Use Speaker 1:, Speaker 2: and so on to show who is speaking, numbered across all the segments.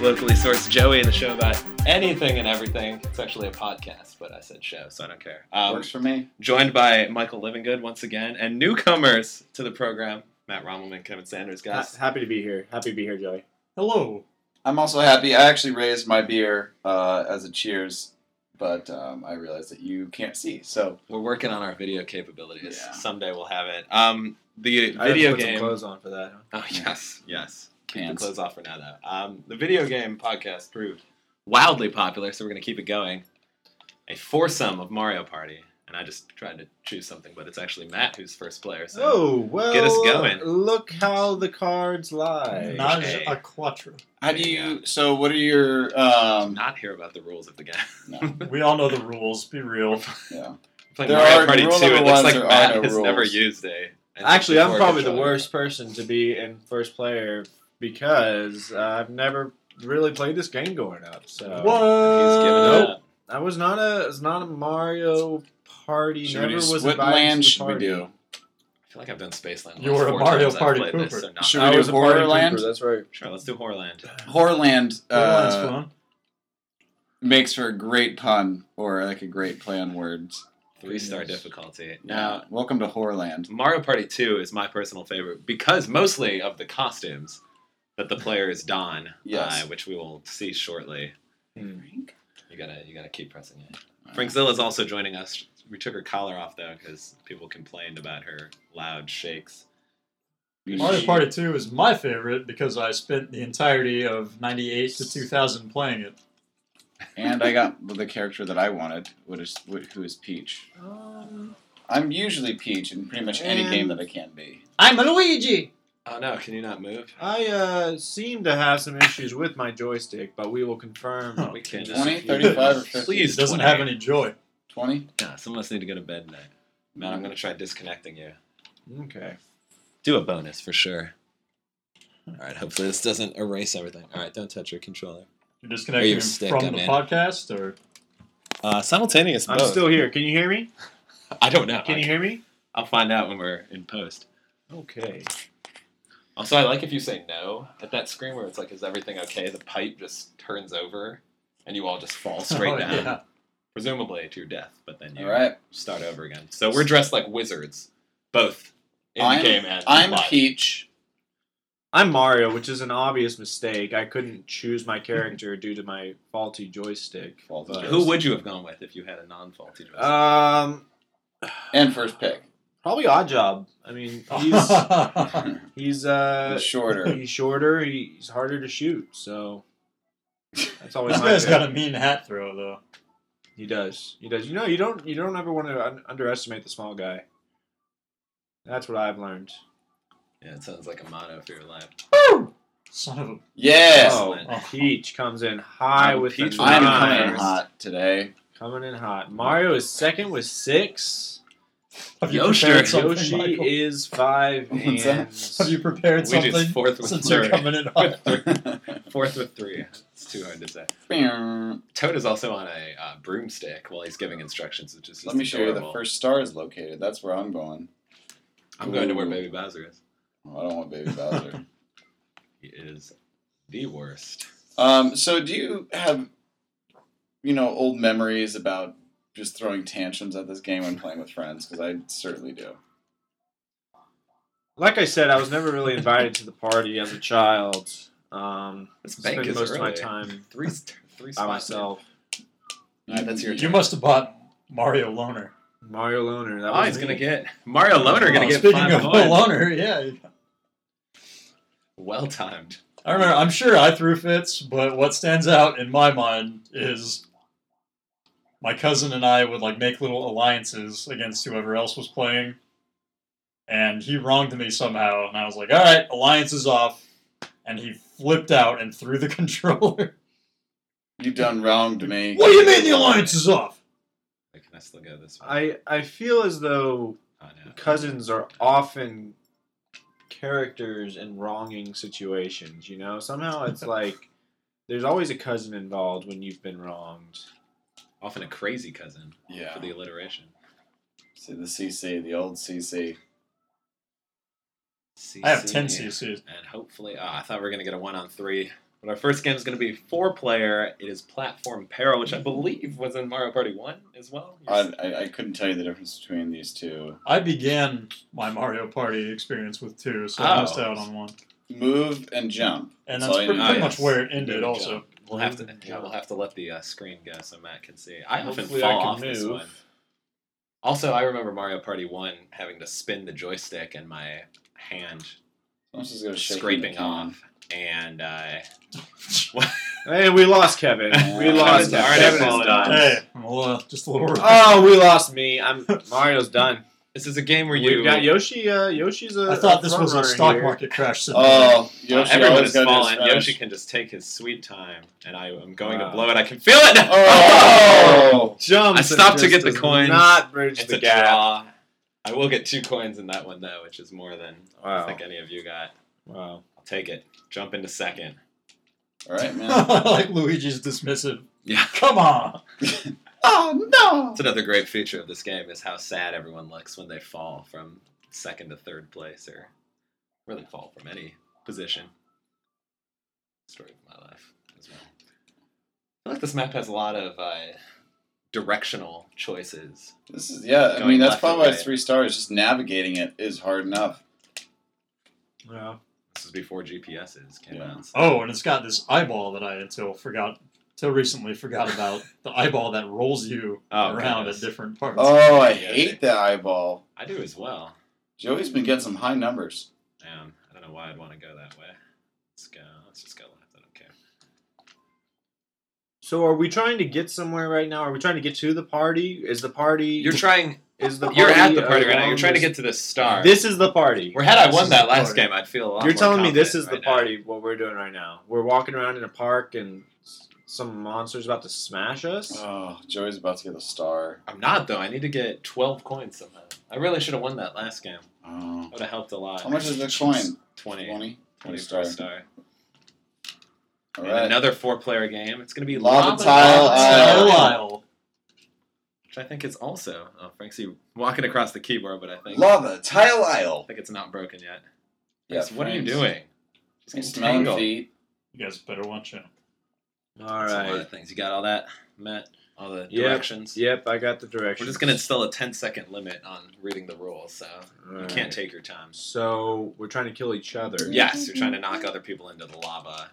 Speaker 1: locally sourced Joey in the show about anything and everything. It's actually a podcast, but I said show, so I don't care. Um,
Speaker 2: Works for me.
Speaker 1: joined by Michael Livingood once again, and newcomers to the program, Matt Rommelman, Kevin Sanders, guys.
Speaker 3: Happy to be here. Happy to be here, Joey.
Speaker 4: Hello.
Speaker 2: I'm also happy. I actually raised my beer uh, as a cheers, but um, I realized that you can't see. So
Speaker 1: We're working on our video capabilities.
Speaker 2: Yeah.
Speaker 1: Someday we'll have it. Um, the video game.
Speaker 3: clothes on for that.
Speaker 1: Oh yes, yes. Keep
Speaker 2: Pants.
Speaker 1: the clothes off for now, though. Um, the video game podcast proved wildly popular, so we're gonna keep it going. A foursome of Mario Party, and I just tried to choose something, but it's actually Matt who's first player. So
Speaker 3: Oh well.
Speaker 1: Get us going.
Speaker 3: Look how the cards lie.
Speaker 1: Not-
Speaker 4: Nage a quattro.
Speaker 2: how do you? So what are your? Um,
Speaker 1: not hear about the rules of the game.
Speaker 2: No.
Speaker 4: We all know the rules. Be real.
Speaker 2: yeah.
Speaker 1: Playing
Speaker 2: There
Speaker 1: Mario
Speaker 2: are-
Speaker 1: Party
Speaker 2: rule
Speaker 1: 2, it
Speaker 2: number
Speaker 1: looks
Speaker 2: one,
Speaker 1: like
Speaker 2: there are
Speaker 1: Matt
Speaker 2: no
Speaker 1: has never
Speaker 2: rules.
Speaker 1: used a. an
Speaker 3: Actually, I'm
Speaker 1: 64
Speaker 3: probably the
Speaker 1: controller.
Speaker 3: worst person to be in first player because I've never really played this game growing up. So
Speaker 1: He's giving
Speaker 3: Nope.
Speaker 1: up.
Speaker 3: I was not a, was not a Mario Party.
Speaker 2: Should we
Speaker 3: never
Speaker 2: do
Speaker 3: was
Speaker 2: split
Speaker 3: invited
Speaker 2: land?
Speaker 3: to the
Speaker 2: Should we
Speaker 3: party.
Speaker 2: do?
Speaker 1: I feel like I've done Spaceland. like
Speaker 4: You're a
Speaker 1: four
Speaker 4: Mario
Speaker 1: times I've
Speaker 4: Party
Speaker 1: played this,
Speaker 4: pooper.
Speaker 1: so not-
Speaker 2: Shoty. Should we
Speaker 3: I
Speaker 2: do
Speaker 3: was a party
Speaker 2: Borderlands?
Speaker 3: pooper, That's right.
Speaker 1: Sure, let's do Horrorland.
Speaker 2: Horrorland
Speaker 4: Borderlands
Speaker 2: uh,
Speaker 4: fun.
Speaker 2: makes for a great pun or like a great play on words. Uh,
Speaker 1: Three star
Speaker 3: Goodness.
Speaker 1: difficulty. Now,
Speaker 2: welcome to Horrorland.
Speaker 1: Mario Party 2 is my personal favorite because mostly of the costumes that the player is Don,
Speaker 2: Yes.
Speaker 1: uh, which we will see shortly. You gotta you gotta keep pressing it.
Speaker 2: Alright.
Speaker 1: Frank Zilla's also joining us. We took her collar off though because people complained about her loud shakes.
Speaker 2: You
Speaker 4: Mario
Speaker 2: should-
Speaker 4: Party 2 is my favorite because I spent the entirety of 98 to 2000 playing it.
Speaker 2: And I got the character that I wanted, which is wh- who is Peach.
Speaker 3: Um,
Speaker 2: I'm usually Peach in pretty much any game that I can be.
Speaker 4: I'm Luigi.
Speaker 1: Oh no, can you not move?
Speaker 3: I uh, seem to have some issues with my joystick, but we will confirm.
Speaker 4: Huh.
Speaker 1: We can't.
Speaker 4: Just-
Speaker 2: 20, 35, or 50?
Speaker 1: Please.
Speaker 4: He doesn't
Speaker 1: 20.
Speaker 4: have any joy.
Speaker 2: 20?
Speaker 1: Yeah, some of us need to go to bed tonight. Man, I'm gonna try disconnecting you.
Speaker 3: Okay.
Speaker 1: Do a bonus for sure. All right, hopefully this doesn't erase everything. All right, don't touch your controller.
Speaker 4: You're
Speaker 1: Or
Speaker 4: disconnecting
Speaker 1: your
Speaker 4: him
Speaker 1: stick,
Speaker 4: from
Speaker 1: I
Speaker 4: the
Speaker 1: mean.
Speaker 4: podcast, or
Speaker 1: Uh, simultaneous
Speaker 3: I'm
Speaker 1: both.
Speaker 3: still here. Can you hear me?
Speaker 1: I don't know.
Speaker 3: Can you hear me?
Speaker 1: I'll find out when we're in post.
Speaker 3: Okay.
Speaker 1: Also, I like if you say no at that screen where it's like, "Is everything okay?" The pipe just turns over, and you all just fall straight
Speaker 4: Oh,
Speaker 1: down,
Speaker 4: yeah.
Speaker 1: presumably to your death. But then you
Speaker 2: All right.
Speaker 1: start over again. So we're dressed like wizards, both in
Speaker 2: I'm-
Speaker 1: the game and
Speaker 2: I'm
Speaker 1: live.
Speaker 2: Peach.
Speaker 3: I'm Mario, which is an obvious mistake. I couldn't choose my character due to my faulty joystick.
Speaker 2: Faulty
Speaker 3: but-
Speaker 1: Who would you have gone with if you had a non-faulty dress?
Speaker 2: Uh,
Speaker 3: Um,
Speaker 2: And first pick.
Speaker 3: probably Odd Job. I mean, he's he's uh
Speaker 2: He's shorter.
Speaker 3: he's shorter. he- He's harder to shoot. So that's always
Speaker 4: this
Speaker 3: my
Speaker 4: guy's
Speaker 3: pick.
Speaker 4: got a mean hat throw, though.
Speaker 3: He does. He does. You know, you don't you don't ever want to un- underestimate the small guy. That's what I've learned.
Speaker 1: yeah, it sounds like a motto for your life.
Speaker 4: Son of a.
Speaker 2: Yes!
Speaker 3: Oh,
Speaker 4: Excellent.
Speaker 3: Peach comes in high
Speaker 1: I'm
Speaker 3: with
Speaker 1: Peach
Speaker 4: Oh,
Speaker 3: the
Speaker 1: with
Speaker 2: I'm
Speaker 1: Nice.
Speaker 2: coming in
Speaker 3: nines.
Speaker 2: hot today.
Speaker 3: Coming in hot. Mario is second with six.
Speaker 4: Have you
Speaker 1: Yoshi-
Speaker 4: prepared something,
Speaker 3: Yoshi
Speaker 4: Michael?
Speaker 3: is five.
Speaker 2: What's that?
Speaker 3: And
Speaker 4: Have you prepared
Speaker 1: We
Speaker 4: something
Speaker 1: just fourth with
Speaker 4: since you're
Speaker 1: three.
Speaker 4: coming in hot?
Speaker 1: Fourth with three. It's too hard to say.
Speaker 2: Let
Speaker 1: Toad is also on a uh, broomstick while he's giving instructions, which is just
Speaker 2: me show you the
Speaker 1: adorable.
Speaker 2: first star is located. That's where I'm going.
Speaker 1: I'm going to where
Speaker 2: Ooh.
Speaker 1: Baby Bowser is.
Speaker 2: Oh, I don't want Baby Bowser.
Speaker 1: He is the worst.
Speaker 2: um, so, do you have, you know, old memories about just throwing tantrums at this game when playing with friends? Because I certainly do.
Speaker 3: like I said, I was never really invited to the party as a child. Um,
Speaker 1: This
Speaker 3: I spent most of my time
Speaker 1: three st- three
Speaker 3: by
Speaker 1: spots
Speaker 3: myself.
Speaker 1: in. Alright, that's your
Speaker 4: You must have bought Mario Loner.
Speaker 3: Mario Loner. That
Speaker 1: Oh,
Speaker 3: was
Speaker 1: he's
Speaker 3: me.
Speaker 1: gonna get Mario Loner. Gonna
Speaker 4: Oh,
Speaker 1: get
Speaker 4: speaking
Speaker 1: five
Speaker 4: of
Speaker 1: points.
Speaker 4: Loner, yeah.
Speaker 1: Well timed.
Speaker 4: I remember. I'm sure I threw fits, but what stands out in my mind is my cousin and I would like make little alliances against whoever else was playing, and he wronged me somehow, and I was like, "All right, alliance is off," and he flipped out and threw the controller.
Speaker 2: You've done wrong to me.
Speaker 4: what do you mean the alliance is off?
Speaker 1: Like, can I still go this way?
Speaker 3: I I feel as though
Speaker 1: oh, no.
Speaker 3: cousins are often characters in wronging situations. You know, somehow it's like there's always a cousin involved when you've been wronged.
Speaker 1: Often a crazy cousin
Speaker 2: Yeah.
Speaker 1: for the alliteration.
Speaker 2: See the CC, the old CC.
Speaker 1: CC.
Speaker 4: I have ten CC.
Speaker 1: And hopefully, ah, I thought we were gonna get a one on three. But our first game is going to be four player. It is platform peril, which I believe was in Mario Party 1 as well.
Speaker 2: I, I, I couldn't tell you the difference between these two.
Speaker 4: I began my Mario Party experience with two, so I missed
Speaker 1: Oh.
Speaker 4: out on one.
Speaker 2: Move and jump.
Speaker 4: And
Speaker 2: So
Speaker 4: that's
Speaker 2: I
Speaker 4: pretty,
Speaker 2: know-
Speaker 4: pretty
Speaker 1: ah,
Speaker 4: much
Speaker 2: yes.
Speaker 4: where it ended,
Speaker 2: Good
Speaker 4: also.
Speaker 1: We'll have to yeah, we'll have to let the uh, screen go so Matt can see. I often
Speaker 3: Hopefully
Speaker 1: fall
Speaker 3: I can
Speaker 1: off this
Speaker 3: move.
Speaker 1: one. Also, I remember Mario Party 1 having to spin the joystick and my hand
Speaker 2: I'm just gonna shake
Speaker 1: scraping
Speaker 2: the can.
Speaker 1: off. And uh, I
Speaker 3: Hey, we lost Kevin. We
Speaker 2: Uh,
Speaker 1: Kevin's- Kevin's
Speaker 3: lost Kevin. Kevin's
Speaker 1: done.
Speaker 3: done.
Speaker 4: Hey, well, uh, just a little.
Speaker 3: Oh, we lost me. I'm Mario's done.
Speaker 1: this is a game where you
Speaker 3: We've got Yoshi. Uh, Yoshi's a.
Speaker 4: I thought
Speaker 3: a
Speaker 4: this was a
Speaker 3: front-runner
Speaker 4: stock
Speaker 3: here.
Speaker 4: market crash. scenario.
Speaker 2: Oh, Yoshi
Speaker 1: uh, everyone
Speaker 2: always
Speaker 1: is
Speaker 2: goes to his
Speaker 1: fallen.
Speaker 2: finish.
Speaker 1: Yoshi can just take his sweet time, and I am going
Speaker 3: Wow.
Speaker 1: to blow it. I can feel it. now.
Speaker 2: Oh!
Speaker 3: Jumps.
Speaker 1: I stopped to
Speaker 3: It
Speaker 1: get
Speaker 3: just
Speaker 1: the
Speaker 3: does
Speaker 1: coins.
Speaker 3: Not bridge
Speaker 1: It's
Speaker 3: the
Speaker 1: a
Speaker 3: gap.
Speaker 1: draw. I will get two coins in that one though, which is more than I
Speaker 3: Wow.
Speaker 1: think any of you got.
Speaker 3: Wow.
Speaker 1: I'll take it. Jump into second.
Speaker 2: All right, Oh! man.
Speaker 4: I like Luigi's dismissive.
Speaker 1: Yeah,
Speaker 4: Come on.
Speaker 2: oh no!
Speaker 1: that's another great feature of this game is how sad everyone looks when they fall from second to third place, or really fall from any position. Story of my life as well. I feel like this map has a lot of uh, directional choices.
Speaker 2: This is yeah. I
Speaker 1: Going
Speaker 2: mean, that's
Speaker 1: left
Speaker 2: probably
Speaker 1: and
Speaker 2: why it's
Speaker 1: right.
Speaker 2: three stars. Just navigating it is hard enough.
Speaker 3: Wow.
Speaker 1: This is before GPSs came
Speaker 2: Yeah.
Speaker 1: out. so-
Speaker 4: Oh, and it's got this eyeball that I until forgot, till recently forgot about the eyeball that rolls you
Speaker 1: Oh,
Speaker 4: around
Speaker 1: goodness.
Speaker 4: at different parts.
Speaker 2: Oh, I
Speaker 1: Yeah,
Speaker 2: hate that eyeball.
Speaker 1: I do as well.
Speaker 2: Joey's been getting some high numbers.
Speaker 1: Um, I don't know why I'd want to go that way. Let's go. Let's just go left. I don't care.
Speaker 3: So are we trying to get somewhere right now? Are we trying to get to the party? Is the party?
Speaker 1: You're trying.
Speaker 3: is the party
Speaker 1: You're at the party right now.
Speaker 3: around
Speaker 1: You're trying to
Speaker 3: this-
Speaker 1: get to this star.
Speaker 3: This is the party.
Speaker 1: Where had I
Speaker 4: This
Speaker 1: won
Speaker 4: is
Speaker 1: that
Speaker 4: the
Speaker 1: last
Speaker 4: party.
Speaker 1: game, I'd feel a lot
Speaker 3: You're
Speaker 1: more
Speaker 3: telling me this is
Speaker 1: confident
Speaker 3: the
Speaker 1: right now.
Speaker 3: party. What we're doing right now. We're walking around in a park and s- some monster's about to smash us.
Speaker 2: Oh, Joey's about to get a star.
Speaker 1: I'm not though. I need to get 12 coins somehow. I really should have won that last game.
Speaker 2: Oh.
Speaker 1: Would have helped a lot.
Speaker 2: How much is the coin?
Speaker 1: 20. 20,
Speaker 2: Twenty. Twenty
Speaker 1: 20
Speaker 2: star.
Speaker 1: star. star.
Speaker 2: All
Speaker 1: And
Speaker 2: right.
Speaker 1: another four-player game. It's going to be
Speaker 2: Lava
Speaker 1: Lava
Speaker 2: Tile
Speaker 1: Lava Tile,
Speaker 2: Isle.
Speaker 4: Lyle.
Speaker 1: which I think is also oh, Frank's walking across the keyboard, but I think
Speaker 2: Lava tile
Speaker 1: I
Speaker 2: aisle.
Speaker 1: think it's not broken yet.
Speaker 2: Yeah,
Speaker 1: Yes, what are you
Speaker 2: thanks.
Speaker 1: doing? Just
Speaker 2: Can
Speaker 1: getting
Speaker 2: smell your
Speaker 1: tangled.
Speaker 2: feet.
Speaker 4: You guys better watch out.
Speaker 3: All
Speaker 1: That's a lot
Speaker 3: right.
Speaker 1: of things. You got all that, Matt? All the
Speaker 3: Yep.
Speaker 1: directions?
Speaker 3: Yep, I got the
Speaker 1: We're
Speaker 3: directions.
Speaker 1: just going to install a 10 second limit on reading the rules, so
Speaker 3: All
Speaker 1: you
Speaker 3: right.
Speaker 1: can't take your time.
Speaker 3: So we're trying to kill each other.
Speaker 1: Yes, you're trying to knock other people into the lava.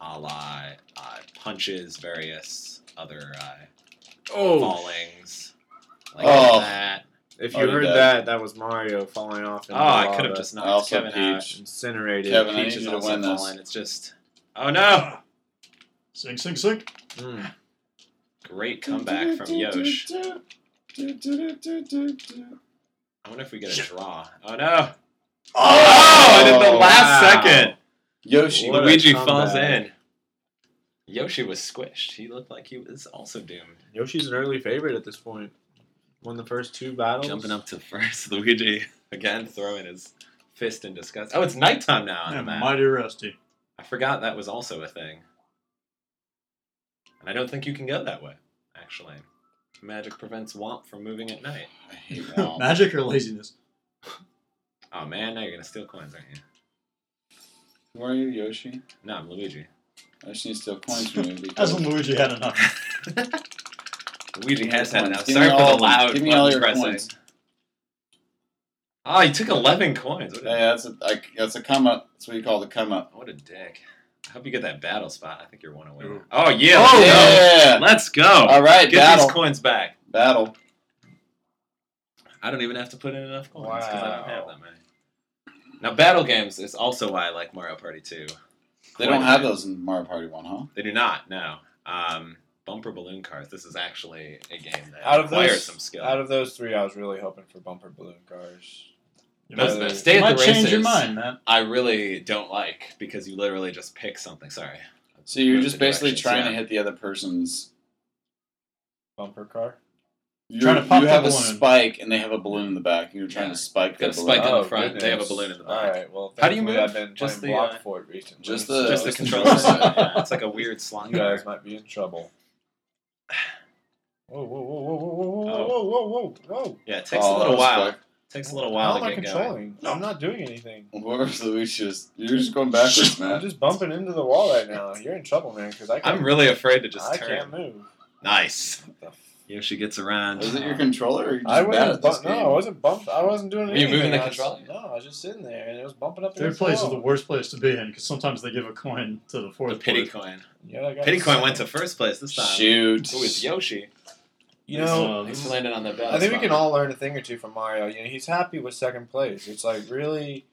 Speaker 1: A la uh, punches, various other uh,
Speaker 3: Oh,
Speaker 1: fallings. Like
Speaker 2: Oh.
Speaker 1: that.
Speaker 3: if you
Speaker 2: Already
Speaker 3: heard
Speaker 2: dead.
Speaker 3: that, that was Mario falling off.
Speaker 1: Oh,
Speaker 3: into
Speaker 1: I
Speaker 3: lava,
Speaker 1: could have just knocked
Speaker 2: Also
Speaker 1: Kevin
Speaker 2: Peach.
Speaker 3: incinerated.
Speaker 2: Kevin,
Speaker 1: out.
Speaker 2: I
Speaker 1: Peach
Speaker 2: need
Speaker 1: is
Speaker 2: you to
Speaker 1: also
Speaker 2: win this.
Speaker 1: fallen. It's just. Oh no!
Speaker 4: Sing, sing, sing.
Speaker 3: Mm.
Speaker 1: Great comeback from Yosh. I wonder if we get a draw. Oh no! Oh, and at the
Speaker 2: Oh,
Speaker 1: last
Speaker 3: wow.
Speaker 1: second,
Speaker 2: Yoshi.
Speaker 3: What a
Speaker 1: Luigi falls
Speaker 3: comeback.
Speaker 1: in. Yoshi was squished. He looked like he was also doomed.
Speaker 3: Yoshi's an early favorite at this point. Won the first two battles.
Speaker 1: Jumping up to first, Luigi again throwing his fist in disgust. Oh, it's nighttime now on the
Speaker 4: I'm
Speaker 1: map.
Speaker 4: mighty rusty.
Speaker 1: I forgot that was also a thing. And I don't think you can go that way, actually. Magic prevents Womp from moving at night.
Speaker 2: I hate Womp.
Speaker 4: Magic or laziness?
Speaker 1: Oh man, now you're gonna steal coins, aren't you?
Speaker 2: Where are you, Yoshi?
Speaker 1: No, I'm Luigi.
Speaker 2: I just need to steal coins from you. because-
Speaker 4: Hasn't Luigi had enough?
Speaker 1: Luigi has had enough.
Speaker 2: Give me
Speaker 1: Sorry for
Speaker 2: all
Speaker 1: the
Speaker 2: of them.
Speaker 1: loud
Speaker 2: Give me all
Speaker 1: button
Speaker 2: your
Speaker 1: pressing.
Speaker 2: coins.
Speaker 1: Oh, he took 11 coins. What a,
Speaker 2: Yeah, that's a I, that's a come up. That's what you call the come up.
Speaker 1: what a dick. I hope you get that battle spot. I think you're one away.
Speaker 4: Ooh.
Speaker 1: Oh, yeah.
Speaker 2: Oh,
Speaker 1: Let's
Speaker 2: yeah.
Speaker 1: go. Let's go.
Speaker 2: All right,
Speaker 1: get
Speaker 2: battle,
Speaker 1: these coins back.
Speaker 2: battle.
Speaker 1: I don't even have to put in enough coins because I don't have
Speaker 3: Wow.
Speaker 1: that many. Now, battle games is also why I like Mario Party 2.
Speaker 2: They
Speaker 1: Quite
Speaker 2: don't
Speaker 1: a
Speaker 2: have
Speaker 1: bit.
Speaker 2: those in Mario Party One, huh?
Speaker 1: They do not, no. Um, bumper balloon cars. This is actually a game that
Speaker 3: Out of
Speaker 1: requires
Speaker 3: those,
Speaker 1: some skill.
Speaker 3: Out of those three, I was really hoping for bumper balloon cars.
Speaker 4: You
Speaker 1: Those
Speaker 4: might-
Speaker 1: are the
Speaker 3: you
Speaker 1: stay
Speaker 4: you
Speaker 1: at
Speaker 4: might
Speaker 1: the races.
Speaker 4: change your mind, man.
Speaker 1: I really don't like because you literally just pick something. Sorry.
Speaker 2: So you're
Speaker 1: Move
Speaker 2: just
Speaker 1: the
Speaker 2: basically
Speaker 1: directions,
Speaker 2: trying to
Speaker 1: yeah.
Speaker 2: hit the other person's.
Speaker 3: Bumper car.
Speaker 2: You're,
Speaker 4: Trying to pop
Speaker 2: you
Speaker 4: the
Speaker 2: have a
Speaker 4: balloon.
Speaker 2: spike, and they have a balloon in the back, and you're trying
Speaker 1: Yeah.
Speaker 2: to spike
Speaker 1: Got
Speaker 2: the
Speaker 1: a
Speaker 2: balloon.
Speaker 1: spike in the
Speaker 3: Oh,
Speaker 1: front, they have a balloon in the back.
Speaker 3: All right. Well,
Speaker 1: How do you
Speaker 3: thankfully,
Speaker 1: move?
Speaker 3: I've been
Speaker 1: Just
Speaker 3: playing
Speaker 1: the,
Speaker 3: block
Speaker 1: uh,
Speaker 3: fort recently.
Speaker 2: just
Speaker 3: so
Speaker 2: the-
Speaker 1: just the
Speaker 2: it's
Speaker 1: controller.
Speaker 2: interesting.
Speaker 1: yeah, it's like a weird slot.
Speaker 3: You guys might be in trouble. Whoa, whoa, whoa, whoa, whoa, whoa, whoa,
Speaker 1: Oh.
Speaker 3: whoa, whoa, whoa, whoa, whoa!
Speaker 1: Yeah, it takes
Speaker 2: Oh,
Speaker 1: a
Speaker 2: that
Speaker 1: little
Speaker 2: was
Speaker 1: while.
Speaker 2: quick.
Speaker 1: takes a little
Speaker 3: How
Speaker 1: while
Speaker 3: am
Speaker 1: to
Speaker 3: I
Speaker 1: get going.
Speaker 3: controlling? I'm not doing anything.
Speaker 2: Where's Lucius? You're just going backwards,
Speaker 3: I'm
Speaker 2: man.
Speaker 3: just bumping into the wall right now. You're in trouble, man, because I can't.
Speaker 1: Uh, I'm really afraid to just
Speaker 3: I
Speaker 1: turn.
Speaker 3: can't move.
Speaker 1: Nice.
Speaker 3: What the f-
Speaker 1: Yoshi gets around.
Speaker 2: Is it your controller or are you just
Speaker 3: I
Speaker 2: bad at
Speaker 3: wasn't.
Speaker 2: this
Speaker 3: Bu-
Speaker 2: game?
Speaker 3: no, I wasn't bumped. I wasn't doing
Speaker 1: Were you
Speaker 3: anything.
Speaker 1: moving the
Speaker 3: I was-
Speaker 1: controller?
Speaker 3: No, I was just sitting there and it was bumping up.
Speaker 4: Third
Speaker 3: against
Speaker 4: place is the
Speaker 3: wall.
Speaker 4: worst place to be in because sometimes they give a coin to the fourth
Speaker 1: The pity
Speaker 4: place.
Speaker 1: coin.
Speaker 3: Yeah, I got
Speaker 1: Pity
Speaker 3: it.
Speaker 1: coin went to first place this time.
Speaker 2: Shoot.
Speaker 1: It was Yoshi.
Speaker 3: You know,
Speaker 4: Uh,
Speaker 1: At least he landed on the bell.
Speaker 3: I think we
Speaker 1: spot.
Speaker 3: can all learn a thing or two from Mario. You know, he's happy with second place. It's like really,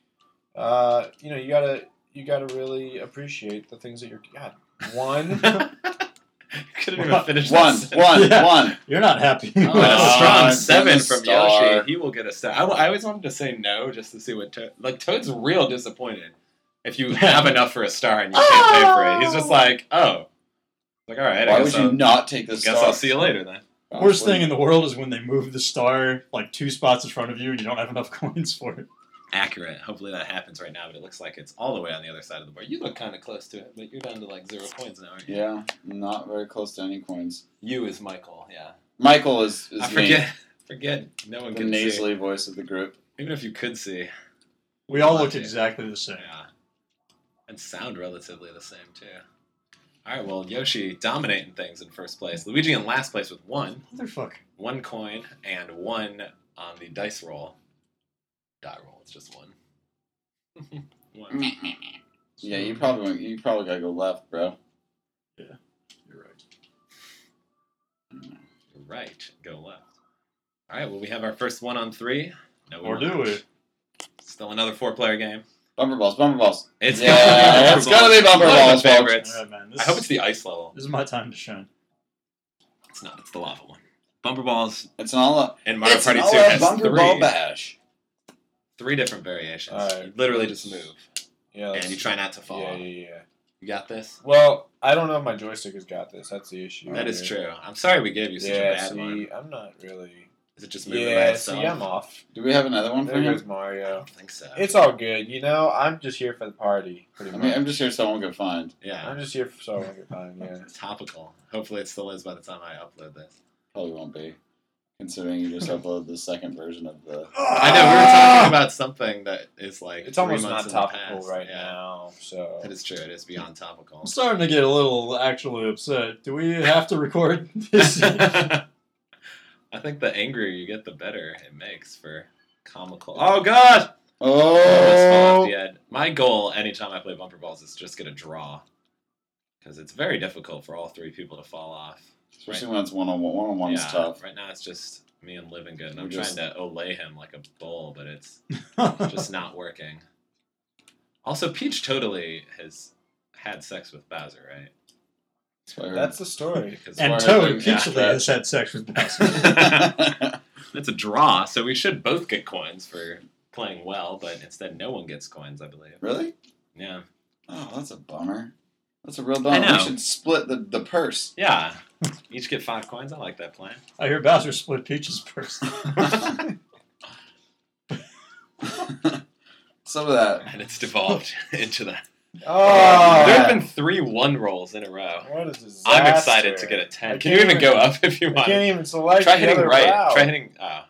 Speaker 3: uh, you know, you gotta you gotta really appreciate the things that you're. God, one.
Speaker 1: Couldn't even finish that
Speaker 2: One,
Speaker 1: sentence.
Speaker 2: one,
Speaker 4: Yeah.
Speaker 2: one.
Speaker 4: You're not happy.
Speaker 2: Oh,
Speaker 1: With a strong
Speaker 2: I've been
Speaker 1: seven
Speaker 2: a
Speaker 1: from
Speaker 2: star.
Speaker 1: Yoshi, he will get a star. I, I always wanted to say no just to see what Toad. Like Toad's real disappointed if you have enough for a star and you can't pay for it. He's just like, oh, like all right. I
Speaker 2: Why
Speaker 1: guess
Speaker 2: would
Speaker 1: I'll,
Speaker 2: you not take
Speaker 1: I
Speaker 2: this
Speaker 1: guess
Speaker 2: star?
Speaker 1: I'll see you later then.
Speaker 4: Worst thing in the world is when they move the star like two spots in front of you and you don't have enough coins for it.
Speaker 1: Accurate. Hopefully that happens right now, but it looks like it's all the way on the other side of the board. You look kind of close to it, but you're down to like zero points now. Aren't you?
Speaker 2: Yeah, not very close to any coins.
Speaker 1: You is Michael. Yeah.
Speaker 2: Michael is, is
Speaker 1: I
Speaker 2: me,
Speaker 1: forget. Forget. No one
Speaker 2: the
Speaker 1: can see.
Speaker 2: nasally voice of the group.
Speaker 1: Even if you could see.
Speaker 4: We all look exactly the same.
Speaker 1: Yeah. And sound relatively the same too. All right, well, Yoshi dominating things in first place. Luigi in last place with one,
Speaker 4: Motherfucker.
Speaker 1: one coin, and one on the dice roll. Die roll, it's just one.
Speaker 2: Mm.
Speaker 1: one.
Speaker 2: Yeah, you probably you probably gotta go left, bro.
Speaker 4: You're right.
Speaker 1: Right, go left. All right, well, we have our first one on three. No, we
Speaker 4: Or do
Speaker 1: won't.
Speaker 4: we?
Speaker 1: Still another four-player game.
Speaker 2: Bumper balls, bumper balls.
Speaker 1: It's
Speaker 2: Yeah,
Speaker 1: gotta be
Speaker 2: it's gotta be bumper
Speaker 1: One of
Speaker 2: balls,
Speaker 1: the
Speaker 2: folks.
Speaker 1: favorites.
Speaker 4: All right, man. This,
Speaker 1: I hope it's the ice level.
Speaker 4: this is my time to shine.
Speaker 1: It's not. It's the lava one. Bumper balls
Speaker 2: It's an all up.
Speaker 1: and Mario
Speaker 2: it's
Speaker 1: Party
Speaker 2: an
Speaker 1: Two
Speaker 2: all-out
Speaker 1: has
Speaker 2: bumper
Speaker 1: three.
Speaker 2: ball bash.
Speaker 1: three different variations.
Speaker 3: All right.
Speaker 1: You literally just move,
Speaker 3: yeah,
Speaker 1: and
Speaker 3: let's-
Speaker 1: you try not to fall.
Speaker 3: Yeah, yeah, yeah.
Speaker 1: You got this.
Speaker 3: Well, I don't know if my joystick has got this. That's the issue.
Speaker 1: That is
Speaker 3: here.
Speaker 1: true. I'm sorry we gave you such a
Speaker 3: Yeah,
Speaker 1: bad
Speaker 3: see,
Speaker 1: one.
Speaker 3: I'm not really.
Speaker 1: Is it just moving by
Speaker 3: Yeah, see,
Speaker 1: itself?
Speaker 3: I'm off.
Speaker 2: Do we have another one for
Speaker 3: There goes
Speaker 2: him?
Speaker 1: I
Speaker 3: Mario.
Speaker 1: don't think so.
Speaker 3: It's all good, you know. I'm just here for the party, pretty
Speaker 2: I
Speaker 3: much.
Speaker 2: mean, I'm just here so I won't get fined.
Speaker 1: yeah,
Speaker 3: I'm just here for so I can time. Yeah.
Speaker 1: topical. Hopefully, it still is by the time I upload this.
Speaker 2: Probably won't be, considering you just uploaded the second version of the.
Speaker 1: I know we were
Speaker 4: Ah!
Speaker 1: talking about something that is like
Speaker 3: Ah! It's
Speaker 1: three
Speaker 3: almost not
Speaker 1: months in the
Speaker 3: topical
Speaker 1: past.
Speaker 3: right
Speaker 1: yeah.
Speaker 3: now, so.
Speaker 1: That is true. It is beyond topical.
Speaker 4: I'm starting to get a little actually upset. Do we have to record this?
Speaker 1: I think the angrier you get, the better it makes for comical. Oh God! Let's fall off
Speaker 2: Oh,
Speaker 1: the edge. My goal anytime I play bumper balls is just get a draw. Because it's very difficult for all three people to fall off.
Speaker 2: especially when it's one on one. One on one's
Speaker 1: yeah,
Speaker 2: tough.
Speaker 1: Right now it's just me and Living Good, and
Speaker 2: We're
Speaker 1: I'm
Speaker 2: just-
Speaker 1: trying to olay him like a bull, but it's
Speaker 4: Just-
Speaker 1: just not working. Also, Peach totally has had sex with Bowser, right?
Speaker 3: That's the story.
Speaker 1: Because
Speaker 4: and
Speaker 2: That's
Speaker 4: Toad
Speaker 2: why I
Speaker 4: peachily
Speaker 2: think that-
Speaker 4: has had sex with Bowser.
Speaker 1: that's a draw, so we should both get coins for playing well, but instead no one gets coins, I believe.
Speaker 2: really?
Speaker 1: Yeah.
Speaker 2: Oh, that's a bummer. That's a real bummer.
Speaker 1: know.
Speaker 2: We should split the, the purse.
Speaker 1: Yeah. Each get five coins. I like that plan.
Speaker 4: I hear Bowser split Peach's purse.
Speaker 2: Some of that.
Speaker 1: And it's devolved into that.
Speaker 3: Oh,
Speaker 1: There have been three one rolls in a row.
Speaker 3: what a disaster.
Speaker 1: I'm excited to get a 10.
Speaker 3: I
Speaker 1: Can you
Speaker 3: can't
Speaker 1: even
Speaker 3: even-
Speaker 1: go up if you
Speaker 3: I
Speaker 1: want?
Speaker 3: can't even select.
Speaker 1: Try
Speaker 3: the
Speaker 1: hitting
Speaker 3: other
Speaker 1: right.
Speaker 3: route.
Speaker 1: Try hitting. Oh.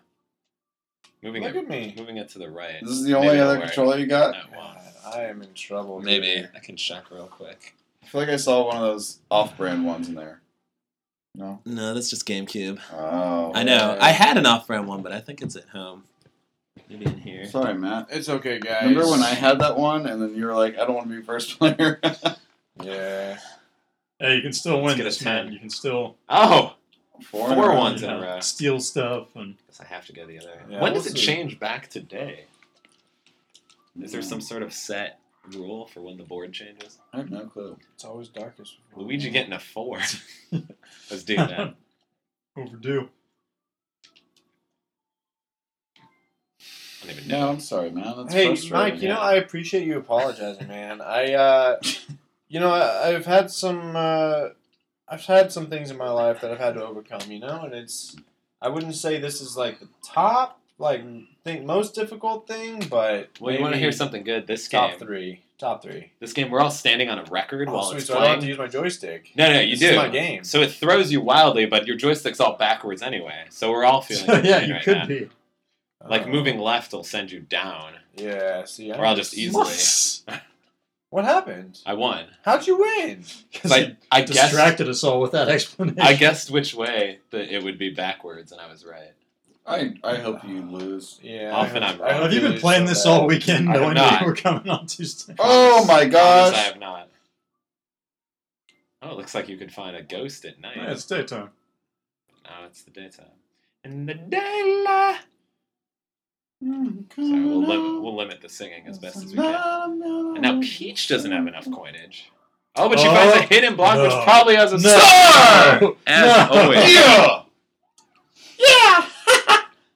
Speaker 1: Moving
Speaker 3: Look
Speaker 1: it,
Speaker 3: at me.
Speaker 1: moving it to the right.
Speaker 2: This is the
Speaker 1: Maybe
Speaker 2: only
Speaker 1: it'll
Speaker 2: other
Speaker 1: work.
Speaker 2: controller you got?
Speaker 1: No, well,
Speaker 3: God, I am in trouble. dude.
Speaker 1: maybe. I can check real quick.
Speaker 2: I feel like I saw one of those off brand ones in there. No?
Speaker 1: No, that's just GameCube.
Speaker 2: Oh.
Speaker 3: I know. I
Speaker 1: had an off brand one, but I think it's at home. Maybe in here.
Speaker 2: Oh. Sorry, Matt.
Speaker 3: It's okay, guys.
Speaker 2: Remember when I had that one and then you were like, I don't want to be first player?
Speaker 3: Yeah.
Speaker 4: Hey, you can still
Speaker 1: Let's
Speaker 4: win
Speaker 1: get a
Speaker 4: this, man.
Speaker 1: 10.
Speaker 4: You can still
Speaker 1: Oh!
Speaker 2: Four,
Speaker 1: Four
Speaker 2: in a row.
Speaker 1: ones.
Speaker 4: you
Speaker 1: in a
Speaker 4: know,
Speaker 1: row.
Speaker 4: steal stuff and
Speaker 1: Guess I have to go the other way.
Speaker 3: Yeah,
Speaker 1: when
Speaker 3: we'll
Speaker 1: does it
Speaker 3: see.
Speaker 1: change back to day? Is there some
Speaker 3: Hmm.
Speaker 1: sort of set rule for when the board changes?
Speaker 2: I have no clue.
Speaker 3: It's always darkest. before
Speaker 1: Luigi
Speaker 3: dawn.
Speaker 1: getting a four. Let's do that.
Speaker 4: overdue.
Speaker 1: I don't even know.
Speaker 2: No, I'm sorry, man. That's
Speaker 3: hey,
Speaker 2: frustrating.
Speaker 3: Mike. You
Speaker 1: yeah.
Speaker 3: know I appreciate you apologizing, man. I, uh, you know, I, I've had some, uh, I've had some things in my life that I've had to overcome. You know, and it's, I wouldn't say this is like the top, like think most difficult thing, but
Speaker 1: Well, you want to
Speaker 3: maybe
Speaker 1: hear something good this
Speaker 3: Top
Speaker 1: game.
Speaker 3: three. Top three.
Speaker 1: This game, we're all standing on a record
Speaker 3: Oh,
Speaker 1: while
Speaker 3: sweet,
Speaker 1: it's
Speaker 3: so I don't have
Speaker 1: playing.
Speaker 3: to use my joystick.
Speaker 1: No, no, you
Speaker 3: This is
Speaker 1: do.
Speaker 3: my game.
Speaker 1: So it throws you wildly, but your joystick's all backwards anyway. So we're all feeling.
Speaker 4: yeah,
Speaker 1: pain
Speaker 4: you
Speaker 1: right
Speaker 4: could
Speaker 1: now.
Speaker 4: be.
Speaker 1: Like
Speaker 3: Oh.
Speaker 1: moving left will send you down,
Speaker 3: Yeah, see, I
Speaker 1: or I'll just easily.
Speaker 3: What happened?
Speaker 1: I won.
Speaker 3: How'd you win?
Speaker 4: Because
Speaker 1: Like I guessed,
Speaker 4: distracted us all with that explanation.
Speaker 1: I guessed which way that it would be backwards, and I was right.
Speaker 2: I I hope you lose.
Speaker 3: Yeah.
Speaker 1: Often
Speaker 3: I
Speaker 1: I'm
Speaker 3: hope- I
Speaker 1: wrong.
Speaker 3: hope
Speaker 4: Have you been
Speaker 3: lose
Speaker 4: playing
Speaker 3: so
Speaker 4: this
Speaker 3: bad.
Speaker 4: all weekend
Speaker 1: I have
Speaker 4: knowing
Speaker 1: not.
Speaker 4: you were coming on Tuesday?
Speaker 2: Oh my
Speaker 1: Promise I
Speaker 2: gosh!
Speaker 1: have not. Oh, it looks like you could find a ghost at night.
Speaker 4: Yeah, it's daytime.
Speaker 1: No, it's the daytime. In the daylight. Sorry, we'll, lim- we'll limit the singing as best as we can. And now Peach doesn't have enough coinage. Oh, but she
Speaker 4: Oh,
Speaker 1: finds a hidden block,
Speaker 4: no.
Speaker 1: which probably has a
Speaker 4: No.
Speaker 1: star! As
Speaker 4: No.
Speaker 1: always.
Speaker 2: Yeah.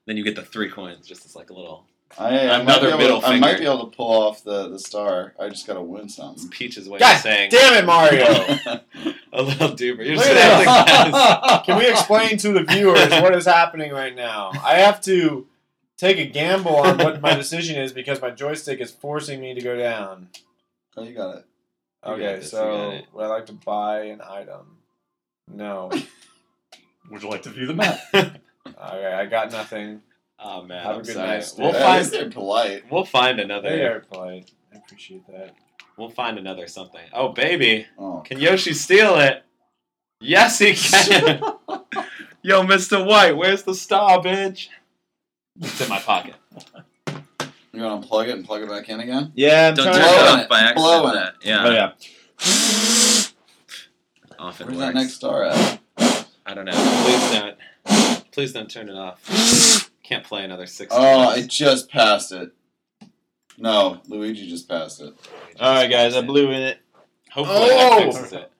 Speaker 1: Then you get the three coins, just as like a little.
Speaker 2: I, I
Speaker 1: Another
Speaker 2: might be
Speaker 1: middle
Speaker 2: able, I might
Speaker 1: finger.
Speaker 2: be able to pull off the, the star. I just gotta win
Speaker 1: It's
Speaker 2: something.
Speaker 1: Peach's way
Speaker 3: God
Speaker 1: of saying
Speaker 3: Damn it, Mario!
Speaker 1: a little duper. You're
Speaker 3: Look
Speaker 1: just acting
Speaker 3: at that.
Speaker 1: fast.
Speaker 3: Can we explain to the viewers what is happening right now? I have to take a gamble on what my decision is because my joystick is forcing me to go down.
Speaker 2: oh, you got it.
Speaker 1: You got
Speaker 3: Okay,
Speaker 1: this, you got
Speaker 3: so
Speaker 1: it.
Speaker 3: would I like to buy an item? No.
Speaker 4: Would you like to view the map?
Speaker 3: Okay, I got nothing.
Speaker 1: Oh man,
Speaker 3: Have a
Speaker 1: I'm
Speaker 3: good
Speaker 1: sorry.
Speaker 3: night,
Speaker 1: we'll
Speaker 3: dude.
Speaker 2: At least
Speaker 1: find
Speaker 2: they're polite.
Speaker 1: we'll find
Speaker 3: They
Speaker 1: another
Speaker 3: are polite. I appreciate that.
Speaker 1: we'll find another something. Oh baby,
Speaker 2: Oh,
Speaker 1: can Yoshi steal it? Yes he can. Yo, Mr. White, where's the star, bitch? It's in my pocket.
Speaker 2: you want to plug it and plug it back in again?
Speaker 3: Yeah, I'm
Speaker 1: Don't
Speaker 2: trying
Speaker 1: turn
Speaker 2: to-
Speaker 1: it
Speaker 2: Blowing
Speaker 1: off by
Speaker 2: it,
Speaker 1: accident.
Speaker 2: blowing
Speaker 1: that- Yeah,
Speaker 3: Oh yeah.
Speaker 1: often
Speaker 2: Where's
Speaker 1: works.
Speaker 2: that next star at?
Speaker 1: I don't know. Please don't. Please don't turn it off. Can't play another six.
Speaker 2: Oh, I just passed it. No, Luigi just passed it.
Speaker 3: All right, guys, I blew in it.
Speaker 1: Hopefully that
Speaker 3: Oh!
Speaker 1: fixes it.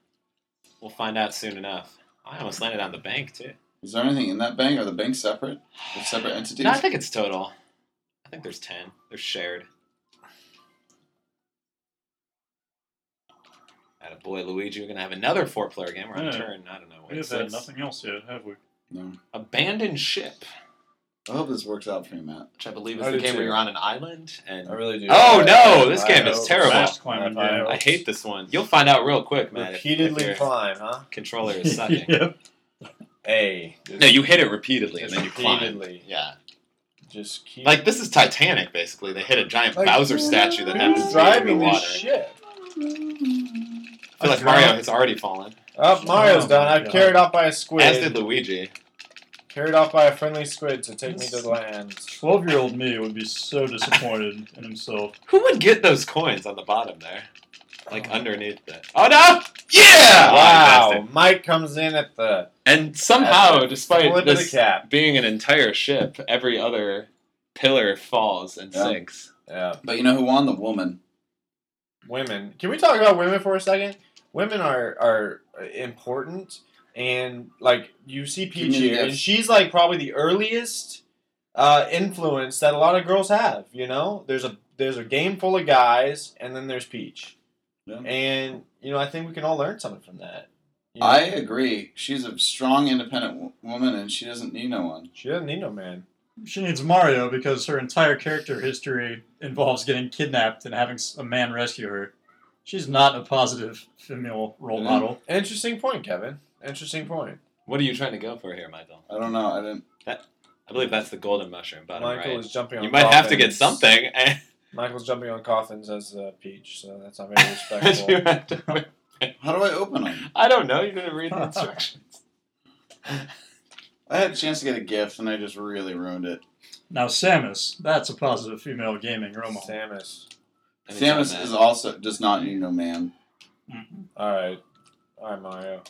Speaker 1: We'll find out soon enough. I almost landed on the bank too.
Speaker 2: Is there anything in that bank? Are the banks separate? They're separate entities?
Speaker 1: No, I think it's total. I think there's ten. They're shared. Atta boy, Luigi, we're gonna have another four-player game. We're on
Speaker 4: Yeah.
Speaker 1: turn. I don't know what
Speaker 4: we have
Speaker 1: it's.
Speaker 4: had nothing else yet, have we?
Speaker 2: No.
Speaker 1: Abandoned ship.
Speaker 2: I hope this works out for you, Matt.
Speaker 1: which I believe is
Speaker 3: I
Speaker 1: the
Speaker 3: do
Speaker 1: game where
Speaker 3: too.
Speaker 1: you're on an island. And
Speaker 3: I really do.
Speaker 1: Oh, no,
Speaker 3: I-
Speaker 1: this
Speaker 3: I
Speaker 1: game is
Speaker 3: hope-
Speaker 1: terrible.
Speaker 4: Fast climbing
Speaker 3: I
Speaker 4: game.
Speaker 1: I hate this one. You'll find out real quick, man. if-
Speaker 3: Repeatedly
Speaker 1: if your
Speaker 3: climb, huh?
Speaker 1: controller is sucking.
Speaker 4: Yep.
Speaker 3: A.
Speaker 1: No, you hit it repeatedly and
Speaker 3: Just
Speaker 1: then you climb.
Speaker 3: repeatedly.
Speaker 1: Yeah,
Speaker 3: Just keep
Speaker 1: like this is Titanic basically. They hit a giant
Speaker 3: Like,
Speaker 1: Bowser statue that
Speaker 3: who's
Speaker 1: happens to be in the
Speaker 3: driving this
Speaker 1: water.
Speaker 3: ship.
Speaker 1: I feel like Mario has already fallen,
Speaker 3: Oh, Mario's done. I've carried off by a squid.
Speaker 1: as did Luigi.
Speaker 3: Carried off by a friendly squid to take me to the land.
Speaker 4: Twelve-year-old me would be so disappointed in himself.
Speaker 1: Who would get those coins on the bottom there, like underneath that? Oh no!
Speaker 2: Yeah!
Speaker 1: Wow.
Speaker 3: Wow, Mike comes in at the
Speaker 1: And somehow,
Speaker 3: flip
Speaker 1: despite
Speaker 3: of the
Speaker 1: this
Speaker 3: cap.
Speaker 1: being an entire ship, every other pillar falls and
Speaker 2: Yeah.
Speaker 1: sinks.
Speaker 3: Yeah,
Speaker 2: But you know who won? The woman.
Speaker 3: women. Can we talk about women for a second? Women are are important, and like you see
Speaker 2: Give me
Speaker 3: Peach
Speaker 2: the
Speaker 3: here, and
Speaker 2: F.
Speaker 3: she's like probably the earliest uh, influence that a lot of girls have. You know, there's a there's a game full of guys, and then there's Peach,
Speaker 2: Yeah.
Speaker 3: and you know I think we can all learn something from that. You know?
Speaker 2: I agree. She's a strong, independent w- woman, and she doesn't need no one.
Speaker 3: she doesn't need no man.
Speaker 4: She needs Mario because her entire character history involves getting kidnapped and having s- a man rescue her. She's not a positive female role
Speaker 2: Mhm.
Speaker 4: model.
Speaker 3: Interesting point, Kevin. Interesting point.
Speaker 1: What are you trying to go for here, Michael?
Speaker 2: I don't know. I didn't.
Speaker 1: I believe that's the golden mushroom, bottom
Speaker 3: Michael
Speaker 1: right.
Speaker 3: is jumping on.
Speaker 1: You might have to get
Speaker 3: coffins.
Speaker 1: something. and
Speaker 3: Michael's jumping on coffins as uh, Peach, so that's not very
Speaker 1: you
Speaker 3: respectful.
Speaker 1: have to-
Speaker 2: How do I open them?
Speaker 1: I don't know. You didn't read the instructions.
Speaker 2: I had a chance to get a gift, and I just really ruined it.
Speaker 1: Mm-hmm.
Speaker 4: Now Samus, that's a positive female gaming role model.
Speaker 3: Samus.
Speaker 1: Anytime,
Speaker 2: Samus
Speaker 1: man.
Speaker 2: is also does not need no man.
Speaker 4: Mhm.
Speaker 3: All right, all right, Mario.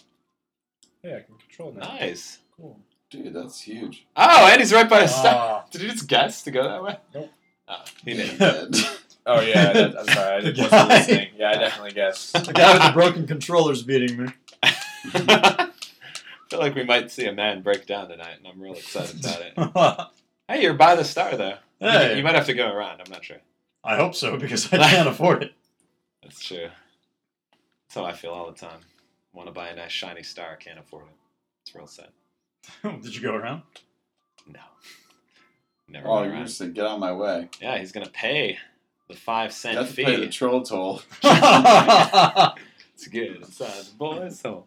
Speaker 3: Yeah, I can control now.
Speaker 1: nice.
Speaker 3: Cool.
Speaker 2: Dude, that's huge.
Speaker 1: Oh, and he's right by a star.
Speaker 4: Ah,
Speaker 1: Did you just guess to go that way?
Speaker 3: Nope.
Speaker 1: Oh, he did.
Speaker 3: Oh yeah, I did- I'm sorry, I
Speaker 4: The
Speaker 3: wasn't
Speaker 4: guy.
Speaker 3: listening. Yeah, I definitely guessed.
Speaker 4: the guy with the broken controller's beating me.
Speaker 1: I feel like we might see a man break down tonight, and I'm real excited about it. Hey, you're by the star though. You-
Speaker 4: hey,
Speaker 1: You, might have to go around. I'm not sure.
Speaker 4: I hope so because I can't afford it.
Speaker 1: That's true. That's how I feel all the time. Want to buy a nice shiny star, can't afford it. It's real sad.
Speaker 4: Oh, Did you go around?
Speaker 1: No. Never
Speaker 2: oh,
Speaker 1: went
Speaker 2: you
Speaker 1: around.
Speaker 2: just said get out of my way.
Speaker 1: Yeah, he's gonna pay the five
Speaker 2: You
Speaker 1: cent
Speaker 2: have to pay the
Speaker 1: fee.
Speaker 2: troll toll.
Speaker 1: It's good inside the boys' hole.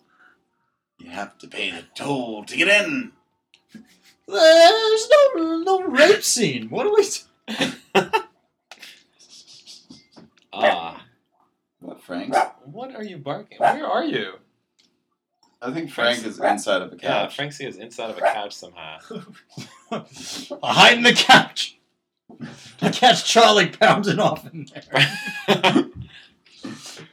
Speaker 2: You have to pay the toll to get in.
Speaker 4: There's no no rape scene. What are we? T-
Speaker 1: Ah,
Speaker 2: What, Frank?
Speaker 1: what are you barking? Where are you?
Speaker 2: I think Frank is inside of a
Speaker 1: Yeah,
Speaker 2: couch.
Speaker 1: Frank C is inside of a couch somehow.
Speaker 4: Behind the couch. I catch Charlie pounding off in there.
Speaker 1: I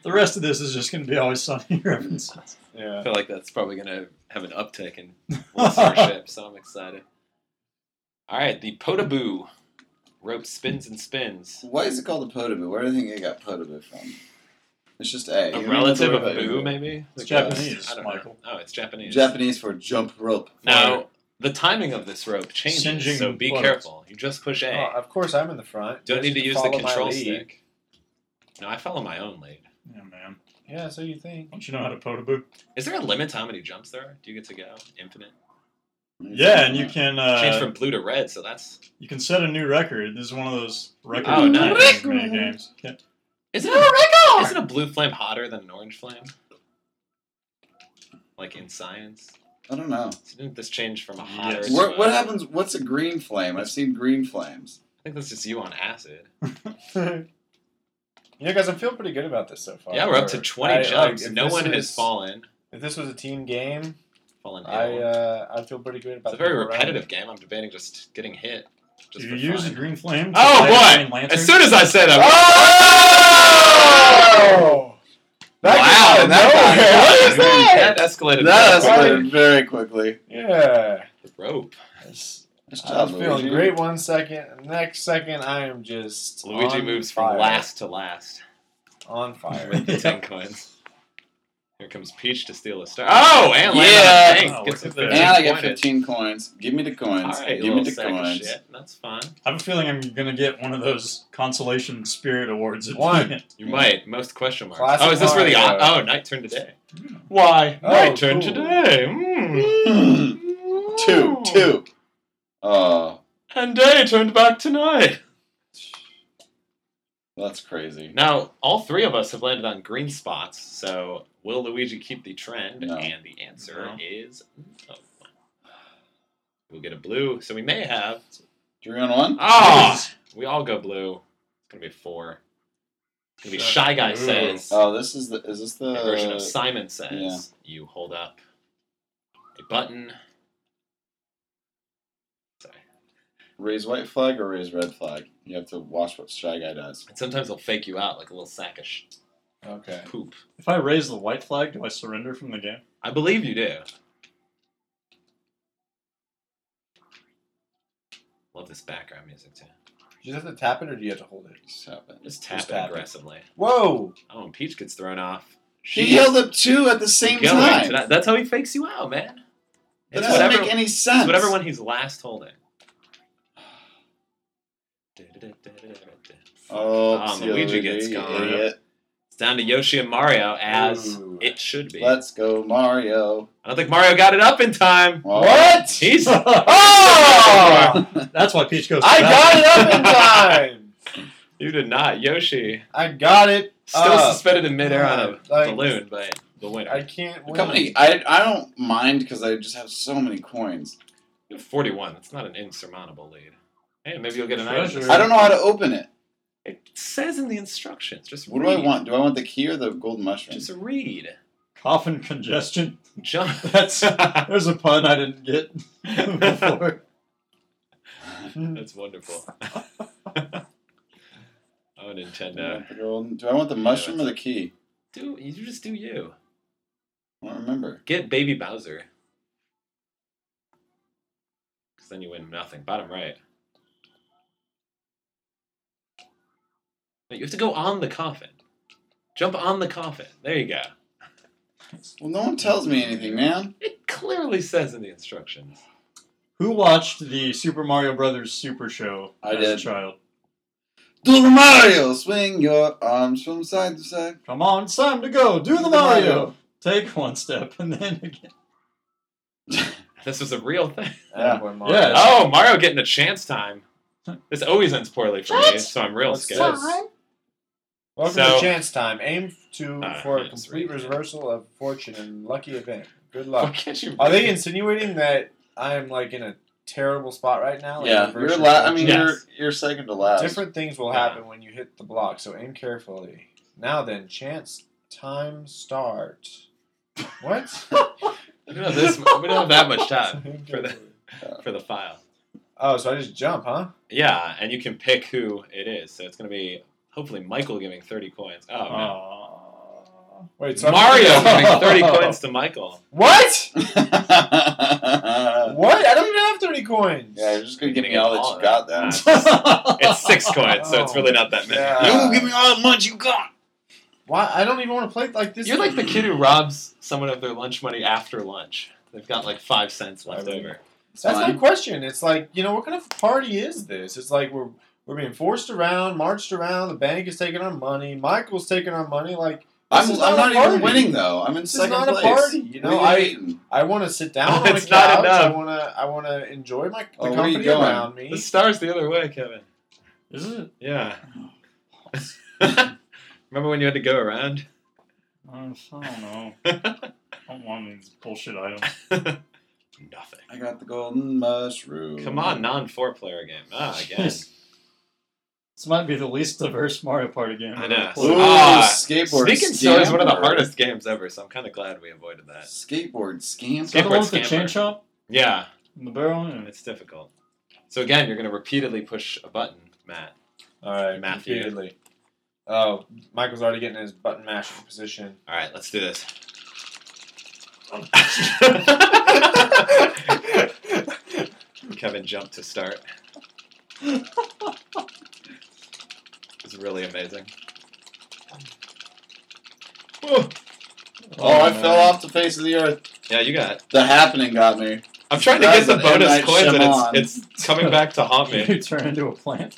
Speaker 4: The rest of this is just going to be always sunny references.
Speaker 3: Yeah.
Speaker 1: feel like that's probably gonna have an uptick in listenership, so I'm excited. All right, the Potaboo rope spins and spins.
Speaker 2: Why is it called a potaboo? Where do you think it got potaboo from? It's just a.
Speaker 1: A
Speaker 2: You know
Speaker 1: relative
Speaker 2: the
Speaker 1: of
Speaker 2: word about
Speaker 1: boo,
Speaker 2: it.
Speaker 1: maybe.
Speaker 4: It's
Speaker 1: Like, uh,
Speaker 4: Japanese,
Speaker 1: I don't
Speaker 4: Michael.
Speaker 1: Know. Oh, it's Japanese.
Speaker 2: Japanese for jump rope.
Speaker 1: Now, the timing of this rope changes,
Speaker 4: Singeing
Speaker 1: so be
Speaker 4: buttocks.
Speaker 1: careful. You just push A.
Speaker 3: Oh, of course, I'm in the front.
Speaker 1: Don't
Speaker 3: You
Speaker 1: need to
Speaker 3: just
Speaker 1: use the
Speaker 3: follow my
Speaker 1: control
Speaker 3: lead.
Speaker 1: stick. No, I follow my own lead.
Speaker 4: Yeah, man.
Speaker 3: Yeah, so you think.
Speaker 4: Don't you know how to potaboo?
Speaker 1: Is there a limit to how many jumps there are? Do you get to go infinite?
Speaker 4: Yeah, and you
Speaker 1: Change
Speaker 4: can uh,
Speaker 1: from blue to red, so that's.
Speaker 4: you can set a new record. This is one of those record
Speaker 1: Oh, nice.
Speaker 4: things, mini games. Yeah.
Speaker 1: Isn't it a Isn't a blue flame hotter than an orange flame? Like in science,
Speaker 2: I don't know.
Speaker 1: So didn't this change from a
Speaker 4: Yes.
Speaker 1: hotter? to
Speaker 2: What,
Speaker 1: a-
Speaker 2: what happens? What's a green flame? I've seen green flames.
Speaker 1: I think that's just you on acid.
Speaker 3: yeah, guys, I'm feeling pretty good about this so far.
Speaker 1: yeah, we're up to twenty
Speaker 3: I- I-
Speaker 1: jumps.
Speaker 3: if
Speaker 1: no
Speaker 3: this
Speaker 1: one
Speaker 3: was-
Speaker 1: has fallen.
Speaker 3: If this was a team game,
Speaker 1: Fallen ill.
Speaker 3: I uh, I feel pretty good about.
Speaker 1: it's a very
Speaker 3: the people around
Speaker 1: repetitive
Speaker 3: me.
Speaker 1: game. I'm debating just getting hit. Just
Speaker 4: Do
Speaker 1: for
Speaker 4: you use
Speaker 1: fun.
Speaker 4: a green flame? to
Speaker 1: Oh,
Speaker 4: light a
Speaker 1: boy.
Speaker 4: green lantern?
Speaker 1: As soon as I said it,
Speaker 3: Oh! That
Speaker 1: Wow,
Speaker 3: came out of
Speaker 2: that got-
Speaker 3: nowhere. What is
Speaker 1: that
Speaker 3: that?
Speaker 1: escalated.
Speaker 2: That's
Speaker 1: very quickly.
Speaker 2: happened very quickly.
Speaker 3: Yeah.
Speaker 1: The rope.
Speaker 3: That's-
Speaker 2: Nice
Speaker 3: I
Speaker 2: job,
Speaker 3: was feeling
Speaker 2: Uh, Luigi.
Speaker 3: great one second. Next second, I am just
Speaker 1: Luigi
Speaker 3: on
Speaker 1: moves
Speaker 3: fire.
Speaker 1: from last to last
Speaker 3: on fire.
Speaker 1: with the
Speaker 4: Yeah.
Speaker 1: ten coins. Here comes Peach to steal a star. Oh, and land on
Speaker 2: Yeah.
Speaker 1: a tank.
Speaker 4: Oh,
Speaker 1: Gets
Speaker 4: look
Speaker 1: the
Speaker 4: at that.
Speaker 2: And I get
Speaker 1: 15
Speaker 2: 15 coins. Give me the coins.
Speaker 1: All right,
Speaker 2: Give me
Speaker 1: little
Speaker 2: the
Speaker 1: sack of
Speaker 2: coins.
Speaker 1: shit. That's fine.
Speaker 4: I have a feeling I'm gonna get one of those consolation spirit awards at
Speaker 3: One.
Speaker 4: the end.
Speaker 1: You might. Most question marks.
Speaker 3: Classic
Speaker 1: oh, is this where the oh
Speaker 3: Mario.
Speaker 1: night turned today? Why
Speaker 3: Oh,
Speaker 1: night turned
Speaker 3: cool.
Speaker 1: today? Mm.
Speaker 2: Mm. Two, two. Oh,
Speaker 1: And day turned back to night.
Speaker 2: that's crazy.
Speaker 1: Now, all three of us have landed on green spots, so will Luigi keep the trend?
Speaker 2: No.
Speaker 1: And the answer
Speaker 4: No.
Speaker 1: is no. We'll get a blue, so we may have.
Speaker 2: Three on one?
Speaker 1: Ah! we all go blue. It's going to be a four. It's going to be
Speaker 4: Shut
Speaker 1: Shy Guy
Speaker 4: up.
Speaker 1: says,
Speaker 2: Oh, this is the. Is this
Speaker 1: a version of
Speaker 2: the.
Speaker 1: Simon says, you hold up a button. Sorry.
Speaker 2: Raise white flag or raise red flag? You have to watch what Shy Guy does.
Speaker 1: And sometimes they'll fake you out like a little sack of sh-
Speaker 3: Okay.
Speaker 1: poop.
Speaker 4: If I raise the white flag, do I surrender from the game?
Speaker 1: I believe you do. Love this background music too.
Speaker 3: Do you just have to tap it or do you have to hold it?
Speaker 2: Just happened.
Speaker 1: Just tap
Speaker 3: Just
Speaker 1: it
Speaker 3: tap it.
Speaker 1: aggressively.
Speaker 3: Whoa!
Speaker 1: Oh, and Peach gets thrown off.
Speaker 2: He yelled up two at the same
Speaker 1: going
Speaker 2: time.
Speaker 1: tonight. That's how he fakes you out, man.
Speaker 2: That
Speaker 1: It's
Speaker 2: doesn't
Speaker 1: whatever,
Speaker 2: make any sense.
Speaker 1: it's whatever one he's last holding. It's
Speaker 2: Oh,
Speaker 1: Um,
Speaker 2: see you,
Speaker 1: Luigi gets
Speaker 2: you
Speaker 1: gone.
Speaker 2: Idiot.
Speaker 1: down to Yoshi and Mario as
Speaker 3: Ooh.
Speaker 1: it should be.
Speaker 2: Let's go, Mario.
Speaker 1: I don't think Mario got it up in time.
Speaker 2: Oh.
Speaker 1: He's
Speaker 2: uh,
Speaker 3: Oh!
Speaker 2: Ah!
Speaker 4: That's why Peach goes.
Speaker 3: I
Speaker 4: back.
Speaker 3: got it up in time!
Speaker 1: you did not. Yoshi
Speaker 3: I got it.
Speaker 1: still
Speaker 3: Uh,
Speaker 1: suspended in midair on a
Speaker 3: like-
Speaker 1: balloon, but the winner.
Speaker 3: I can't win.
Speaker 2: Look how many. I, I don't mind because I just have so many coins.
Speaker 1: You have 41. That's not an insurmountable lead. Hey, maybe you'll get an
Speaker 4: Treasure.
Speaker 1: item.
Speaker 2: I don't know how to open it.
Speaker 1: It says in the instructions. Just
Speaker 2: What do
Speaker 1: read.
Speaker 2: I want? Do I want the key or the golden mushroom?
Speaker 1: Just read.
Speaker 4: Coffin congestion.
Speaker 1: Jump.
Speaker 4: That's
Speaker 1: That's
Speaker 4: there's a pun I didn't get before.
Speaker 1: wonderful. oh,
Speaker 2: Do I
Speaker 1: Nintendo.
Speaker 2: want the golden- Do I want the mushroom or the key?
Speaker 1: Do you just do you?
Speaker 2: I don't remember.
Speaker 1: Get Baby Bowser. Because then you win nothing. Bottom right. No, you have to go on the coffin. Jump on the coffin. There you go.
Speaker 2: Well, no one tells me anything, man.
Speaker 1: It clearly says in the instructions.
Speaker 4: Who watched the Super Mario Brothers Super Show
Speaker 2: I
Speaker 4: as
Speaker 2: did.
Speaker 4: a child?
Speaker 2: Do the Mario! Swing your arms from side to side.
Speaker 4: Come on, it's time to go. Do the Mario. Take one step and then again.
Speaker 1: This was a real thing.
Speaker 3: Yeah, Ah, boy, Mario.
Speaker 4: Yeah.
Speaker 1: Oh, Mario getting a chance time. This always ends poorly for me, so I'm real
Speaker 3: What's
Speaker 1: scared.
Speaker 3: this? Welcome
Speaker 1: So-
Speaker 3: to chance time. Aim to
Speaker 1: Ah,
Speaker 3: for a
Speaker 1: it's
Speaker 3: complete
Speaker 1: really-
Speaker 3: reversal of fortune and lucky event. Good
Speaker 1: Why
Speaker 3: luck.
Speaker 1: can't you?
Speaker 3: Are they insinuating that I am like in a terrible spot right now. like
Speaker 2: yeah,
Speaker 3: reverse
Speaker 2: you're
Speaker 3: your
Speaker 2: la- I
Speaker 3: touch.
Speaker 2: mean,
Speaker 4: Yes.
Speaker 2: you're you're second to last.
Speaker 3: different things will happen when you hit the block. So aim carefully. Now then, chance time start. What?
Speaker 1: We don't have, this, we don't have that much time
Speaker 3: Aim
Speaker 1: for the-
Speaker 3: carefully.
Speaker 1: for the file.
Speaker 3: oh, so I just jump, huh?
Speaker 1: Yeah, and you can pick who it is. So it's going to be hopefully Michael giving 30 coins. Oh, no.
Speaker 4: Aw.
Speaker 3: Wait, so I'm-
Speaker 1: Mario giving 30 coins to Michael.
Speaker 3: What?
Speaker 2: yeah,
Speaker 3: What? I don't even have thirty coins.
Speaker 2: you're just gonna give
Speaker 1: Getting
Speaker 2: me all
Speaker 1: it
Speaker 2: that
Speaker 1: all
Speaker 2: you got then.
Speaker 4: Uh,
Speaker 1: It's six coins, so it's really not that many.
Speaker 2: Yeah.
Speaker 1: me all the lunch you got.
Speaker 3: Why? I don't even want to play like this.
Speaker 1: You're like the kid who robs someone of their lunch money after lunch. They've got like five cents left
Speaker 3: Right.
Speaker 1: over.
Speaker 3: That's my
Speaker 2: Fine.
Speaker 3: question. It's like, you know, what kind of party is this? It's like we're we're being forced around, marched around. The bank is taking our money. Michael's taking our money. Like
Speaker 2: I'm,
Speaker 3: is
Speaker 2: I'm
Speaker 3: not a
Speaker 2: not,
Speaker 3: party.
Speaker 2: even winning though. I'm in
Speaker 3: this is
Speaker 2: second
Speaker 3: not a
Speaker 2: place.
Speaker 3: party. You
Speaker 2: What
Speaker 3: know,
Speaker 2: are
Speaker 3: I
Speaker 2: hating?
Speaker 3: I want to sit down
Speaker 1: Oh,
Speaker 3: on a
Speaker 1: it's not
Speaker 3: couch. I
Speaker 1: enough.
Speaker 3: want to I want to enjoy my the
Speaker 2: Oh, where are you
Speaker 3: company
Speaker 2: going?
Speaker 3: around me.
Speaker 1: The star's the other way, Kevin.
Speaker 4: Is it?
Speaker 1: Yeah. Remember when you had to go around?
Speaker 4: I don't know.
Speaker 1: Nothing.
Speaker 4: I don't want these bullshit items.
Speaker 2: I got the golden mushroom.
Speaker 1: Come on, non four player game. Ah, again.
Speaker 4: This might be the least diverse Mario Party game.
Speaker 1: I
Speaker 4: I've
Speaker 1: know.
Speaker 4: ever
Speaker 2: Ooh,
Speaker 4: played.
Speaker 1: Ah,
Speaker 2: skateboard
Speaker 1: Sneak and Snow is one of the
Speaker 2: scamper.
Speaker 1: hardest games ever, so I'm kind of glad we avoided that.
Speaker 2: Skateboard
Speaker 4: Is that
Speaker 2: scamper.
Speaker 4: the
Speaker 1: Skateboard
Speaker 4: one with the
Speaker 1: scamper.
Speaker 4: chain chop
Speaker 1: Yeah,
Speaker 4: and the barrel? And
Speaker 1: it's difficult. So again, you're going to repeatedly push a button, Matt.
Speaker 3: All right,
Speaker 1: Matthew.
Speaker 3: repeatedly. Oh, Michael's already getting in his button mashing position.
Speaker 1: All right, let's do this. Kevin jumped to start. It's really amazing. Whoa.
Speaker 2: Oh, I
Speaker 4: man.
Speaker 2: fell off the face of the earth.
Speaker 1: Yeah, you got it.
Speaker 2: The happening got me.
Speaker 1: I'm trying to get the
Speaker 2: That's an M.
Speaker 1: bonus
Speaker 2: Night
Speaker 1: coins, and
Speaker 2: Shyamalan.
Speaker 1: it's, it's coming back to haunt me.
Speaker 4: You turn into a plant.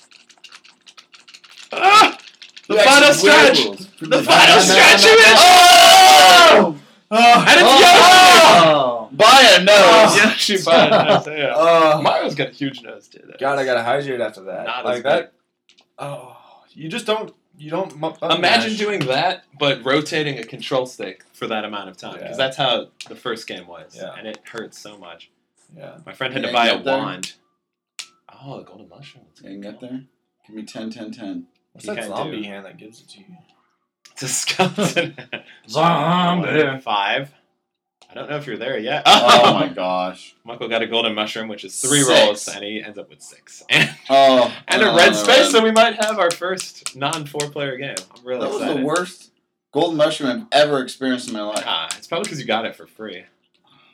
Speaker 1: Ah! The
Speaker 2: You
Speaker 1: final
Speaker 2: actually wiggled.
Speaker 1: stretch! The final
Speaker 2: no,
Speaker 1: stretch
Speaker 2: no,
Speaker 1: of it!
Speaker 2: Oh!
Speaker 1: And it's
Speaker 2: Oh!
Speaker 1: yellow!
Speaker 2: By a nose.
Speaker 1: Yeah, she bought it. Yeah.
Speaker 3: Oh
Speaker 1: Mario's got a huge nose, dude.
Speaker 3: God, I gotta hydrate after that.
Speaker 1: Not as
Speaker 3: like that. Oh, you just don't. You don't. mu-
Speaker 2: Oh,
Speaker 3: button
Speaker 1: Imagine
Speaker 3: mash.
Speaker 1: doing that, but rotating a control stick for that amount of time, because
Speaker 3: Yeah.
Speaker 1: that's how the first game was,
Speaker 3: Yeah.
Speaker 1: and it hurt so much.
Speaker 3: Yeah.
Speaker 1: My friend had to
Speaker 2: Yeah,
Speaker 1: buy
Speaker 2: you
Speaker 1: a
Speaker 2: up there?
Speaker 1: wand. Oh, a golden mushroom. It's
Speaker 2: Can you
Speaker 1: good.
Speaker 2: get there? Give me 10, 10, 10.
Speaker 3: What's
Speaker 1: You
Speaker 3: that
Speaker 1: can
Speaker 3: zombie
Speaker 1: do.
Speaker 3: hand that gives it to you?
Speaker 1: It's a skeleton.
Speaker 4: Zombie.
Speaker 1: Five. I don't know if you're there yet.
Speaker 2: Oh my gosh.
Speaker 1: Michael got a golden mushroom, which is three
Speaker 2: Six.
Speaker 1: rolls, and he ends up with six. And,
Speaker 2: Oh.
Speaker 1: and a
Speaker 2: oh,
Speaker 1: red
Speaker 2: the
Speaker 1: space,
Speaker 2: red.
Speaker 1: so we might have our first non four player game. I'm really
Speaker 2: That was
Speaker 1: excited.
Speaker 2: the worst golden mushroom I've ever experienced in my life.
Speaker 1: Ah, it's probably because you got it for free.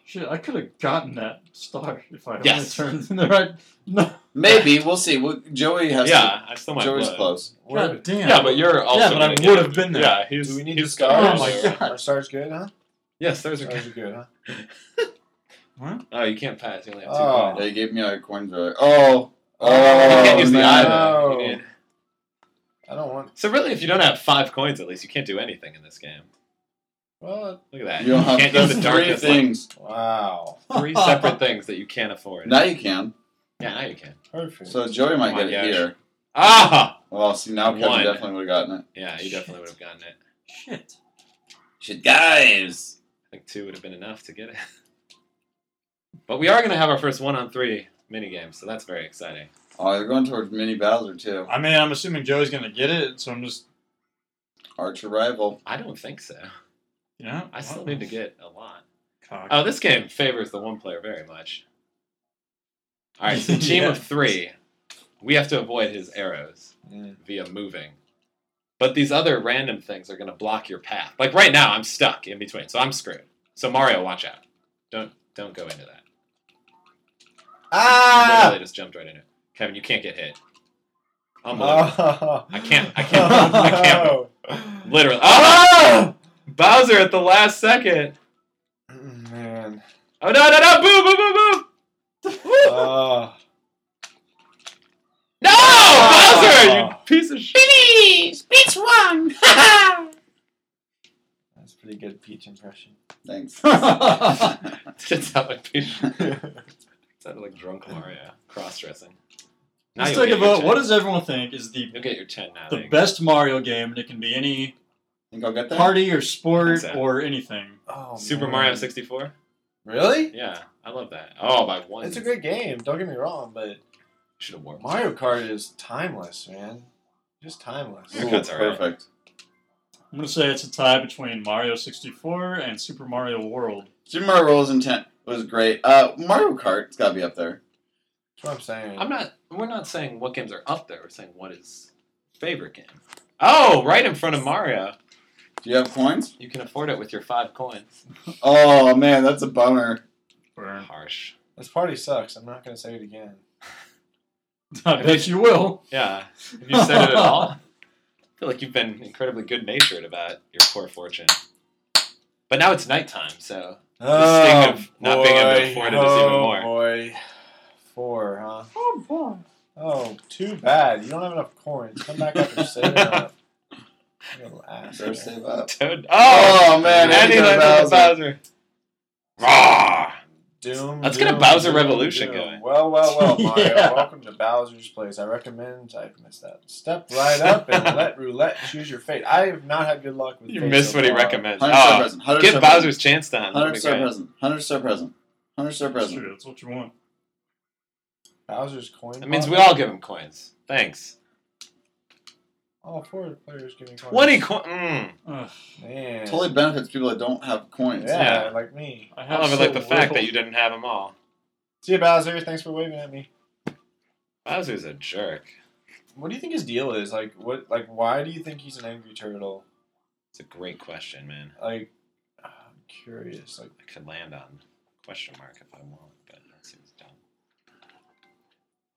Speaker 4: Shit, I could have gotten that star if I
Speaker 1: Yes.
Speaker 4: only turned in the right. No,
Speaker 2: Maybe. We'll see. we Joey has to.
Speaker 1: Yeah, I still might.
Speaker 2: Joey's
Speaker 1: blow it.
Speaker 2: close.
Speaker 3: Where,
Speaker 4: God damn.
Speaker 1: Yeah, but you're also.
Speaker 4: but I
Speaker 1: gonna get
Speaker 4: would've
Speaker 1: it.
Speaker 4: been there.
Speaker 1: Yeah, he's.
Speaker 3: do we need
Speaker 1: he's
Speaker 3: to stars?
Speaker 4: Oh my God.
Speaker 3: Our stars good, huh?
Speaker 1: Yes, those are
Speaker 3: Stars are
Speaker 1: good.
Speaker 3: good, huh?
Speaker 1: Oh, you can't pass. You only have two
Speaker 3: Oh.
Speaker 1: points.
Speaker 2: They gave me a coin for Oh. Oh.
Speaker 1: you can't use the
Speaker 2: man.
Speaker 1: eye. though. You
Speaker 3: no.
Speaker 1: need-
Speaker 3: I don't want.
Speaker 1: So really, if you don't have five coins, at least you can't do anything in this game.
Speaker 3: Well,
Speaker 1: Look at that.
Speaker 2: You don't have
Speaker 1: can't
Speaker 2: to
Speaker 1: use the
Speaker 2: three
Speaker 1: darkness.
Speaker 2: things.
Speaker 3: wow,
Speaker 1: Like, three separate things that you can't afford.
Speaker 2: Now you can.
Speaker 1: yeah, now you can.
Speaker 3: perfect.
Speaker 2: So Joey might
Speaker 1: Oh my
Speaker 2: get
Speaker 1: gosh.
Speaker 2: it here.
Speaker 1: Ah.
Speaker 2: Well, see, now Kevin
Speaker 1: One.
Speaker 2: definitely would have gotten it.
Speaker 1: Yeah, you
Speaker 4: Shit.
Speaker 1: definitely would have gotten it.
Speaker 4: Shit.
Speaker 2: Shit, guys.
Speaker 1: I think two would have been enough to get it. But we are going to have our first one-on-three minigame, so that's very exciting.
Speaker 2: Oh, they're going towards Mini Bowser, too.
Speaker 4: I mean, I'm assuming Joey's gonna get it, so I'm just
Speaker 2: Archer rival.
Speaker 1: I don't think so.
Speaker 4: you know.
Speaker 1: I still need to get a lot.
Speaker 4: Cock.
Speaker 1: Oh, this game favors the one player very much. All right, so team of
Speaker 4: Yeah.
Speaker 1: three. We have to avoid his arrows
Speaker 3: Mm.
Speaker 1: via moving. But these other random things are going to block your path. Like right now, I'm stuck in between, so I'm screwed. So Mario, watch out. Don't don't go into that. I
Speaker 3: Ah!
Speaker 1: Literally just jumped right in it. Kevin, you can't get hit. Unbelievable.
Speaker 3: Oh.
Speaker 1: I can't. I can't. move. I can't. Move. Literally. Oh,
Speaker 3: Oh!
Speaker 1: Bowser at the last second.
Speaker 3: Mm, Man.
Speaker 1: Oh no no no! Boom boom boom boom!
Speaker 3: Oh.
Speaker 1: No, Bowser! You piece of shit.
Speaker 2: Speech one.
Speaker 3: That's a pretty good Peach impression.
Speaker 2: Thanks.
Speaker 1: Didn't sound like Peach.
Speaker 4: Oh,
Speaker 1: Sounded like drunk Mario cross dressing.
Speaker 4: Let's talk about what does everyone think is the
Speaker 1: You'll get your 10 now.
Speaker 4: the best Mario game, and it can be any
Speaker 2: Think I'll get that?
Speaker 4: party or sport
Speaker 1: Exactly.
Speaker 4: or anything.
Speaker 3: oh,
Speaker 1: Super
Speaker 3: man.
Speaker 1: Mario 64?
Speaker 3: Really?
Speaker 1: Yeah, I love that. Oh, by one.
Speaker 3: It's a great game. Don't get me wrong, but
Speaker 1: Should have worn
Speaker 3: Mario Kart is timeless, man. Just timeless.
Speaker 1: Ooh, That's all right.
Speaker 2: perfect.
Speaker 4: I'm gonna say it's a tie between Mario 64 and Super Mario World.
Speaker 2: Super Mario World's intent was great. Uh, Mario Kart's got to be up there.
Speaker 3: That's what I'm saying.
Speaker 1: I'm not. We're not saying what games are up there. We're saying what is favorite game. Oh, right in front of Mario.
Speaker 2: Do you have coins?
Speaker 1: You can afford it with your five coins.
Speaker 2: Oh man, that's a bummer.
Speaker 4: Burn.
Speaker 1: Harsh.
Speaker 3: This party sucks. I'm not gonna say it again.
Speaker 4: I bet you will.
Speaker 1: Yeah. Have you said it at all? I feel like you've been incredibly good natured about your poor fortune. But now it's nighttime, so The sting of not being able to afford it is even
Speaker 3: oh,
Speaker 1: more.
Speaker 3: boy. Four, huh? Oh, too bad. You don't have enough coins. Come back after saving up. You little ass.
Speaker 2: Better save up.
Speaker 1: Toad.
Speaker 2: Oh, man,
Speaker 1: Andy
Speaker 2: Andy
Speaker 1: landed
Speaker 2: Bowser.
Speaker 1: Bowser. Rawr!
Speaker 3: Doom.
Speaker 1: Let's get a
Speaker 3: doom,
Speaker 1: Bowser
Speaker 3: doom,
Speaker 1: Revolution
Speaker 3: doom.
Speaker 1: going.
Speaker 3: Well, well, well, Mario.
Speaker 4: Yeah.
Speaker 3: Welcome to Bowser's Place. I recommend. I missed that. Step right up and let roulette choose your fate. I have not had good luck with.
Speaker 1: You
Speaker 3: fate
Speaker 1: missed
Speaker 3: so
Speaker 1: what he
Speaker 3: far.
Speaker 1: recommends.
Speaker 2: Hundred star
Speaker 1: Oh,
Speaker 2: present. Hundred
Speaker 1: give
Speaker 2: star
Speaker 1: Bowser's chance time. That'd
Speaker 2: Hundred
Speaker 1: be
Speaker 2: star
Speaker 1: great.
Speaker 2: present. Hundred star present. Hundred star
Speaker 4: That's
Speaker 2: present.
Speaker 4: true. That's what you want.
Speaker 3: Bowser's coin.
Speaker 1: That means we
Speaker 3: pot?
Speaker 1: all give him coins. Thanks.
Speaker 3: All four of the players giving coins.
Speaker 1: Twenty coins. Mm.
Speaker 4: Ugh,
Speaker 3: Man.
Speaker 2: Totally benefits people that don't have coins.
Speaker 3: Yeah,
Speaker 1: Yeah.
Speaker 3: like me.
Speaker 4: I have
Speaker 1: However,
Speaker 4: so
Speaker 1: like the fact
Speaker 4: little.
Speaker 1: that you didn't have them all.
Speaker 3: See you, Bowser. Thanks for waving at me.
Speaker 1: Bowser's a jerk.
Speaker 3: What do you think his deal is? Like, what? Like, why do you think he's an angry turtle?
Speaker 1: It's a great question, man.
Speaker 3: Like, I'm curious. Like,
Speaker 1: I could land on question mark if I want, but that seems dumb.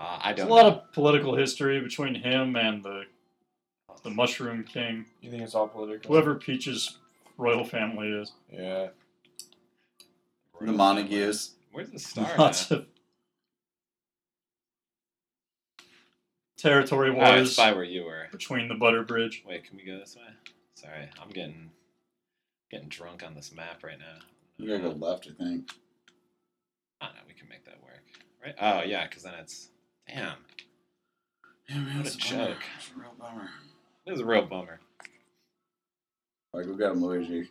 Speaker 1: Uh, I
Speaker 4: There's
Speaker 1: don't.
Speaker 4: a lot
Speaker 1: know.
Speaker 4: of political history between him and the the Mushroom King,
Speaker 3: you think it's all political?
Speaker 4: whoever Peach's royal family is.
Speaker 3: Yeah.
Speaker 2: The Montagues.
Speaker 1: Where's the star?
Speaker 4: Lots
Speaker 1: at?
Speaker 4: of territory
Speaker 1: Oh, it's
Speaker 4: wars
Speaker 1: by where you were.
Speaker 4: between the Butter Bridge.
Speaker 1: Wait, can we go this way? Sorry, I'm getting getting drunk on this map right now.
Speaker 2: You gotta go left, I think.
Speaker 1: I don't know. We can make that work, right? Oh yeah, because then it's damn.
Speaker 2: Yeah, man,
Speaker 1: What a
Speaker 2: it's bummer.
Speaker 1: joke.
Speaker 2: It's a real bummer.
Speaker 1: It was a real bummer.
Speaker 2: All right, go get him, Luigi.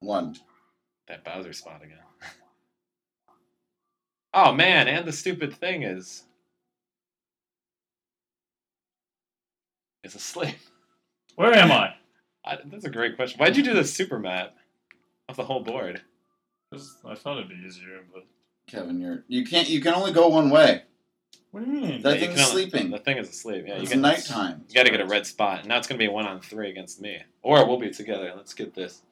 Speaker 2: One.
Speaker 1: That Bowser spot again. oh man, and the stupid thing is is asleep.
Speaker 4: Where am I?
Speaker 1: I, that's a great question. Why'd you do the super map of the whole board?
Speaker 4: 'Cause I thought it'd be easier, but
Speaker 2: Kevin, you're you can't you can only go one way.
Speaker 4: what do you mean?
Speaker 1: Yeah,
Speaker 2: That
Speaker 1: you
Speaker 2: thing's
Speaker 1: can only-
Speaker 2: sleeping.
Speaker 1: The thing is asleep. Yeah, you
Speaker 2: it's
Speaker 1: get-
Speaker 2: nighttime.
Speaker 1: You got to get a red spot, and now it's going to be one on three against me. Or we'll be together. Let's get this.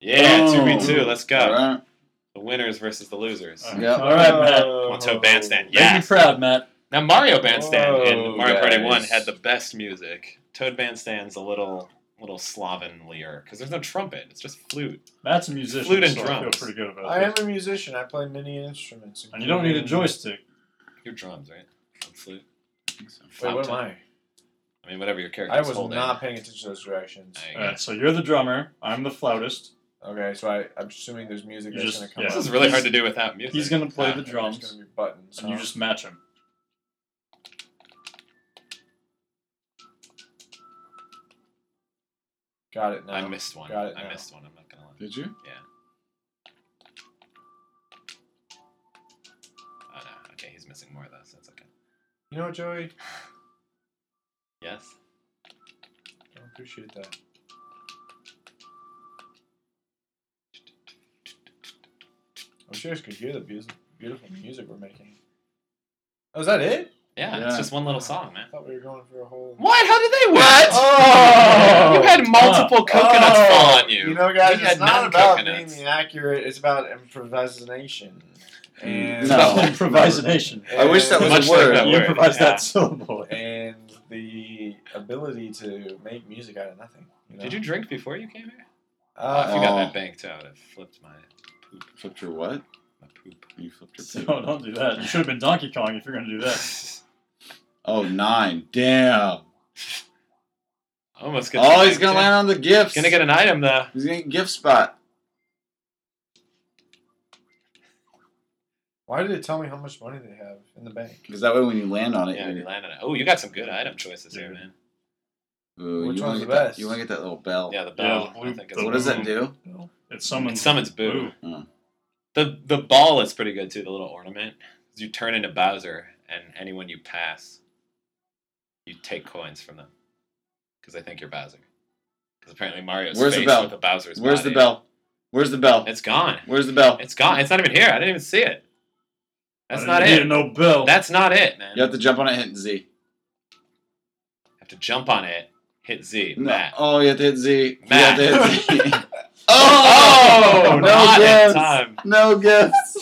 Speaker 1: Yeah,
Speaker 2: Boom.
Speaker 1: 2v2. Let's
Speaker 2: All
Speaker 1: go.
Speaker 2: right.
Speaker 1: The winners versus the losers.
Speaker 4: All right.
Speaker 2: Yeah.
Speaker 4: All right, Matt.
Speaker 1: Let's hope bandstand.
Speaker 4: Make
Speaker 1: Yes.
Speaker 4: me proud, Matt.
Speaker 1: Now, Mario Bandstand in
Speaker 3: Whoa,
Speaker 1: Mario Party
Speaker 2: guys.
Speaker 1: 1 had the best music. Toad Bandstand's a little little slovenlier because there's no trumpet. It's just flute.
Speaker 4: Matt's a musician,
Speaker 1: Flute and
Speaker 4: so I feel
Speaker 1: drums.
Speaker 4: pretty good about
Speaker 3: I
Speaker 4: this.
Speaker 3: am a musician. I play many instruments.
Speaker 4: And you don't need a
Speaker 3: including-
Speaker 4: joystick.
Speaker 1: Your drums, right? On flute.
Speaker 3: Wait, what am
Speaker 1: Flauta.
Speaker 3: I?
Speaker 1: I mean, whatever your character
Speaker 3: I was
Speaker 1: holding.
Speaker 3: not paying attention to those directions.
Speaker 1: There you
Speaker 4: All
Speaker 1: go.
Speaker 4: right, so you're the drummer. I'm the flautist.
Speaker 3: Okay, so I, I'm assuming there's music
Speaker 4: You
Speaker 3: that's
Speaker 4: just-
Speaker 3: gonna come
Speaker 4: yeah.
Speaker 1: This
Speaker 3: up.
Speaker 1: is really hard to do without music.
Speaker 4: He's gonna play
Speaker 1: Ah,
Speaker 4: the
Speaker 3: And There's
Speaker 4: drums,
Speaker 3: gonna be buttons.
Speaker 4: and you
Speaker 3: huh?
Speaker 4: just match him.
Speaker 3: got it now.
Speaker 1: I missed one.
Speaker 3: Oh, Got it
Speaker 1: I
Speaker 3: now.
Speaker 1: missed one. I'm not going to lie.
Speaker 2: Did you?
Speaker 1: Oh no. Okay, he's missing more though, so that's okay.
Speaker 3: You know what, Joey?
Speaker 1: Yes.
Speaker 3: I don't appreciate that. I'm sure you could hear the beautiful, beautiful music we're making. Oh, is that it?
Speaker 1: Yeah, it's
Speaker 2: Yeah.
Speaker 1: just one little song, man.
Speaker 3: I thought we were going for a whole.
Speaker 1: What? How did they
Speaker 2: What?
Speaker 1: Oh, you had
Speaker 4: Oh.
Speaker 1: multiple coconuts
Speaker 3: Oh,
Speaker 1: fall on you.
Speaker 3: You know, guys,
Speaker 1: We
Speaker 3: it's
Speaker 1: had
Speaker 3: not
Speaker 1: none
Speaker 3: about
Speaker 1: coconuts.
Speaker 3: being accurate. It's about improvisation. And,
Speaker 1: It's No. about
Speaker 4: improvisation.
Speaker 2: I wish that was
Speaker 1: Much
Speaker 2: a
Speaker 1: like
Speaker 2: word.
Speaker 1: Oh. that
Speaker 4: you
Speaker 1: word.
Speaker 4: improvise
Speaker 1: yeah.
Speaker 4: that syllable.
Speaker 3: And the ability to make music out of nothing. You know?
Speaker 1: Did you drink before you came here?
Speaker 3: Uh,
Speaker 1: if you got
Speaker 2: Oh.
Speaker 1: that banked out, I flipped my poop.
Speaker 2: Flipped your what?
Speaker 1: My poop.
Speaker 2: You flipped
Speaker 4: So
Speaker 2: your poop.
Speaker 4: don't do that. You should have been Donkey Kong if you're gonna do that.
Speaker 2: Oh nine. Damn.
Speaker 1: I Almost get.
Speaker 2: Oh, he's gonna land on the gifts.
Speaker 1: Gonna get an item though.
Speaker 2: He's gonna get gift spot.
Speaker 3: Why did it tell me how much money they have in the bank?
Speaker 2: Because that way when you land on it,
Speaker 1: Yeah, you
Speaker 2: you
Speaker 1: landed it. Oh, you got some good item choices here,
Speaker 4: Yeah.
Speaker 1: man.
Speaker 2: ooh,
Speaker 3: Which
Speaker 2: you wanna
Speaker 3: one's
Speaker 2: get
Speaker 3: the
Speaker 2: that-
Speaker 3: best?
Speaker 2: you wanna get that little bell.
Speaker 1: Yeah, the Mm-hmm.
Speaker 4: Yeah,
Speaker 1: bell.
Speaker 4: blue-
Speaker 1: I think
Speaker 4: the
Speaker 1: it's
Speaker 2: what does
Speaker 4: blue-
Speaker 2: that do?
Speaker 4: It It summons
Speaker 1: It summons Boo.
Speaker 2: Mm.
Speaker 1: The the ball is pretty good too. The little ornament. 'Cause You turn into Bowser, and anyone you pass, you take coins from them, because they think you're Bowser. Because apparently Mario's
Speaker 2: Where's the
Speaker 1: faced
Speaker 2: bell?
Speaker 1: with a Bowser's
Speaker 2: Where's the
Speaker 1: body.
Speaker 2: bell? Where's the bell?
Speaker 1: It's gone.
Speaker 2: Where's the bell?
Speaker 1: It's gone. It's not even here. I didn't even see it. That's
Speaker 4: I
Speaker 1: not
Speaker 4: didn't
Speaker 1: it.
Speaker 4: need No bill.
Speaker 1: That's not it, man.
Speaker 2: You have to jump on it, and hit Z.
Speaker 1: have to jump on it, hit Z,
Speaker 2: No.
Speaker 1: Matt.
Speaker 2: Oh, you have to hit Z.
Speaker 1: Matt.
Speaker 2: You have to hit Z.
Speaker 1: Oh,
Speaker 2: No
Speaker 1: not
Speaker 2: guess.
Speaker 1: in time.
Speaker 2: no gifts.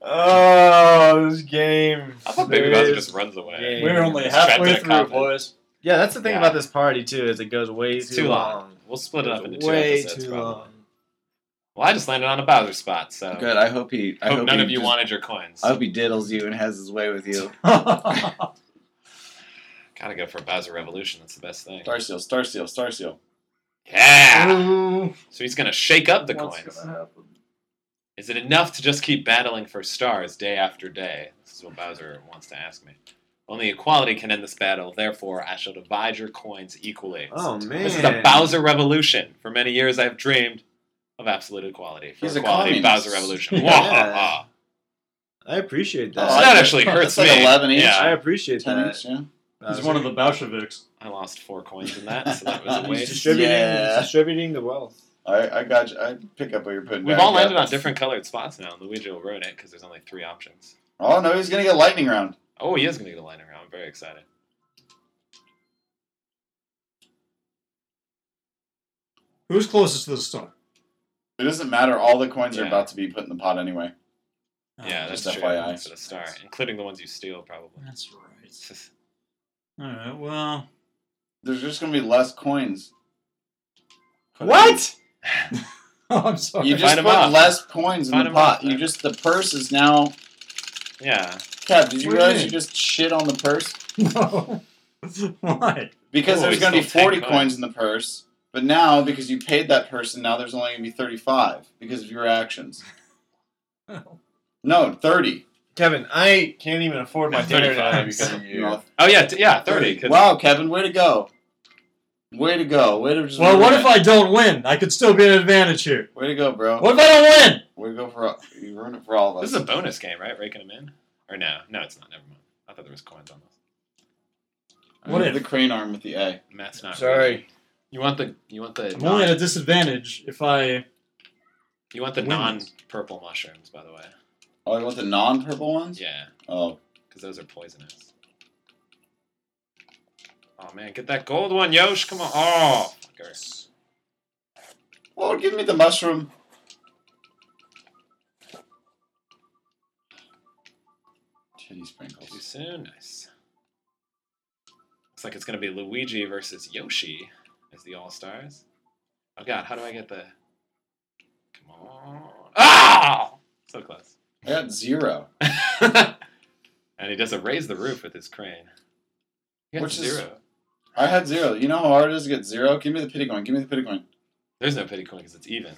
Speaker 3: Oh, this game.
Speaker 1: I thought Baby Bowser just runs away.
Speaker 3: Yeah.
Speaker 4: We're only
Speaker 1: Strapped to
Speaker 4: halfway
Speaker 1: the
Speaker 4: through,
Speaker 1: coffin.
Speaker 4: boys.
Speaker 3: Yeah, that's the thing
Speaker 1: Yeah.
Speaker 3: about this party too, is it goes way
Speaker 1: It's
Speaker 3: too,
Speaker 1: too long.
Speaker 3: long.
Speaker 1: We'll split it up
Speaker 3: Goes
Speaker 1: into two
Speaker 3: way
Speaker 1: episodes.
Speaker 3: too
Speaker 1: probably.
Speaker 3: long.
Speaker 1: Well, I just landed on a Bowser spot, so
Speaker 2: Good. I hope he. I
Speaker 1: hope,
Speaker 2: hope
Speaker 1: none
Speaker 2: he
Speaker 1: of you
Speaker 2: just-
Speaker 1: wanted your coins.
Speaker 2: I hope he diddles you and has his way with you.
Speaker 1: Gotta go for Bowser Revolution. That's the best thing.
Speaker 2: Star seal. Star seal. Star seal.
Speaker 1: Yeah.
Speaker 4: Ooh,
Speaker 1: So he's gonna shake up the
Speaker 4: what's
Speaker 1: coins.
Speaker 4: gonna happen?
Speaker 1: Is it enough to just keep battling for stars day after day? This is what Bowser wants to ask me. Only equality can end this battle. Therefore, I shall divide your coins equally.
Speaker 3: Oh man.
Speaker 1: This is a Bowser revolution. For many years, I've dreamed of absolute equality. For
Speaker 2: He's a
Speaker 1: equality,
Speaker 2: communist.
Speaker 1: Bowser revolution.
Speaker 4: Yeah.
Speaker 1: Wah-ha-ha.
Speaker 3: I appreciate
Speaker 1: So
Speaker 2: Oh,
Speaker 3: that.
Speaker 1: that
Speaker 2: I-
Speaker 1: actually hurts
Speaker 2: that's like
Speaker 1: me.
Speaker 2: 11 each.
Speaker 3: I
Speaker 1: Yeah,
Speaker 3: appreciate
Speaker 2: Ten
Speaker 3: that.
Speaker 2: each. Yeah.
Speaker 4: He's one of the Bolsheviks.
Speaker 1: I lost four coins in that, so that was a
Speaker 2: He's
Speaker 3: He's
Speaker 1: waste.
Speaker 3: distributing,
Speaker 2: Yeah.
Speaker 3: he's distributing the wealth.
Speaker 2: I, I got you. I pick up what you're putting.
Speaker 1: We've
Speaker 2: down,
Speaker 1: all landed
Speaker 2: yeah.
Speaker 1: on different colored spots now. and Luigi will ruin it because there's only three options.
Speaker 2: Oh no, he's gonna get lightning round.
Speaker 1: Oh, he is going to get a lightning round. I'm very excited.
Speaker 4: Who's closest to the star?
Speaker 2: It doesn't matter. All the coins are
Speaker 1: Yeah.
Speaker 2: about to be put in the pot anyway.
Speaker 4: Um,
Speaker 1: yeah,
Speaker 2: just
Speaker 1: that's true.
Speaker 2: FYI.
Speaker 1: That's a star, including the ones you steal, probably.
Speaker 4: That's right. All right. Well,
Speaker 2: There's just gonna be less coins. Put in.
Speaker 3: What?
Speaker 4: I'm sorry.
Speaker 2: You just
Speaker 1: Find 'em
Speaker 2: put
Speaker 1: up.
Speaker 2: less coins in
Speaker 1: Find
Speaker 2: the
Speaker 1: 'em
Speaker 2: pot.
Speaker 1: up.
Speaker 2: You just the purse is now.
Speaker 1: yeah.
Speaker 2: Kev, did you
Speaker 4: What do you
Speaker 2: realize
Speaker 4: mean?
Speaker 2: you just shit on the purse?
Speaker 4: no. Why?
Speaker 2: Because
Speaker 1: Oh,
Speaker 2: there's
Speaker 1: it's
Speaker 2: gonna be
Speaker 1: still 10
Speaker 2: forty
Speaker 1: coins.
Speaker 2: coins in the purse, but now because you paid that person, now there's only gonna be thirty-five because of your actions. No, thirty.
Speaker 3: Kevin, I can't even afford my
Speaker 1: No,
Speaker 3: dinner
Speaker 1: 35.
Speaker 3: tonight because of you.
Speaker 2: No,
Speaker 1: Oh yeah, t- yeah, thirty. 'cause-
Speaker 2: Wow, Kevin, way to go! Way to go! Way to just
Speaker 4: Well, what if
Speaker 2: ruin it.
Speaker 4: I don't win? I could still be an advantage here.
Speaker 2: Way to go, bro!
Speaker 4: What if I don't win?
Speaker 2: Way to go for all- you ruined it for all of us.
Speaker 1: This is a bonus game, right? Raking them in, or no? No, it's not. Never mind. I thought there was coins on this.
Speaker 2: I
Speaker 4: what
Speaker 2: need
Speaker 4: if-
Speaker 2: the crane arm with the A?
Speaker 1: Matt's not. reading.
Speaker 3: Sorry.
Speaker 1: You want the you want the
Speaker 4: I'm only at
Speaker 1: non,
Speaker 4: a disadvantage if I.
Speaker 1: you want the non
Speaker 4: Wings.
Speaker 1: purple mushrooms, by the way.
Speaker 2: Oh, you want the non-purple ones?
Speaker 1: Yeah,
Speaker 2: Oh,
Speaker 1: because those are poisonous. Oh man, get that gold one, Yosh! Come on! Oh, fucker.
Speaker 2: well, give me the mushroom. Titty
Speaker 1: too
Speaker 2: sprinkles.
Speaker 1: soon. Nice. Looks like it's gonna be Luigi versus Yoshi as the All Stars. Oh god, how do I get the? Come on! Ah! So close.
Speaker 2: I got zero.
Speaker 1: and he doesn't raise the roof with his crane. He got
Speaker 2: Which is-
Speaker 1: zero.
Speaker 2: I had zero. You know how hard it is to get zero? Give me the pity coin. Give me the pity coin.
Speaker 1: There's no pity coin because it's even.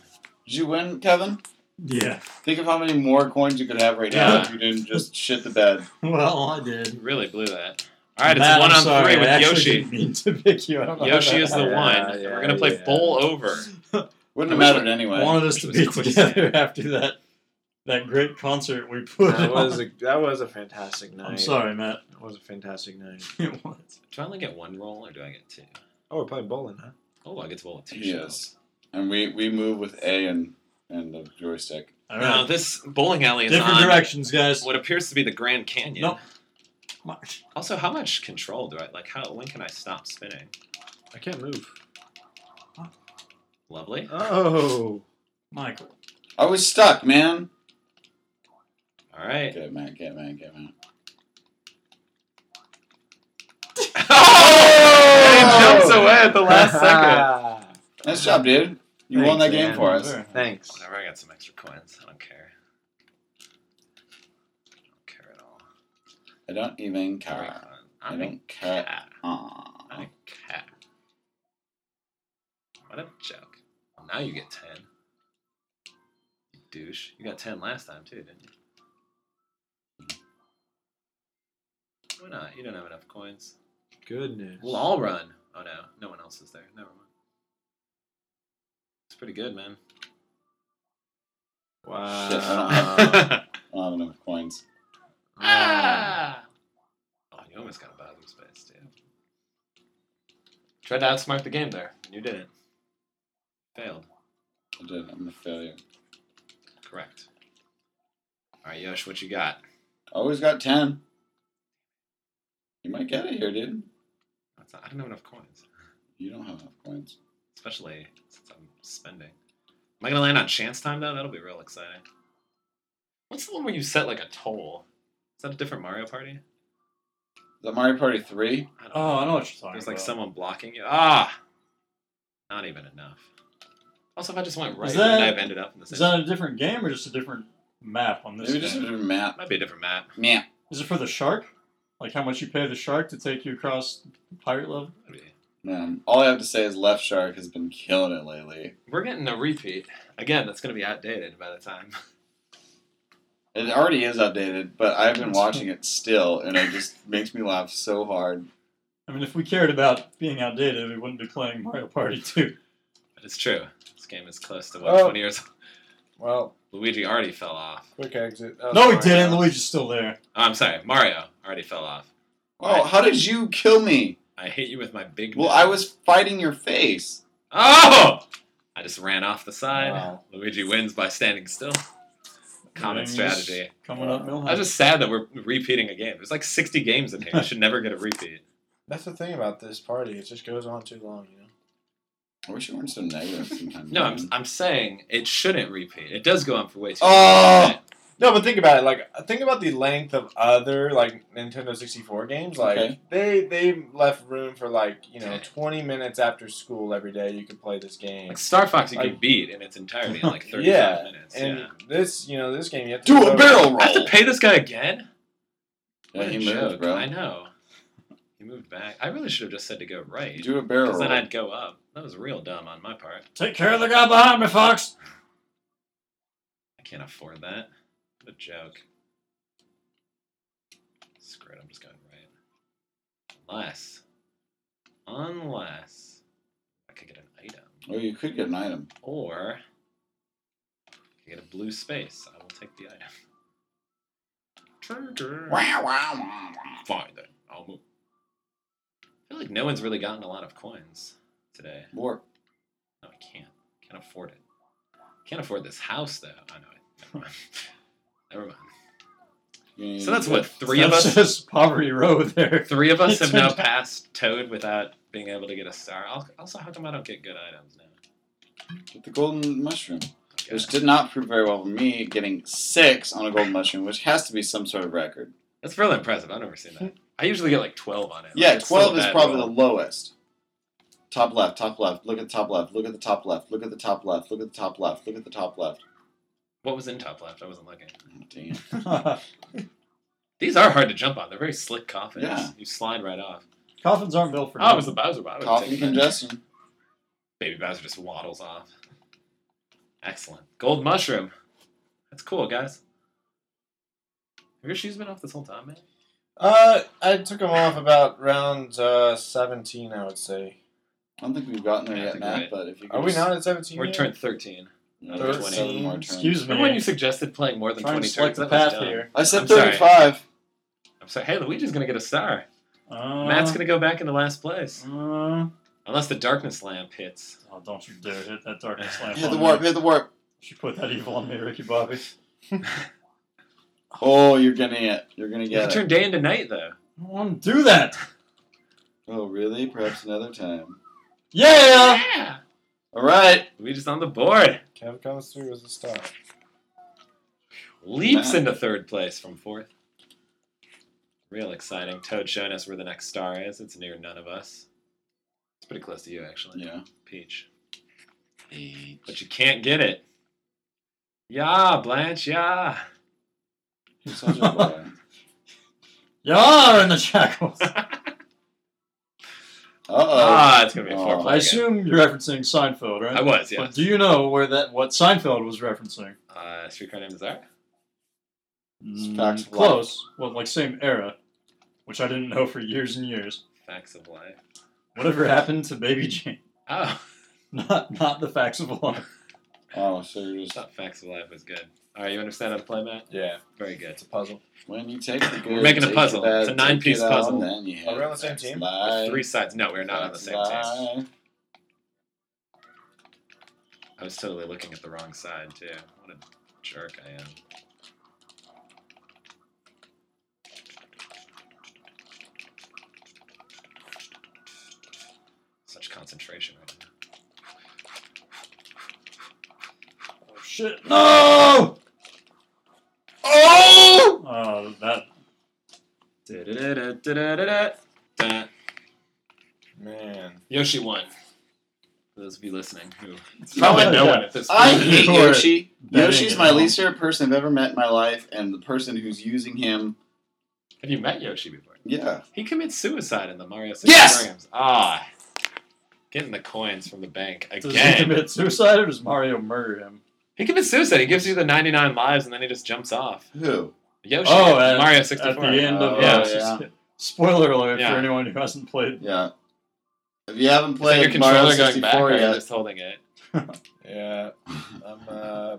Speaker 2: Did you win, Kevin?
Speaker 4: Yeah.
Speaker 2: Think of how many more coins you could have right now if you didn't just shit the bed.
Speaker 4: Well, I did.
Speaker 1: You really blew that. All right, it's
Speaker 4: Matt,
Speaker 1: one
Speaker 4: I'm
Speaker 1: on
Speaker 4: sorry,
Speaker 1: three
Speaker 4: I
Speaker 1: with
Speaker 4: actually
Speaker 1: Yoshi.
Speaker 4: Didn't mean to pick you. I don't know how
Speaker 1: Yoshi
Speaker 4: that
Speaker 1: is the
Speaker 4: happened.
Speaker 1: one.
Speaker 3: Yeah,
Speaker 1: and
Speaker 3: yeah,
Speaker 1: we're gonna play
Speaker 3: yeah.
Speaker 1: bowl over.
Speaker 2: Wouldn't
Speaker 1: I
Speaker 2: have
Speaker 1: wish
Speaker 2: mattered anyway.
Speaker 4: wanted us
Speaker 1: Which
Speaker 4: to
Speaker 1: was
Speaker 4: be
Speaker 1: quicksand.
Speaker 4: together after that that great concert we put.
Speaker 3: That was
Speaker 4: on.
Speaker 3: a that was a fantastic night.
Speaker 4: I'm sorry, Matt.
Speaker 3: That was a fantastic night.
Speaker 4: It was.
Speaker 1: Do I only get one roll or do I get two?
Speaker 3: Oh, we're playing bowling, huh?
Speaker 1: Oh, I get to roll two
Speaker 2: Yes. And we, we move with A and, and the joystick.
Speaker 4: All
Speaker 1: shells.
Speaker 4: right.
Speaker 1: Now this bowling alley is
Speaker 4: Different
Speaker 1: on
Speaker 4: directions, guys.
Speaker 1: what appears to be the Grand Canyon.
Speaker 4: Nope. Mark.
Speaker 1: Also, how much control do I like? How when can I stop spinning?
Speaker 3: I can't move.
Speaker 1: Lovely.
Speaker 3: Oh.
Speaker 4: Michael.
Speaker 2: I was stuck, man.
Speaker 1: All right.
Speaker 2: Get man, get man, get man.
Speaker 1: Oh! He jumps away at the last second.
Speaker 2: Nice job, dude. You won that
Speaker 3: Thanks,
Speaker 2: game
Speaker 3: man.
Speaker 2: for us.
Speaker 3: Thanks.
Speaker 1: Whatever, I got some extra coins. I don't care. I don't care at all.
Speaker 2: I don't even
Speaker 1: Sorry,
Speaker 2: care.
Speaker 1: Colin.
Speaker 2: I
Speaker 1: I'm a
Speaker 2: don't care. Ah,
Speaker 1: cat. I'm
Speaker 2: Aw.
Speaker 1: a cat. What a joke. Well, now you get 10. You douche. You got 10 last time, too, didn't you? Why not? You don't have enough coins.
Speaker 3: Goodness.
Speaker 1: We'll all run. Oh no, no one else is there. Never mind. It's pretty good, man.
Speaker 3: Wow.
Speaker 2: Shit, I don't
Speaker 1: Ah.
Speaker 2: I don't have enough coins.
Speaker 1: Oh, you almost got a bathroom space, dude. Tried to outsmart the game there, and you didn't. Failed.
Speaker 2: I did. I'm a failure.
Speaker 1: Correct. All right, Yosh, what you got?
Speaker 2: Always got ten. You might get it here, dude.
Speaker 1: That's not, I don't have enough coins,
Speaker 2: You don't have enough coins.
Speaker 1: especially since I'm spending. Am I gonna land on chance time though? That'll be real exciting. What's the one where you set like a toll? Is that a different Mario Party?
Speaker 2: Is that Mario Party three?
Speaker 1: I
Speaker 4: Oh, I know what you're talking
Speaker 1: There's like
Speaker 4: about.
Speaker 1: someone blocking you. Ah, not even enough. Also, if I just went right,
Speaker 4: Is
Speaker 1: wouldn't I
Speaker 4: that-
Speaker 1: have ended up in the same.
Speaker 4: Is that a different game or just a different map on this?
Speaker 2: Maybe just a
Speaker 4: game?
Speaker 2: different map.
Speaker 1: Might be a different map.
Speaker 2: Map.
Speaker 4: Is it for the shark? Like how much you pay the shark to take you across pirate level?
Speaker 1: Might be.
Speaker 2: Man, all I have to say is Left Shark has been killing it lately.
Speaker 1: We're getting a repeat again. That's gonna be outdated by the time.
Speaker 2: It already is updated, but I've been watching it still, and it just makes me laugh so hard.
Speaker 4: I mean, if we cared about being outdated, we wouldn't be playing Mario Party 2.
Speaker 1: But it's true. This game is close to what
Speaker 3: Oh.
Speaker 1: 20 years.
Speaker 3: Well,
Speaker 1: Luigi already fell off.
Speaker 3: quick exit. Oh,
Speaker 4: no, we
Speaker 3: sorry.
Speaker 4: didn't. Luigi's still there.
Speaker 1: Oh, I'm sorry, Mario already fell off.
Speaker 2: Oh, how did you kill me?
Speaker 1: I hit you with my big.
Speaker 2: Well,
Speaker 1: nose.
Speaker 2: I was fighting your face.
Speaker 1: Oh! I just ran off the side.
Speaker 3: Wow.
Speaker 1: Luigi wins by standing still. Common
Speaker 4: Things
Speaker 1: strategy.
Speaker 4: Coming up, Milhouse.
Speaker 1: I was just sad that we're repeating a game. There's like 60 games in here. We should never get a repeat.
Speaker 3: That's the thing about this party. It just goes on too long, you know.
Speaker 2: I wish you weren't so negative sometimes.
Speaker 1: No, I'm,
Speaker 2: man.
Speaker 1: I'm saying it shouldn't repeat. It does go on for way too
Speaker 2: Oh!
Speaker 1: long.
Speaker 3: No, but think about it. Like, think about the length of other like Nintendo sixty four games. Like,
Speaker 2: Okay.
Speaker 3: they they left room for like you know
Speaker 1: Okay.
Speaker 3: twenty minutes after school every day. You could play this game.
Speaker 1: Like Star Fox, you can
Speaker 3: Like-
Speaker 1: beat in its entirety in like 35
Speaker 3: Yeah,
Speaker 1: minutes.
Speaker 3: and
Speaker 1: yeah.
Speaker 3: this, you know, this game you have to
Speaker 2: Do
Speaker 3: go-
Speaker 2: a barrel roll.
Speaker 1: I have to pay this guy again?
Speaker 2: yeah,
Speaker 1: What
Speaker 2: he
Speaker 1: a joke.
Speaker 2: moved,
Speaker 1: I
Speaker 2: bro.
Speaker 1: know. He moved back. I really should have just said to go right.
Speaker 2: Do a barrel
Speaker 1: Because
Speaker 2: roll.
Speaker 1: then I'd go up. That was real dumb on my part.
Speaker 4: Take care of the guy behind me, Fox.
Speaker 1: I can't afford that. What a joke. Screw it, I'm just going right. Unless. Unless. I could get an item.
Speaker 2: Oh, you could get an item.
Speaker 1: Or. I could get a blue space. I will take the item. Trigger.
Speaker 2: Wow, wow, wow, wow.
Speaker 1: Fine then. I'll move. I feel like no one's really gotten a lot of coins today.
Speaker 2: Warp.
Speaker 1: No, I can't. Can't afford it. Can't afford this house, though. I know it. Never mind. Never mind.
Speaker 2: You need
Speaker 1: So that's
Speaker 2: to
Speaker 1: what
Speaker 2: get-
Speaker 1: three of us.
Speaker 4: just Poverty Row there.
Speaker 1: Three of us
Speaker 4: It
Speaker 1: have now
Speaker 4: turned out-
Speaker 1: passed Toad without being able to get a star. Al- Also, how come I don't get good items now?
Speaker 2: Get the golden mushroom,
Speaker 1: Okay.
Speaker 2: which did not prove very well for me, getting six on a golden mushroom, which has to be some sort of record.
Speaker 1: That's really impressive. I've never seen that. I usually get like twelve on it. Like,
Speaker 2: Yeah,
Speaker 1: it's still a
Speaker 2: 12 is
Speaker 1: bad
Speaker 2: probably
Speaker 1: roll.
Speaker 2: the lowest. Top left, top left, look at the top left, look at the top left, look at the top left, look at the top left, look at the top left.
Speaker 1: What was in top left? I wasn't looking.
Speaker 2: Oh, damn.
Speaker 1: These are hard to jump on. They're very slick coffins.
Speaker 2: Yeah.
Speaker 1: You slide right off.
Speaker 4: Coffins aren't built for
Speaker 1: Oh, it
Speaker 4: nothing.
Speaker 1: was the Bowser Bot. I would've
Speaker 2: Coffin
Speaker 1: taken that.
Speaker 2: congestion.
Speaker 1: Baby Bowser just waddles off. Excellent. Gold mushroom. That's cool, guys. Have your shoes been off this whole time, man?
Speaker 3: Uh, I took them off about round uh, seventeen, I would say.
Speaker 2: I don't think we've gotten there
Speaker 1: Yeah, I
Speaker 2: yet,
Speaker 1: think
Speaker 2: Matt,
Speaker 1: right.
Speaker 2: but if you could
Speaker 3: Are we
Speaker 2: just-
Speaker 3: not at seventeen?
Speaker 1: We're
Speaker 3: yet?
Speaker 1: turned thirteen.
Speaker 2: No,
Speaker 1: Thirteen.
Speaker 2: there's seven more turns.
Speaker 4: Excuse me.
Speaker 1: Remember when you suggested playing more than
Speaker 4: Trying
Speaker 1: twenty
Speaker 4: to select
Speaker 1: turns?
Speaker 4: the
Speaker 1: That was
Speaker 4: path
Speaker 1: dumb.
Speaker 4: here.
Speaker 2: I said
Speaker 1: I'm sorry.
Speaker 2: 35.
Speaker 1: I'm sorry. Hey, Luigi's gonna get a star.
Speaker 4: Uh,
Speaker 1: Matt's gonna go back into last place,
Speaker 4: Uh,
Speaker 1: unless the darkness lamp hits.
Speaker 4: oh, don't you dare hit that darkness lamp.
Speaker 2: Hit
Speaker 4: on
Speaker 2: the
Speaker 4: me.
Speaker 2: warp, hit the warp.
Speaker 4: She put that evil on me, Ricky Bobby.
Speaker 2: Oh, you're getting it. You're gonna
Speaker 1: You can
Speaker 2: get it.
Speaker 1: turn day into night, though.
Speaker 4: I don't want to do that.
Speaker 2: Oh, really? Perhaps another time.
Speaker 4: Yeah.
Speaker 2: All right.
Speaker 1: Luigi's on the board.
Speaker 3: Kev comes through as a star.
Speaker 1: Leaps
Speaker 2: Matt.
Speaker 1: into third place from fourth. Real exciting. Toad showing us where the next star is. It's near none of us. It's pretty close to you, actually.
Speaker 2: Yeah.
Speaker 1: Peach. But you can't get it. Yeah, Blanche, yeah.
Speaker 2: You're such a boy.
Speaker 4: You are in the shackles.
Speaker 2: Uh
Speaker 1: Ah, it's going to be a four
Speaker 2: Oh.
Speaker 1: play.
Speaker 4: I
Speaker 1: game.
Speaker 4: assume you're referencing Seinfeld, right?
Speaker 1: I was, yeah.
Speaker 4: But do you know where that what Seinfeld was referencing?
Speaker 1: Uh, Streetcar Named Desire?
Speaker 2: It's Facts of Life.
Speaker 4: Mm, close. Well, like same era, which I didn't know for years and years.
Speaker 1: Facts of Life.
Speaker 4: Whatever happened to Baby Jane?
Speaker 1: Oh.
Speaker 4: not not the facts of life.
Speaker 2: Oh, so you're
Speaker 1: It's
Speaker 2: just
Speaker 1: not facts of life is good. All right, you understand how to play, Matt?
Speaker 3: Yeah,
Speaker 1: Very good.
Speaker 3: it's a puzzle.
Speaker 2: when you take the good,
Speaker 1: We're making a
Speaker 2: take the
Speaker 1: puzzle.
Speaker 2: bad,
Speaker 1: It's a
Speaker 2: take
Speaker 1: nine-piece
Speaker 2: it all,
Speaker 1: puzzle.
Speaker 2: Then you
Speaker 3: Are we
Speaker 2: have
Speaker 3: on the same
Speaker 2: facts
Speaker 3: team?
Speaker 2: of
Speaker 1: There's
Speaker 2: life,
Speaker 1: three sides. No, we're not on the
Speaker 2: facts
Speaker 1: same
Speaker 2: of
Speaker 1: team.
Speaker 2: life.
Speaker 1: I was totally looking at the wrong side too. What a jerk I am. Such concentration right now.
Speaker 4: Oh, shit! No!
Speaker 1: Oh!
Speaker 4: Uh, that
Speaker 3: Man,
Speaker 1: Yoshi won. For those of you listening who
Speaker 2: Probably
Speaker 1: no
Speaker 4: yeah.
Speaker 1: one at this point.
Speaker 2: I hate
Speaker 4: Or
Speaker 2: Yoshi.
Speaker 4: betting
Speaker 2: Yoshi's
Speaker 4: it
Speaker 2: my
Speaker 4: all.
Speaker 2: least favorite person I've ever met in my life, and the person who's using him.
Speaker 1: Have you met Yoshi before?
Speaker 2: Yeah.
Speaker 1: He commits suicide in the Mario 6
Speaker 2: Yes!
Speaker 1: programs. Ah. Getting the coins from the bank
Speaker 4: Does
Speaker 1: again.
Speaker 4: he commit suicide or does Mario murder him?
Speaker 1: He commits suicide. He gives you the 99 lives and then he just jumps off.
Speaker 2: Who?
Speaker 1: Yoshi.
Speaker 4: Oh, at,
Speaker 1: Mario
Speaker 4: at
Speaker 1: 64.
Speaker 4: the end of
Speaker 2: Oh,
Speaker 4: yeah.
Speaker 2: yeah.
Speaker 4: Spoiler alert
Speaker 1: Yeah.
Speaker 4: for anyone who hasn't played.
Speaker 2: Yeah. If you haven't
Speaker 1: Is that your
Speaker 2: played Mario
Speaker 1: controller going
Speaker 2: 64
Speaker 1: back or are you
Speaker 2: yet,
Speaker 1: just holding it?
Speaker 3: yeah, I'm uh,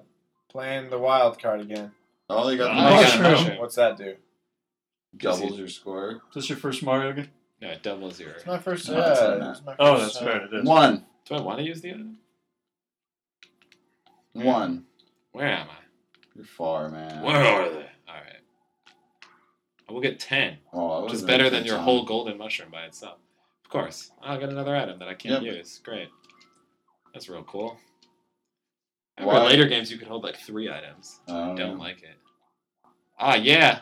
Speaker 3: playing the wild card again.
Speaker 2: oh, you got
Speaker 1: Oh,
Speaker 2: the
Speaker 1: you got a
Speaker 4: mushroom.
Speaker 1: mushroom.
Speaker 3: What's that do?
Speaker 2: doubles your score.
Speaker 4: Is this your first Mario game?
Speaker 1: No, it doubles your.
Speaker 3: It's my first.
Speaker 2: No,
Speaker 3: yeah,
Speaker 2: it's not that.
Speaker 3: it's my
Speaker 4: Oh,
Speaker 3: first,
Speaker 4: that's
Speaker 3: uh,
Speaker 4: right. It is.
Speaker 2: One.
Speaker 1: Do I want to use the other?
Speaker 2: One.
Speaker 1: Where am I?
Speaker 2: You're far, man.
Speaker 1: Where are they? All right. I will get 10.
Speaker 2: Oh, I
Speaker 1: Which is
Speaker 2: wasn't
Speaker 1: better
Speaker 2: ready for
Speaker 1: than your
Speaker 2: time.
Speaker 1: whole golden mushroom by itself. Of course. I'll get another item that I can't use. Great. That's real cool. I remember
Speaker 2: Why-
Speaker 1: later games you could hold like three items. I
Speaker 2: Oh,
Speaker 1: don't like it. Ah, yeah.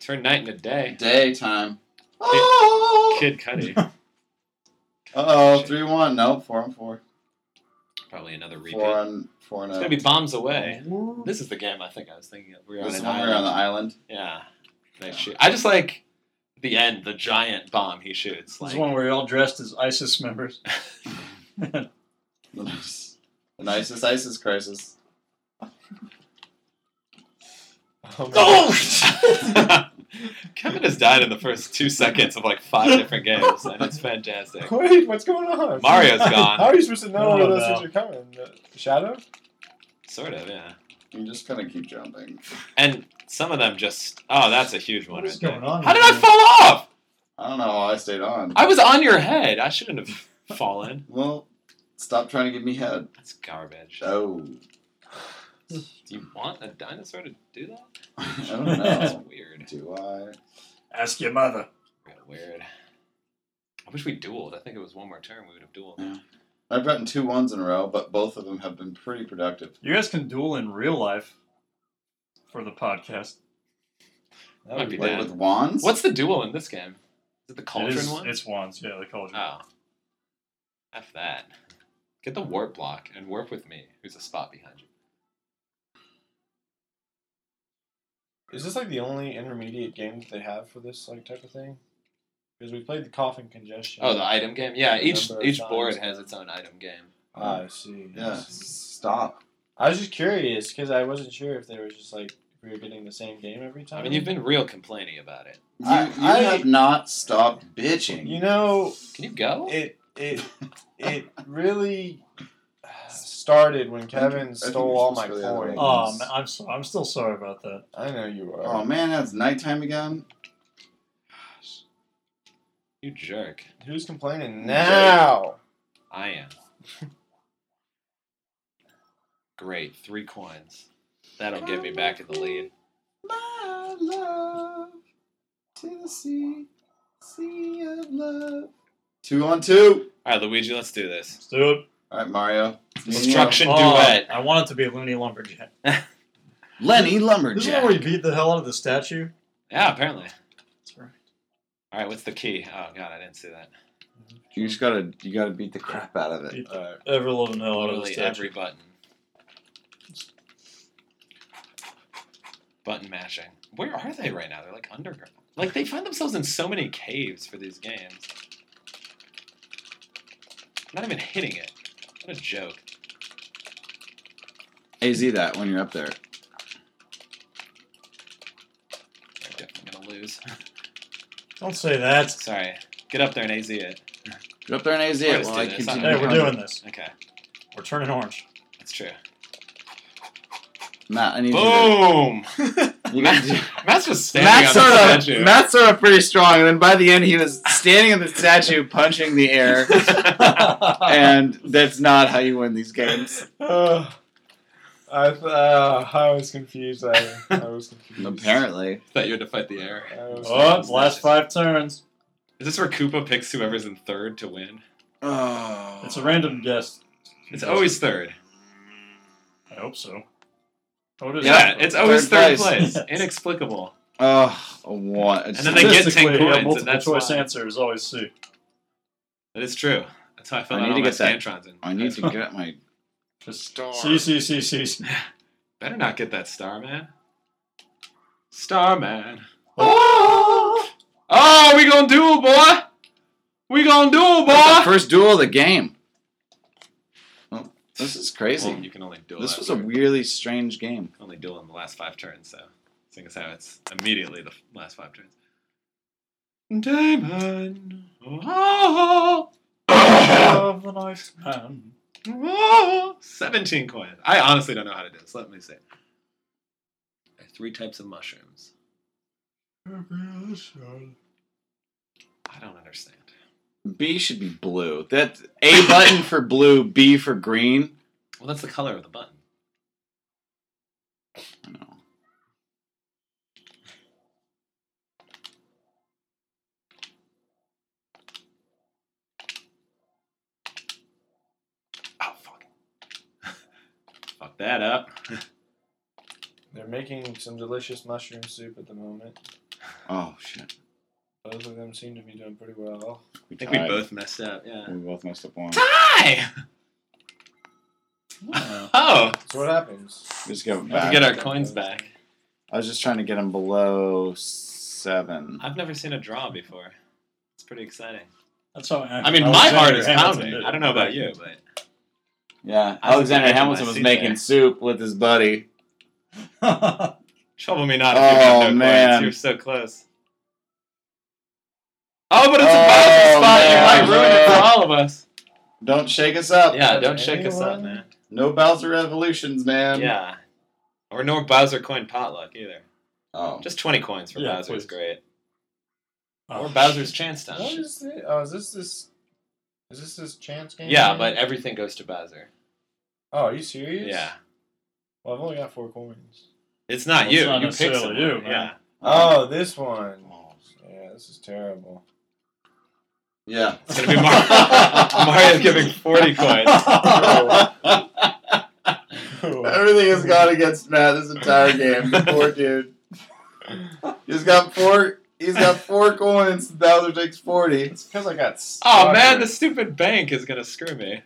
Speaker 1: Turn night into
Speaker 2: yeah.
Speaker 1: day.
Speaker 2: Daytime. Oh.
Speaker 1: Kid Cudi.
Speaker 2: Uh-oh, 3-1. No, 4 and 4.
Speaker 1: Probably another repeat.
Speaker 2: 4 and 4 and
Speaker 1: It's
Speaker 2: 0.
Speaker 1: gonna be bombs away.
Speaker 3: Oh,
Speaker 1: This is the game I think I was thinking of. We were on
Speaker 2: this is
Speaker 1: an
Speaker 2: when we were on
Speaker 1: island.
Speaker 2: the island.
Speaker 1: Yeah. They shoot. I just like the end, the giant bomb he shoots.
Speaker 4: This
Speaker 1: Like,
Speaker 4: is one where you're all dressed as ISIS members.
Speaker 2: The nice- the nicest ISIS crisis.
Speaker 3: Oh, man.
Speaker 1: oh! Kevin has died in the first two seconds of like five different games, and it's fantastic.
Speaker 3: Wait, what's going on?
Speaker 1: Mario's gone.
Speaker 3: How are you supposed to know
Speaker 4: I
Speaker 3: where
Speaker 4: don't
Speaker 3: those
Speaker 4: know.
Speaker 3: things are coming? The shadow?
Speaker 1: Sort of, yeah.
Speaker 2: You just kind of keep jumping.
Speaker 1: And some of them just. Oh, that's a huge one.
Speaker 4: What is
Speaker 1: right
Speaker 4: going
Speaker 1: there.
Speaker 4: on
Speaker 1: How did
Speaker 4: here?
Speaker 1: I fall off?
Speaker 2: I don't know how I stayed on.
Speaker 1: I was on your head. I shouldn't have fallen.
Speaker 2: Well, stop trying to give me head.
Speaker 1: That's garbage.
Speaker 2: Oh,
Speaker 1: Do you want a dinosaur to do that?
Speaker 2: I don't
Speaker 1: That's
Speaker 2: know.
Speaker 1: weird.
Speaker 2: Do I?
Speaker 4: Ask your mother.
Speaker 1: Real weird. I wish we dueled. I think it was one more turn we would have dueled.
Speaker 2: Yeah. I've gotten two ones in a row, but both of them have been pretty productive.
Speaker 4: You guys can duel in real life for the podcast.
Speaker 3: That
Speaker 1: Might
Speaker 3: would
Speaker 1: be
Speaker 3: work.
Speaker 2: Like
Speaker 1: Yeah.
Speaker 2: with wands.
Speaker 1: What's the duel in this game? Is it the cauldron
Speaker 4: it is,
Speaker 1: one?
Speaker 4: It's wands, yeah, the cauldron.
Speaker 1: Oh. F that. Get the warp block and warp with me, who's a spot behind you.
Speaker 3: Is this like the only intermediate game that they have for this like type of thing? Because we played the coughing congestion.
Speaker 1: Oh, the item game? Yeah, each
Speaker 3: Number of
Speaker 1: each
Speaker 3: times.
Speaker 1: board has its own item game.
Speaker 2: Uh,
Speaker 3: Ah, I see. I
Speaker 2: Yeah.
Speaker 3: see.
Speaker 2: Stop.
Speaker 3: I was just curious because I wasn't sure if they were just like if we were getting the same game every time.
Speaker 1: I mean, you've been real complaining about it.
Speaker 2: You,
Speaker 3: I-
Speaker 2: you
Speaker 3: I-
Speaker 2: have not stopped bitching.
Speaker 3: You know,
Speaker 1: Can you go?
Speaker 3: it it it really started when Kevin
Speaker 2: I think
Speaker 3: stole
Speaker 2: we're
Speaker 3: all my
Speaker 2: supposed to go the other way.
Speaker 3: coins.
Speaker 1: Ah.
Speaker 4: Oh, man, I'm, so, I'm still sorry about that.
Speaker 3: I know you are.
Speaker 2: oh man, that's nighttime again.
Speaker 1: You jerk.
Speaker 3: Who's complaining now?
Speaker 1: I am. Great. Three coins. That'll get me back in the lead.
Speaker 2: My love to the sea, sea of love. Two on two.
Speaker 1: All right, Luigi, let's do this.
Speaker 4: Let's do it.
Speaker 2: All right, Mario.
Speaker 1: Destruction
Speaker 4: Oh,
Speaker 1: duet.
Speaker 4: I want it to be a Looney Lumberjack.
Speaker 2: Lenny
Speaker 4: This is
Speaker 2: Lumberjack.
Speaker 4: where we beat the hell out of the statue.
Speaker 1: Yeah, apparently.
Speaker 4: That's right.
Speaker 1: All right, what's the key? Oh, God, I didn't see that.
Speaker 2: You just gotta you gotta beat the crap out of it.
Speaker 4: Beat
Speaker 3: Uh,
Speaker 4: the ever loving hell out of the
Speaker 1: Literally
Speaker 4: statue.
Speaker 1: every button. Button mashing. Where are they right now? They're like underground. Like they find themselves in so many caves for these games. Not even hitting it. What a joke.
Speaker 2: AZ that when you're up there.
Speaker 1: They're definitely gonna lose.
Speaker 4: Don't say that.
Speaker 1: Sorry. Get up there and AZ it.
Speaker 2: Drop their names
Speaker 1: We're
Speaker 2: in
Speaker 1: just
Speaker 2: while I
Speaker 1: doing this.
Speaker 2: continue.
Speaker 4: Hey, we're
Speaker 2: hunting.
Speaker 4: doing this.
Speaker 1: Okay,
Speaker 4: We're turning orange.
Speaker 1: that's true.
Speaker 2: Matt, I need
Speaker 1: Boom!
Speaker 2: you to. You need to
Speaker 1: Matt's just standing
Speaker 2: Matt
Speaker 1: on
Speaker 2: sort
Speaker 1: the
Speaker 2: of
Speaker 1: statue.
Speaker 2: Matt sort of pretty strong, and then by the end he was standing in the statue, punching the air, and that's not how you win these games.
Speaker 3: Oh, I, th- uh, I was confused. I, I was confused.
Speaker 2: Apparently,
Speaker 1: Thought you had to fight the air.
Speaker 3: I was
Speaker 4: oh,
Speaker 3: confused.
Speaker 4: last five turns.
Speaker 1: Is this where Koopa picks whoever's in third to win?
Speaker 2: oh,
Speaker 4: It's a random guess.
Speaker 1: It's always third.
Speaker 4: I hope so. Oh, it is.
Speaker 1: Yeah, it's always third,
Speaker 2: Third place.
Speaker 1: place. Inexplicable.
Speaker 2: oh, a one. It's
Speaker 1: And then they get 10
Speaker 4: Statistically, a
Speaker 1: coins, and
Speaker 4: multiple
Speaker 1: that's
Speaker 4: choice
Speaker 1: why.
Speaker 4: answer is always C.
Speaker 1: That is true. That's how I felt
Speaker 2: I
Speaker 1: out
Speaker 2: need
Speaker 1: all
Speaker 2: to
Speaker 1: my
Speaker 2: get that.
Speaker 1: Scantrons. In.
Speaker 2: I need to get my
Speaker 4: Just
Speaker 2: Star.
Speaker 4: C, C, C, C. C.
Speaker 1: Better not get that star, man. Star, man.
Speaker 2: oh,
Speaker 1: Oh, we gonna duel, boy. We gonna duel,
Speaker 2: the
Speaker 1: boy.
Speaker 2: first duel of the game. Well, this is crazy.
Speaker 1: you can only duel.
Speaker 2: This was
Speaker 1: after-
Speaker 2: a weirdly strange game.
Speaker 1: only duel in the last five turns, so seeing as how it's immediately the f- last five turns. Damon. Oh,
Speaker 4: Of the night. Um,
Speaker 1: oh. 17 coins. I honestly don't know how to do this. Let me see. There are Three types of mushrooms. I don't understand.
Speaker 2: B should be blue. That A button for blue, B for green.
Speaker 1: Well, that's the color of the button.
Speaker 2: I don't know.
Speaker 1: Oh, fuck. fuck that up.
Speaker 3: They're making some delicious mushroom soup at the moment.
Speaker 2: Oh shit.
Speaker 3: Both of them seem to be doing pretty well.
Speaker 2: We
Speaker 1: I think we
Speaker 2: tied.
Speaker 1: both messed up, yeah.
Speaker 2: We both messed up one.
Speaker 1: Tie!
Speaker 4: yeah.
Speaker 1: Oh!
Speaker 3: So what happens?
Speaker 2: Just go
Speaker 1: We
Speaker 2: back.
Speaker 1: get our coins back.
Speaker 2: I was just trying to get him below seven.
Speaker 1: I've never seen a draw before. It's pretty exciting.
Speaker 4: That's how.
Speaker 1: I mean, my heart is pounding. I don't know about you, but
Speaker 2: Yeah,
Speaker 1: I was
Speaker 2: Alexander
Speaker 1: thinking
Speaker 2: Hamilton
Speaker 1: I
Speaker 2: was
Speaker 1: see
Speaker 2: making
Speaker 1: there.
Speaker 2: soup with his buddy.
Speaker 4: know.
Speaker 1: trouble me not. If you have
Speaker 2: Oh,
Speaker 1: no coins.
Speaker 2: man.
Speaker 1: you're so close. Oh, but it's a
Speaker 2: Oh,
Speaker 1: bonus spot.
Speaker 2: man.
Speaker 1: You might ruin it for all of us.
Speaker 2: Don't shake us up.
Speaker 1: Yeah,
Speaker 3: Does
Speaker 1: don't shake us up,
Speaker 3: anyone-
Speaker 1: man.
Speaker 2: No Bowser revolutions, man.
Speaker 1: Yeah, or no Bowser coin potluck either.
Speaker 2: Oh.
Speaker 1: Just twenty coins for
Speaker 4: Yeah,
Speaker 1: Bowser is
Speaker 4: please. Uh,
Speaker 1: great. Or Bowser's chance
Speaker 3: What
Speaker 1: time.
Speaker 3: is it? Oh, is this this? Is this this chance game?
Speaker 1: Yeah,
Speaker 3: thing?
Speaker 1: but everything goes to Bowser.
Speaker 3: Oh, are you serious?
Speaker 1: Yeah,
Speaker 3: Well, I've only got four coins.
Speaker 1: it's not
Speaker 4: Well,
Speaker 1: you.
Speaker 4: it's not
Speaker 1: you pick
Speaker 4: necessarily
Speaker 1: someone.
Speaker 4: you, man.
Speaker 1: yeah,
Speaker 3: Oh, this one.
Speaker 2: Oh.
Speaker 3: Yeah, this is terrible.
Speaker 2: Yeah.
Speaker 1: it's gonna be Mario. Mario's giving forty coins.
Speaker 2: Everything has gone against Matt this entire game. Poor dude. He's got four. He's got four coins. Bowser takes forty.
Speaker 3: It's because I got.
Speaker 1: Oh man,
Speaker 3: stuck.
Speaker 1: the stupid bank is gonna screw me.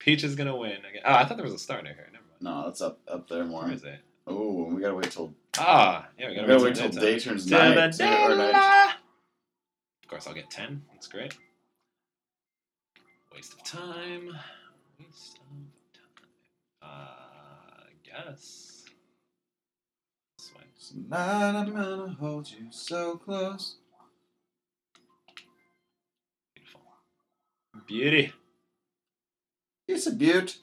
Speaker 1: Peach is gonna win again. Oh, I thought there was a star near here. Never mind.
Speaker 2: No, that's up up there more.
Speaker 1: Where is it?
Speaker 2: Oh, we gotta wait till
Speaker 1: Ah, yeah, we
Speaker 2: we
Speaker 1: gotta,
Speaker 2: gotta
Speaker 1: wait
Speaker 2: wait
Speaker 1: till
Speaker 2: till
Speaker 1: daytime.
Speaker 2: day turns
Speaker 1: To
Speaker 2: night.
Speaker 1: the
Speaker 2: or night.
Speaker 1: daylight. Of course, I'll get ten. That's great. Waste of time. Waste of time. Uh, I guess. This way.
Speaker 2: Tonight I'm gonna hold you so close.
Speaker 1: Beautiful. Beauty.
Speaker 2: It's a beaut.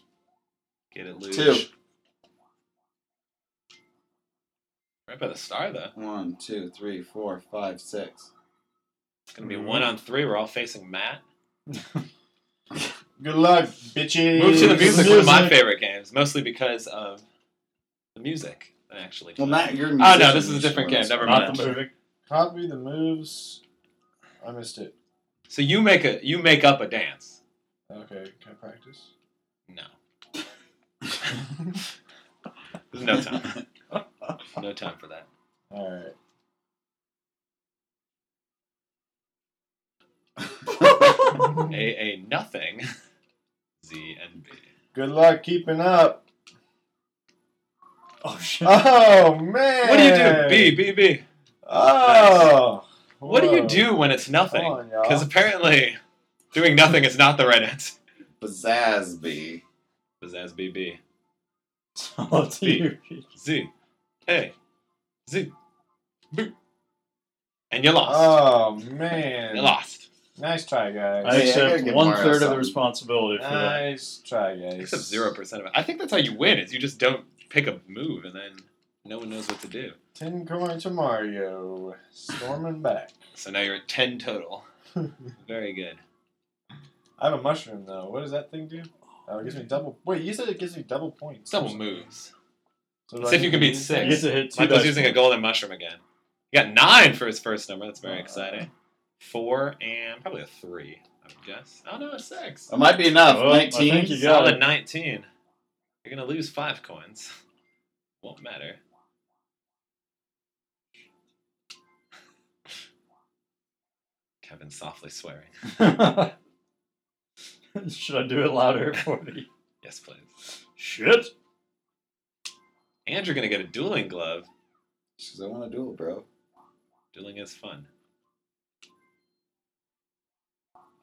Speaker 1: Get it loose.
Speaker 2: Two.
Speaker 1: Right by the star though.
Speaker 2: One, two, three, four, five, six.
Speaker 1: It's gonna be one on three. We're all facing Matt.
Speaker 3: Good luck, bitches.
Speaker 1: Move to the music, one of my
Speaker 4: Music.
Speaker 1: favorite games, mostly because of the music. I actually.
Speaker 2: Well, Matt, you're. a
Speaker 1: Oh, no,
Speaker 2: musician,
Speaker 1: this is a
Speaker 2: you
Speaker 1: different
Speaker 2: should
Speaker 1: game, never
Speaker 2: learn
Speaker 1: mind.
Speaker 4: Not the movie.
Speaker 3: Copy the moves. I missed it.
Speaker 1: So you make a you make up a dance.
Speaker 3: Okay, can I practice?
Speaker 1: No. There's no time. no time for that.
Speaker 3: All right.
Speaker 2: this.
Speaker 1: A a nothing. Z and B.
Speaker 3: Good luck keeping up.
Speaker 4: Oh shit.
Speaker 3: Oh man!
Speaker 1: What do you do? B B B.
Speaker 3: Oh.
Speaker 1: What do you
Speaker 3: Whoa. Oh,
Speaker 1: do when it's
Speaker 3: Come
Speaker 1: nothing?
Speaker 3: on, y'all.
Speaker 1: Because apparently, doing nothing is not the right answer.
Speaker 2: Bazazzby.
Speaker 1: Pizzazz B B
Speaker 4: It's all up to you.
Speaker 1: Z A Z B. And you lost.
Speaker 3: Oh
Speaker 1: You
Speaker 3: man!
Speaker 1: lost.
Speaker 3: Nice try,
Speaker 4: I
Speaker 2: Yeah,
Speaker 3: guys.
Speaker 2: yeah, I gotta
Speaker 4: accept
Speaker 2: give
Speaker 4: one
Speaker 2: Mario
Speaker 4: third of the
Speaker 2: something.
Speaker 4: responsibility for that.
Speaker 1: Ah,
Speaker 3: nice try, guys.
Speaker 1: Except zero percent of it. I think that's how you win. Is you just don't pick a move, and then no one knows what to do.
Speaker 3: Ten coin to Mario, storming back.
Speaker 1: So now you're at ten total. Very good.
Speaker 3: I have a mushroom though. What does that thing do? Oh, it gives me double. Wait, you said it gives me double points.
Speaker 1: It's double moves.
Speaker 3: So do
Speaker 1: Let's
Speaker 3: I
Speaker 1: see if you
Speaker 3: get
Speaker 1: can beat
Speaker 3: these
Speaker 4: You
Speaker 1: six.
Speaker 4: get
Speaker 3: things?
Speaker 4: to hit two
Speaker 1: Michael's
Speaker 4: dice.
Speaker 1: using a golden mushroom again. He got nine for his first number. That's very
Speaker 3: Uh,
Speaker 1: exciting. Four and probably a three, I would guess. Oh no, a six.
Speaker 2: It might be enough.
Speaker 4: Oh, I think
Speaker 2: Nineteen.
Speaker 4: you got-
Speaker 1: Solid nineteen. You're gonna lose five coins. Won't matter. Kevin softly swearing.
Speaker 4: Should I do it louder for me?
Speaker 1: Yes, please.
Speaker 4: Shit.
Speaker 1: And you're gonna get a dueling glove.
Speaker 2: Because I want to duel, bro.
Speaker 1: Dueling is fun.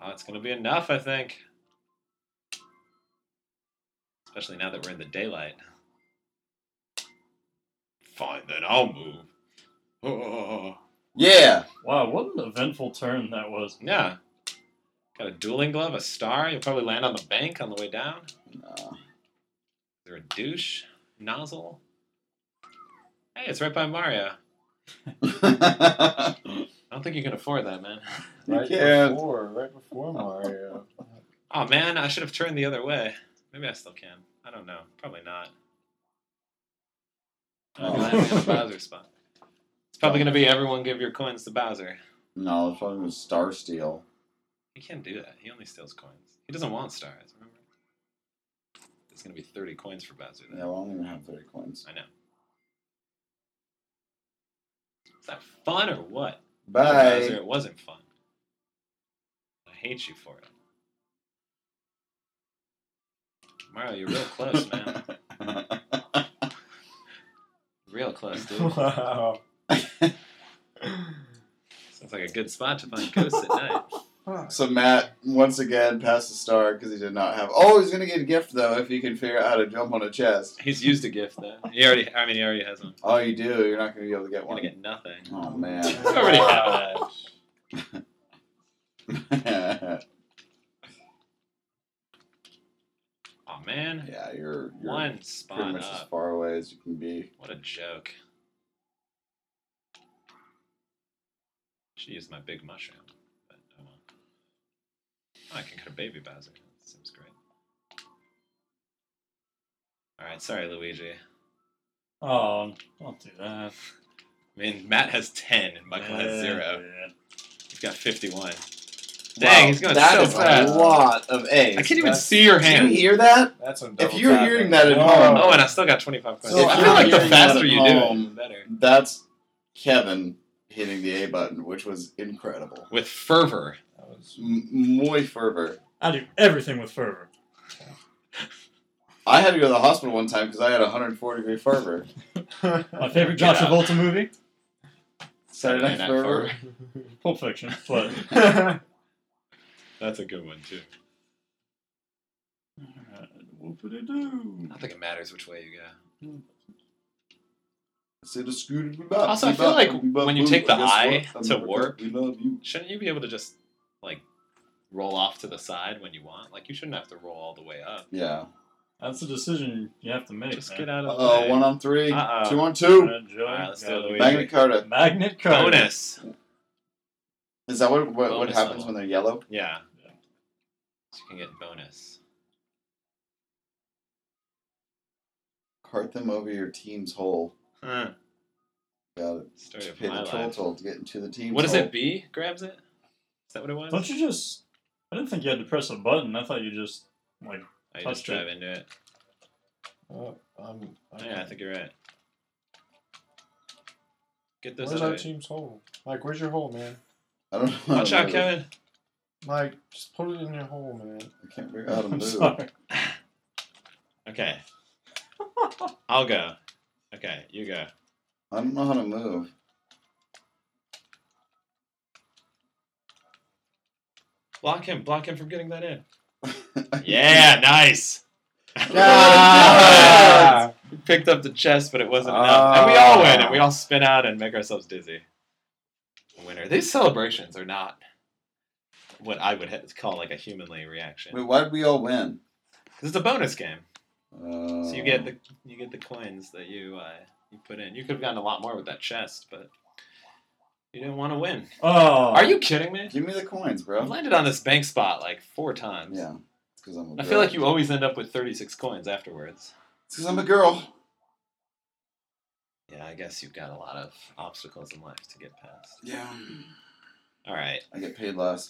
Speaker 1: Oh, it's gonna be enough, I think. Especially now that we're in the daylight. Fine, then I'll move. Oh.
Speaker 2: Yeah.
Speaker 4: Wow, what an eventful turn that was.
Speaker 1: Yeah. Got a dueling glove, a star. You'll probably land on the bank on the way down. Is
Speaker 2: No.
Speaker 1: there a douche? Nozzle? Hey, it's right by Mario. I don't think you can afford that, man.
Speaker 2: You
Speaker 3: Right
Speaker 2: can't.
Speaker 3: before, right before Mario.
Speaker 1: Oh, man, I should have turned the other way. Maybe I still can. I don't know. Probably not. I'm
Speaker 2: Oh.
Speaker 1: landing in the Bowser spot. It's probably going to be everyone give your coins to Bowser.
Speaker 2: no, it's probably with Star Steel.
Speaker 1: He can't do that. He only steals coins. He doesn't want stars, remember? It's going to be 30 coins for Bowser then.
Speaker 2: Yeah, well, I don't even have thirty coins.
Speaker 1: I know. Is that fun or what? Bowser,
Speaker 2: Bye.
Speaker 1: it wasn't fun. I hate you for it. Mario, you're real close, man. Real close, dude.
Speaker 3: wow.
Speaker 1: Sounds like a good spot to find ghosts at night.
Speaker 2: so Matt once again passed the star because he did not have. Oh, he's gonna get a gift though if he can figure out how to jump on a chest.
Speaker 1: He's used a gift though. He already I mean he already has one.
Speaker 2: Oh, you do. You're not gonna be able to get
Speaker 1: I'm
Speaker 2: one.
Speaker 1: gonna get nothing.
Speaker 2: Oh man.
Speaker 1: We already have that.
Speaker 2: yeah,
Speaker 1: Oh man.
Speaker 2: you're, you're
Speaker 1: One
Speaker 2: pretty
Speaker 1: spot
Speaker 2: much as
Speaker 1: up.
Speaker 2: far away as you can be.
Speaker 1: What a joke. Should use my big mushroom, but oh well. Oh, I can cut a baby Bowser. That seems great. Alright, sorry, Luigi.
Speaker 4: Oh, don't do that.
Speaker 1: I mean, Matt has 10 and Michael has 0.
Speaker 4: Yeah.
Speaker 1: He's got 51. Dang, he's going
Speaker 2: That
Speaker 1: so
Speaker 2: is
Speaker 1: fast.
Speaker 2: a lot of
Speaker 1: I
Speaker 2: eggs.
Speaker 1: can't even
Speaker 3: That's-
Speaker 1: see your
Speaker 2: Did you
Speaker 1: hand.
Speaker 2: hear that?
Speaker 3: That's some
Speaker 2: If
Speaker 3: double
Speaker 2: you're
Speaker 3: tapping.
Speaker 2: hearing that at
Speaker 3: Whoa.
Speaker 2: home-
Speaker 1: Oh, and I still got 25 points.
Speaker 2: Oh,
Speaker 3: So
Speaker 1: I
Speaker 3: if
Speaker 1: feel like
Speaker 3: you're
Speaker 1: the
Speaker 2: hearing that
Speaker 1: faster
Speaker 2: at
Speaker 1: you do it, the
Speaker 2: home-
Speaker 1: better.
Speaker 2: That's Kevin hitting the A button, which was incredible.
Speaker 1: With fervor.
Speaker 3: That was-
Speaker 2: M- muy fervor.
Speaker 4: I do everything with fervor.
Speaker 2: I had to go to the hospital one time because I had 104 degree fervor.
Speaker 4: My favorite
Speaker 1: Get
Speaker 4: John
Speaker 1: out.
Speaker 4: Travolta movie,
Speaker 2: Saturday Night
Speaker 1: Night
Speaker 2: Fervor.
Speaker 4: Pulp Fiction. But
Speaker 1: That's a good one, too.
Speaker 4: whoopity doo.
Speaker 1: I don't think it matters which way you go.
Speaker 2: Said a scooter we bop,
Speaker 1: Also, I
Speaker 2: we
Speaker 1: feel
Speaker 2: bop,
Speaker 1: like
Speaker 2: we bop,
Speaker 1: when you
Speaker 2: boop,
Speaker 1: take the
Speaker 2: guess
Speaker 1: eye
Speaker 2: what?
Speaker 1: to
Speaker 2: America,
Speaker 1: warp-
Speaker 2: we love you.
Speaker 1: Shouldn't you be able to just like roll off to the side when you want? Like you shouldn't have to roll all the way up.
Speaker 2: Yeah.
Speaker 4: That's a decision you have to make.
Speaker 1: Just
Speaker 4: man.
Speaker 1: get out
Speaker 2: Uh
Speaker 1: of the
Speaker 2: oh,
Speaker 1: way.
Speaker 2: one on three,
Speaker 1: Uh-oh. Uh,
Speaker 2: two on two.
Speaker 4: Alright, Joey,
Speaker 1: Alright, let's do it,
Speaker 4: gotta-
Speaker 1: Luigi.
Speaker 2: Magna Carta.
Speaker 4: Magnet card.
Speaker 1: Bonus.
Speaker 2: Is that what what, what
Speaker 1: Bonus
Speaker 2: happens
Speaker 1: level.
Speaker 2: when they're yellow?
Speaker 1: Yeah.
Speaker 4: Yeah.
Speaker 1: So you can get bonus.
Speaker 2: Cart them over your team's hole.
Speaker 1: Huh.
Speaker 2: Got it.
Speaker 1: Story of
Speaker 2: Pay
Speaker 1: my
Speaker 2: the toll
Speaker 1: life.
Speaker 2: toll to get into the team's
Speaker 1: What does
Speaker 2: hole.
Speaker 1: it? B grabs it. Is that what it was?
Speaker 4: Don't you just? I didn't think you had to press a button. I thought you just like
Speaker 1: Oh, you just
Speaker 4: touch it?
Speaker 1: drive into it.
Speaker 3: oh, I'm, okay.
Speaker 1: Yeah, I think you're right. Get this
Speaker 3: Where's
Speaker 1: out.
Speaker 3: our team's hole? Mike, where's your hole, man?
Speaker 2: I don't know.
Speaker 1: Watch out, Kevin.
Speaker 3: Mike, just put it in your hole, man.
Speaker 2: I can't figure out how to
Speaker 4: I'm
Speaker 2: move.
Speaker 4: sorry.
Speaker 1: Okay. I'll go. Okay, you go.
Speaker 2: I don't know how to move.
Speaker 1: Block him. Block him from getting that in. Yeah, nice.
Speaker 2: Ah!
Speaker 1: We picked up the chest, but it wasn't enough. And we all win, and we all spin out and make ourselves dizzy. Winner. These celebrations are not what I would ha- call like a humanly reaction.
Speaker 2: Wait, why did we all win?
Speaker 1: This is a bonus game,
Speaker 2: Uh,
Speaker 1: so you get the you get the coins that you uh, you put in. You could have gotten a lot more with that chest, but you didn't want to win.
Speaker 4: Oh,
Speaker 1: Are you kidding me?
Speaker 2: Give me the coins,
Speaker 1: I've
Speaker 2: bro.
Speaker 1: landed on this bank spot like four times.
Speaker 2: Yeah, it's because I'm a girl.
Speaker 1: I feel like you always end up with 36 coins afterwards.
Speaker 2: It's because I'm a girl.
Speaker 1: Yeah, I guess you've got a lot of obstacles in life to get past.
Speaker 2: Yeah.
Speaker 1: All right.
Speaker 2: I get paid less.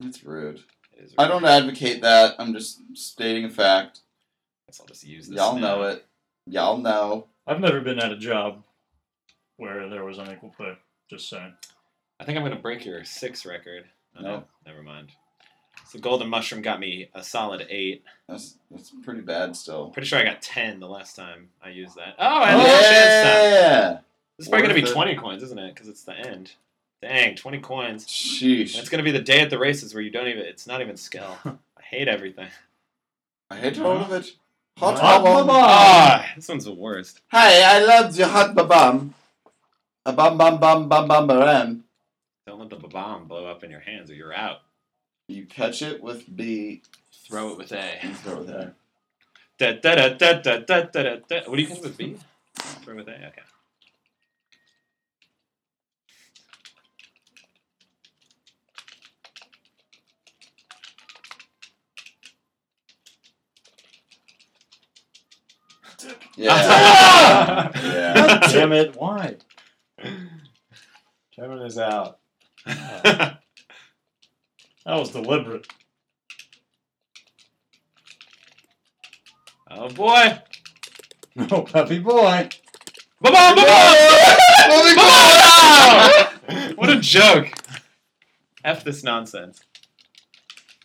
Speaker 2: It's rude.
Speaker 1: It is
Speaker 2: I don't advocate that. I'm just stating a fact.
Speaker 1: guess I'll just use this.
Speaker 2: Y'all
Speaker 1: now.
Speaker 2: know it. Y'all know.
Speaker 4: I've never been at a job where there was unequal pay. Just saying.
Speaker 1: I think I'm gonna break your six record. Oh, no,
Speaker 2: No.
Speaker 1: never mind. So golden mushroom got me a solid eight.
Speaker 2: That's that's pretty bad still.
Speaker 1: Pretty sure I got ten the last time I used that. Oh, I had a little chance time.
Speaker 2: Yeah.
Speaker 1: This is probably gonna be
Speaker 2: Worth it.
Speaker 1: twenty coins, isn't it? Because it's the end. Dang, twenty coins. And it's
Speaker 2: Sheesh.
Speaker 1: gonna be the day at the races where you don't even. It's not even skill. I hate everything.
Speaker 2: I hate Rolovich. Hot
Speaker 4: Hot
Speaker 2: bubble.
Speaker 4: bubble.
Speaker 1: Ah, this one's the worst.
Speaker 2: Hi, I love your hot babam. A bum bum bum bum bum baran.
Speaker 1: Don't let the bomb blow up in your hands or you're out.
Speaker 2: You catch it with B
Speaker 1: Throw it with A.
Speaker 2: and throw it there.
Speaker 1: Da, da, da, da, da, da, da, da. What do you think with B? Throw with A. Okay.
Speaker 2: Yeah. yeah.
Speaker 4: Damn it! Why?
Speaker 3: Kevin is out.
Speaker 1: that
Speaker 4: That was deliberate.
Speaker 1: Oh boy.
Speaker 4: No, puppy boy.
Speaker 1: Ba-bum, ba-bum!
Speaker 2: Moving
Speaker 1: Ba-bum! what a joke. F this nonsense.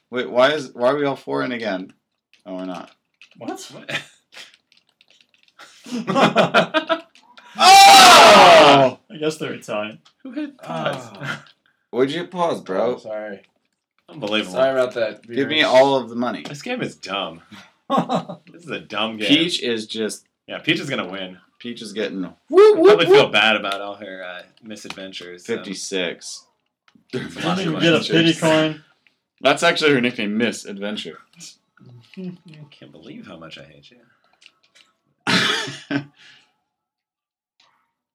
Speaker 2: Wait, why is why are we all four in again? Oh, we're not.
Speaker 4: What?
Speaker 1: What?
Speaker 4: Oh! I guess they're Italian.
Speaker 1: Who hit pause?
Speaker 3: Ah.
Speaker 2: Where'd you pause,
Speaker 3: Oh,
Speaker 2: bro?
Speaker 3: sorry.
Speaker 1: Unbelievable.
Speaker 3: Sorry about that.
Speaker 2: Give me
Speaker 3: viewers.
Speaker 2: all of the money.
Speaker 1: This game is dumb.
Speaker 4: All
Speaker 1: This is a dumb game.
Speaker 2: Peach is just
Speaker 1: Yeah, Peach is gonna win.
Speaker 2: Peach is getting
Speaker 1: I probably feel bad about all her uh, misadventures. so-
Speaker 2: fifty six.
Speaker 1: It's a lot of
Speaker 4: You
Speaker 1: coins.
Speaker 4: get a pity coin.
Speaker 2: That's actually her nickname, Miss Adventure.
Speaker 1: I can't believe how much I hate you.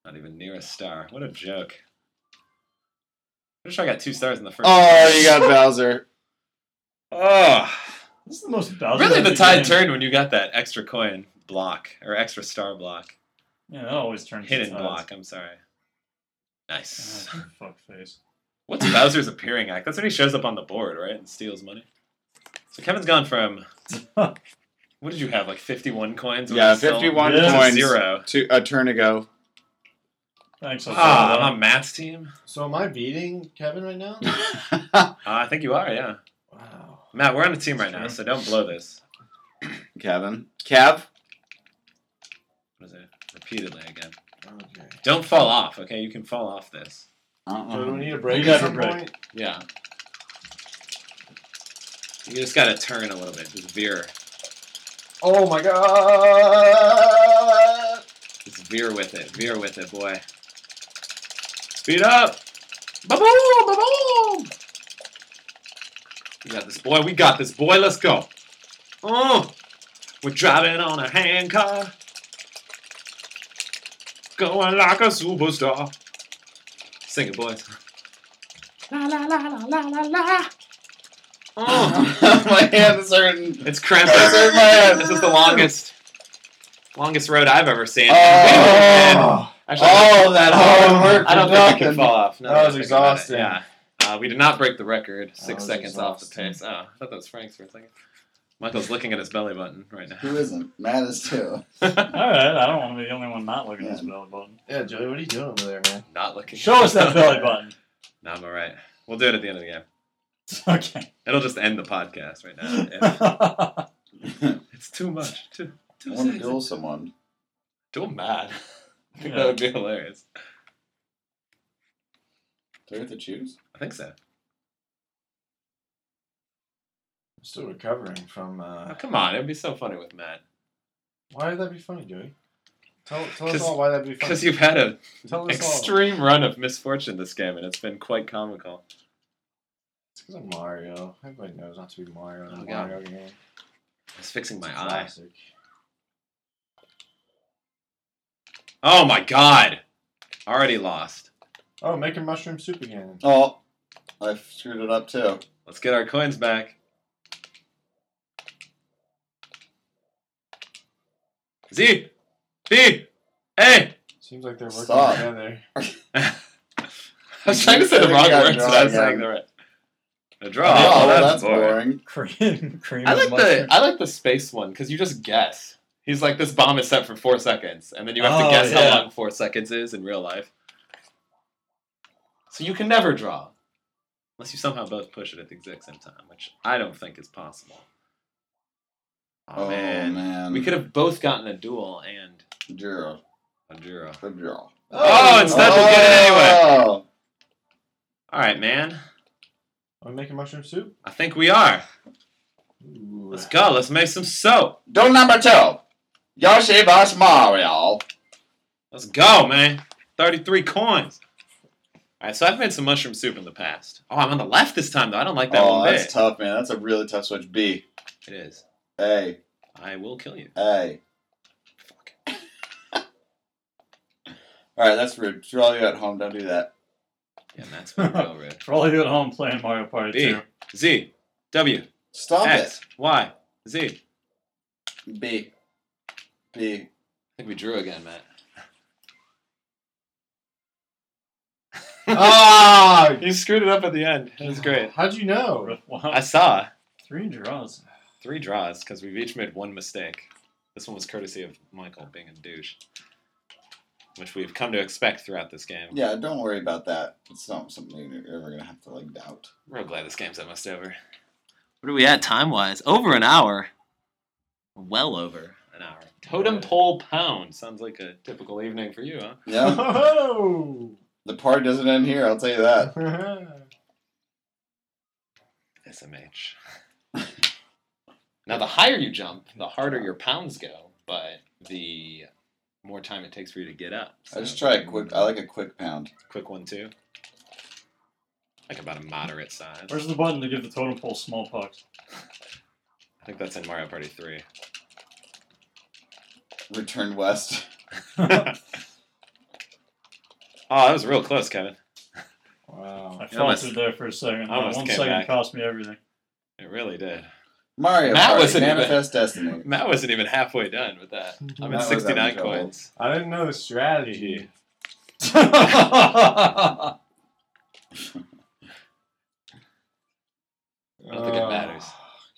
Speaker 1: Not even near a star. What a joke. Pretty sure I got two stars in the first.
Speaker 2: oh, you got Bowser.
Speaker 1: Oh,
Speaker 4: This is the most Bowser.
Speaker 1: really? The
Speaker 4: game.
Speaker 1: tide turned when you got that extra coin block or extra star block,
Speaker 4: Yeah, that always turns.
Speaker 1: hidden
Speaker 4: the tides.
Speaker 1: block. I'm sorry. Nice.
Speaker 4: Ah, fuck face.
Speaker 1: What's Bowser's appearing act? That's when he shows up on the board, right, and steals money. So Kevin's gone from what did you have? Like 51 coins? when
Speaker 2: Yeah,
Speaker 1: you sold-
Speaker 2: 51
Speaker 1: to
Speaker 2: coins.
Speaker 1: Zero.
Speaker 2: Two, a uh, turn ago.
Speaker 4: Thanks. I'll
Speaker 1: Ah,
Speaker 4: try
Speaker 1: I'm on Matt's team.
Speaker 3: So am I beating Kevin right now?
Speaker 1: Uh, I think you are. Yeah.
Speaker 3: wow.
Speaker 1: Matt, we're on a team right now,
Speaker 4: Sure.
Speaker 1: so don't blow this.
Speaker 2: Kevin. Cav.
Speaker 1: What is it? Repeatedly again.
Speaker 3: Okay.
Speaker 1: Don't fall off, okay? You can fall off this.
Speaker 2: I don't
Speaker 3: So do we
Speaker 2: know.
Speaker 3: need a break
Speaker 4: We
Speaker 3: at
Speaker 4: got a
Speaker 3: some
Speaker 4: break.
Speaker 3: point?
Speaker 1: Yeah. You just gotta turn a little bit, just veer.
Speaker 3: Oh my god!
Speaker 1: Just veer with it. Veer with it, boy. Speed up! Ba boom! Ba boom! We got this boy, we got this boy, let's go. Oh! We're driving on a hand car. Going like a superstar. Sing it, boys. La la la la la la la. Oh!
Speaker 2: my hand is hurting.
Speaker 1: It's Krampus.
Speaker 2: It's hurting my hand.
Speaker 1: This is the longest, longest road I've ever seen.
Speaker 2: Oh,
Speaker 1: Actually,
Speaker 2: all that hard work.
Speaker 1: I don't
Speaker 2: for
Speaker 1: think we can
Speaker 2: nothing.
Speaker 1: fall off. No,
Speaker 3: That was exhausting.
Speaker 1: Yeah. Uh, we did not break the record. Six
Speaker 3: was
Speaker 1: seconds
Speaker 3: exhausting.
Speaker 1: off the pace. Oh, I thought that was Frank's for a second. Michael's looking at his belly button right now.
Speaker 2: Who isn't? Matt is too.
Speaker 4: that. All right. I don't want to be the only one not looking at this belly button.
Speaker 3: Yeah, Joey, what are you doing over there, man?
Speaker 1: Not looking.
Speaker 4: Show us that belly button.
Speaker 1: No, I'm all right. We'll do it at the end of the game.
Speaker 4: Okay.
Speaker 1: It'll just end the podcast right now. Yeah.
Speaker 4: I
Speaker 2: I
Speaker 1: it's too much. Too, too
Speaker 2: want to
Speaker 1: sexy.
Speaker 2: duel someone.
Speaker 1: Duel mad. I think
Speaker 4: Yeah.
Speaker 1: that would be hilarious.
Speaker 2: Do I have to choose?
Speaker 1: I think so.
Speaker 3: I'm still recovering from.
Speaker 1: Oh,
Speaker 3: Uh...
Speaker 1: come on, it'd be so funny with Matt.
Speaker 3: Why would that be funny, Joey? Tell, tell us
Speaker 1: 'Cause-
Speaker 3: all why that'd be funny.
Speaker 1: Because you've had a
Speaker 3: tell us all.
Speaker 1: extreme run of misfortune this game, and it's been quite comical.
Speaker 3: because I'm Mario. Everybody knows not to be Mario in a
Speaker 1: Oh, God.
Speaker 3: Mario game.
Speaker 1: I was fixing my eye.
Speaker 3: Classic.
Speaker 1: Oh my god! Already lost.
Speaker 3: Oh, making mushroom soup again.
Speaker 2: Oh, I screwed it up too.
Speaker 1: Let's get our coins back. Z! B! A!
Speaker 3: Seems like they're working
Speaker 2: Stop.
Speaker 3: together.
Speaker 1: I was trying to say the wrong words, but I was saying the right. A draw.
Speaker 2: Oh,
Speaker 1: Oh,
Speaker 2: well,
Speaker 1: that's,
Speaker 2: that's
Speaker 1: boring.
Speaker 2: boring.
Speaker 4: Cream, cream.
Speaker 1: I
Speaker 4: of
Speaker 1: like the
Speaker 4: mushroom.
Speaker 1: I like the space one because you just guess. He's like this bomb is set for four seconds, and then you have to
Speaker 4: Oh,
Speaker 1: guess
Speaker 4: yeah.
Speaker 1: how long four seconds is in real life. So you can never draw, unless you somehow both push it at the exact same time, which I don't think is possible. Oh,
Speaker 2: Oh,
Speaker 1: man.
Speaker 2: man.
Speaker 1: we could have both gotten a duel and
Speaker 2: Draw.
Speaker 1: a draw.
Speaker 2: The draw.
Speaker 1: Oh, it's not-
Speaker 3: I'm
Speaker 1: Steph will get it
Speaker 2: anyway.
Speaker 1: All right, man.
Speaker 3: Oh, making mushroom soup.
Speaker 1: I think we are.
Speaker 3: Ooh.
Speaker 1: Let's go. Let's make some soap.
Speaker 2: Door number two. Yoshi vs. Mario.
Speaker 1: Let's go, man. 33 coins. All right, so I've made some mushroom soup in the past. Oh, I'm on the left this time, though. I don't like that
Speaker 2: Oh,
Speaker 1: one
Speaker 2: that's
Speaker 1: bit.
Speaker 2: tough, man. That's a really tough switch. B.
Speaker 1: it is.
Speaker 2: A.
Speaker 1: I will kill you.
Speaker 2: A.
Speaker 1: Fuck.
Speaker 2: All right, that's rude. For all you at home, don't do that.
Speaker 1: Yeah, that's pretty real rude.
Speaker 4: For all of you at home playing Mario Party
Speaker 1: B.
Speaker 4: 2.
Speaker 1: Z, W,
Speaker 2: Stop
Speaker 1: X, Y, Z. I
Speaker 2: it. B. B.
Speaker 1: think we drew again, Matt.
Speaker 3: Ah,
Speaker 1: You screwed it up at the end. It was great.
Speaker 3: How'd you know?
Speaker 1: I
Speaker 4: Wow.
Speaker 1: saw
Speaker 4: Three draws.
Speaker 1: three draws because we've each made one mistake. This one was courtesy of Michael being a douche, which we've come to expect throughout this game.
Speaker 2: Yeah, don't worry about that. It's not something you're ever gonna have to like doubt.
Speaker 1: Real glad this game's almost over. What are we at time wise? Over an hour. Well over an hour. Totem pole pound. Sounds like a typical evening for you, huh?
Speaker 2: Yeah,
Speaker 3: Oh.
Speaker 2: the party doesn't end here. I'll tell you that.
Speaker 1: SMH. now, the higher you jump, the harder your pounds go, but the more time it takes for you to get up.
Speaker 2: I just try a quick. I like a quick pound.
Speaker 1: quick one too. Like about a moderate size.
Speaker 4: Where's the button to give the totem pole smallpox?
Speaker 1: I think that's in Mario Party Three.
Speaker 2: Return west.
Speaker 1: oh, that Oh, was real close, Kevin.
Speaker 3: Wow.
Speaker 4: I
Speaker 1: You almost-
Speaker 4: faltered there for a second. That
Speaker 1: almost
Speaker 4: one
Speaker 1: came
Speaker 4: second
Speaker 1: back.
Speaker 4: cost me everything.
Speaker 1: It really did.
Speaker 2: Mario
Speaker 1: Matt
Speaker 2: Party,
Speaker 1: wasn't even-
Speaker 2: Manifest Destiny.
Speaker 1: Matt wasn't even halfway done with that. I'm
Speaker 2: Matt
Speaker 1: at
Speaker 2: was having
Speaker 1: 69
Speaker 2: trouble.
Speaker 1: coins.
Speaker 3: I didn't know the strategy.
Speaker 4: I
Speaker 1: I don't think
Speaker 3: Oh,
Speaker 1: it matters.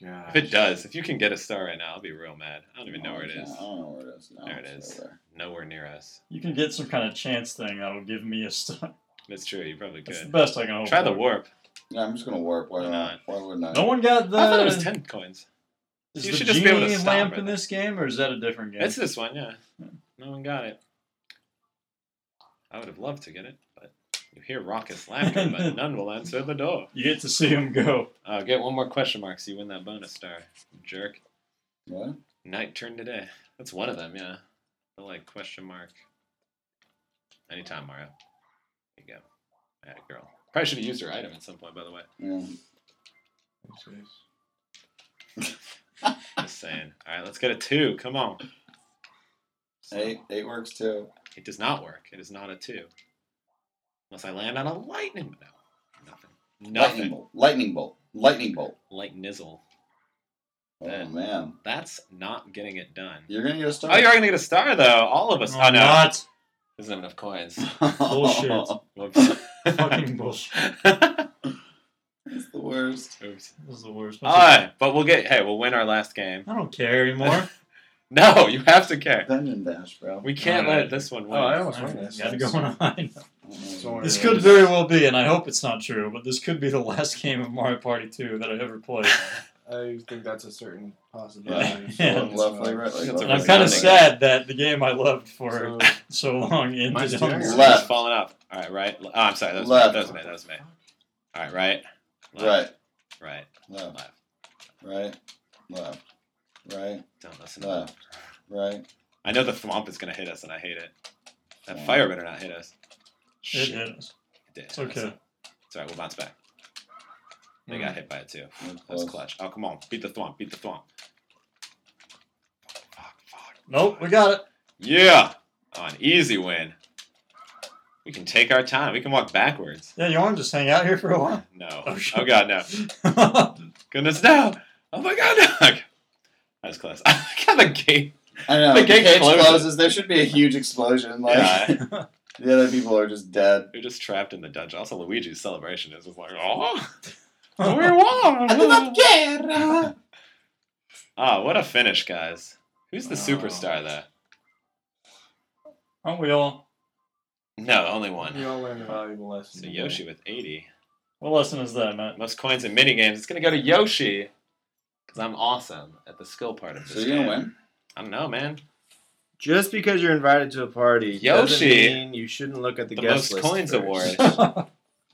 Speaker 3: Gosh.
Speaker 1: If it does, if you can get a star right now, I'll be real mad. I don't even know where it
Speaker 2: Okay,
Speaker 1: is.
Speaker 2: I don't know where it is. No,
Speaker 1: There it
Speaker 2: it's
Speaker 1: is.
Speaker 2: right there.
Speaker 1: Nowhere near us.
Speaker 4: You can get some kind of chance thing that'll give me a stun.
Speaker 1: That's true. You probably
Speaker 4: That's the
Speaker 1: could.
Speaker 4: best I can hope
Speaker 1: Try the
Speaker 4: for.
Speaker 1: warp.
Speaker 2: Yeah, I'm just gonna warp. Why
Speaker 1: Why
Speaker 2: not?
Speaker 1: not?
Speaker 2: Why wouldn't I?
Speaker 4: No one got the.
Speaker 1: I thought it was 10 coins.
Speaker 4: Is
Speaker 1: You
Speaker 4: the
Speaker 1: should just be able to
Speaker 4: genie
Speaker 1: stop
Speaker 4: lamp
Speaker 1: it.
Speaker 4: in this game, or is that a different game?
Speaker 1: It's this one, yeah. No one got it. I would have loved to get it, but you hear raucous laughter, but none will answer the door.
Speaker 4: You get to see him go.
Speaker 1: Uh, get one more question mark so you win that bonus star. Jerk.
Speaker 2: What?
Speaker 1: Night turn today. That's one of them, yeah. The like question mark. Anytime, Mario. There you go. Yeah, girl. Probably should have used her item at some point, by the way.
Speaker 2: Yeah.
Speaker 1: Just saying. All right, let's get a two. Come on.
Speaker 2: Eight, eight works too.
Speaker 1: It does not work. It is not a two. Unless I land on a lightning. No, nothing.
Speaker 2: Lightning
Speaker 1: Nothing.
Speaker 2: bolt. Lightning bolt. Lightning bolt.
Speaker 1: Like nizzle.
Speaker 2: Oh
Speaker 1: That-
Speaker 2: man,
Speaker 1: That's not getting it done.
Speaker 2: you're gonna get a star.
Speaker 1: Oh, you're gonna get a star though. All of us. Oh,
Speaker 4: I'm
Speaker 1: no.
Speaker 4: Not
Speaker 1: Doesn't have enough coins.
Speaker 4: Bullshit.
Speaker 1: Whoops.
Speaker 4: fucking bullshit.
Speaker 2: It's the worst.
Speaker 1: Oops.
Speaker 4: This is the worst.
Speaker 1: All right, but we'll get. Hey, we'll win our last game.
Speaker 4: I don't care anymore.
Speaker 1: No, you have to care.
Speaker 2: Dungeon dash, bro.
Speaker 1: We can't
Speaker 4: All right.
Speaker 1: let this one
Speaker 3: Oh,
Speaker 1: win.
Speaker 3: I almost won
Speaker 4: I
Speaker 3: this.
Speaker 4: got to go on.
Speaker 2: Mm.
Speaker 4: This could very well be, and I hope it's not true, but this could be the last game of Mario Party 2 that I ever played.
Speaker 3: I think that's a certain
Speaker 2: Yeah.
Speaker 3: possibility.
Speaker 4: Yeah.
Speaker 2: Left, left, like,
Speaker 1: And
Speaker 2: right, like, left,
Speaker 4: And
Speaker 2: like,
Speaker 4: I'm kind of
Speaker 2: right.
Speaker 4: sad that the game I loved for
Speaker 3: So,
Speaker 4: so long ended
Speaker 3: Mine's
Speaker 4: on
Speaker 3: doing
Speaker 4: this.
Speaker 2: it. left.
Speaker 1: It's falling off. All right, right. Oh, I'm sorry. That was
Speaker 2: Left.
Speaker 1: me. That was me. That was me. All right, right.
Speaker 2: Right,
Speaker 1: Left, Right.
Speaker 2: left,
Speaker 1: Left.
Speaker 2: right, left, right,
Speaker 1: Don't listen to
Speaker 2: left, right.
Speaker 1: I know the thwomp is gonna hit us, and I hate it. That
Speaker 2: Thwomp.
Speaker 1: fire better not hit us.
Speaker 4: It
Speaker 1: Shit,
Speaker 4: is.
Speaker 1: it did.
Speaker 4: It's okay. Mm.
Speaker 1: It's all right. We'll bounce back. They got hit by it too. That's clutch. Oh, come on. Beat the thwomp. Beat the thwomp. Fuck, fuck.
Speaker 4: Nope, we got it.
Speaker 1: Yeah. Oh, an easy win. We can take our time. We can walk backwards.
Speaker 4: Yeah, you want to just hang out here for a while?
Speaker 1: No.
Speaker 4: Oh,
Speaker 1: Oh,
Speaker 4: shit.
Speaker 1: God, no. Goodness, no. Oh, my God, no. Okay. That was close. I got the gate.
Speaker 2: I know.
Speaker 1: The
Speaker 2: The,
Speaker 1: gate
Speaker 2: gate
Speaker 1: closes.
Speaker 2: closes. There should be a huge explosion. Like
Speaker 1: Yeah.
Speaker 2: the other people are just dead.
Speaker 1: You're just trapped in the dungeon. Also, Luigi's celebration is just like, oh, we won.
Speaker 2: care.
Speaker 1: Ah, what a finish, guys. Who's the
Speaker 4: Oh.
Speaker 1: superstar, though?
Speaker 4: Aren't we all?
Speaker 1: No, only one.
Speaker 3: You all learned a valuable lesson.
Speaker 1: So Yoshi with 80.
Speaker 4: What lesson is that, Matt?
Speaker 1: Most coins in minigames. It's going to go to Yoshi because I'm awesome at the skill part of this
Speaker 2: So you're gonna
Speaker 1: game.
Speaker 2: win.
Speaker 1: I don't know, man.
Speaker 3: Just because you're invited to a party
Speaker 1: Yoshi.
Speaker 3: doesn't mean you shouldn't look at the,
Speaker 1: The, most
Speaker 3: guest list
Speaker 1: coins
Speaker 3: first.
Speaker 1: award.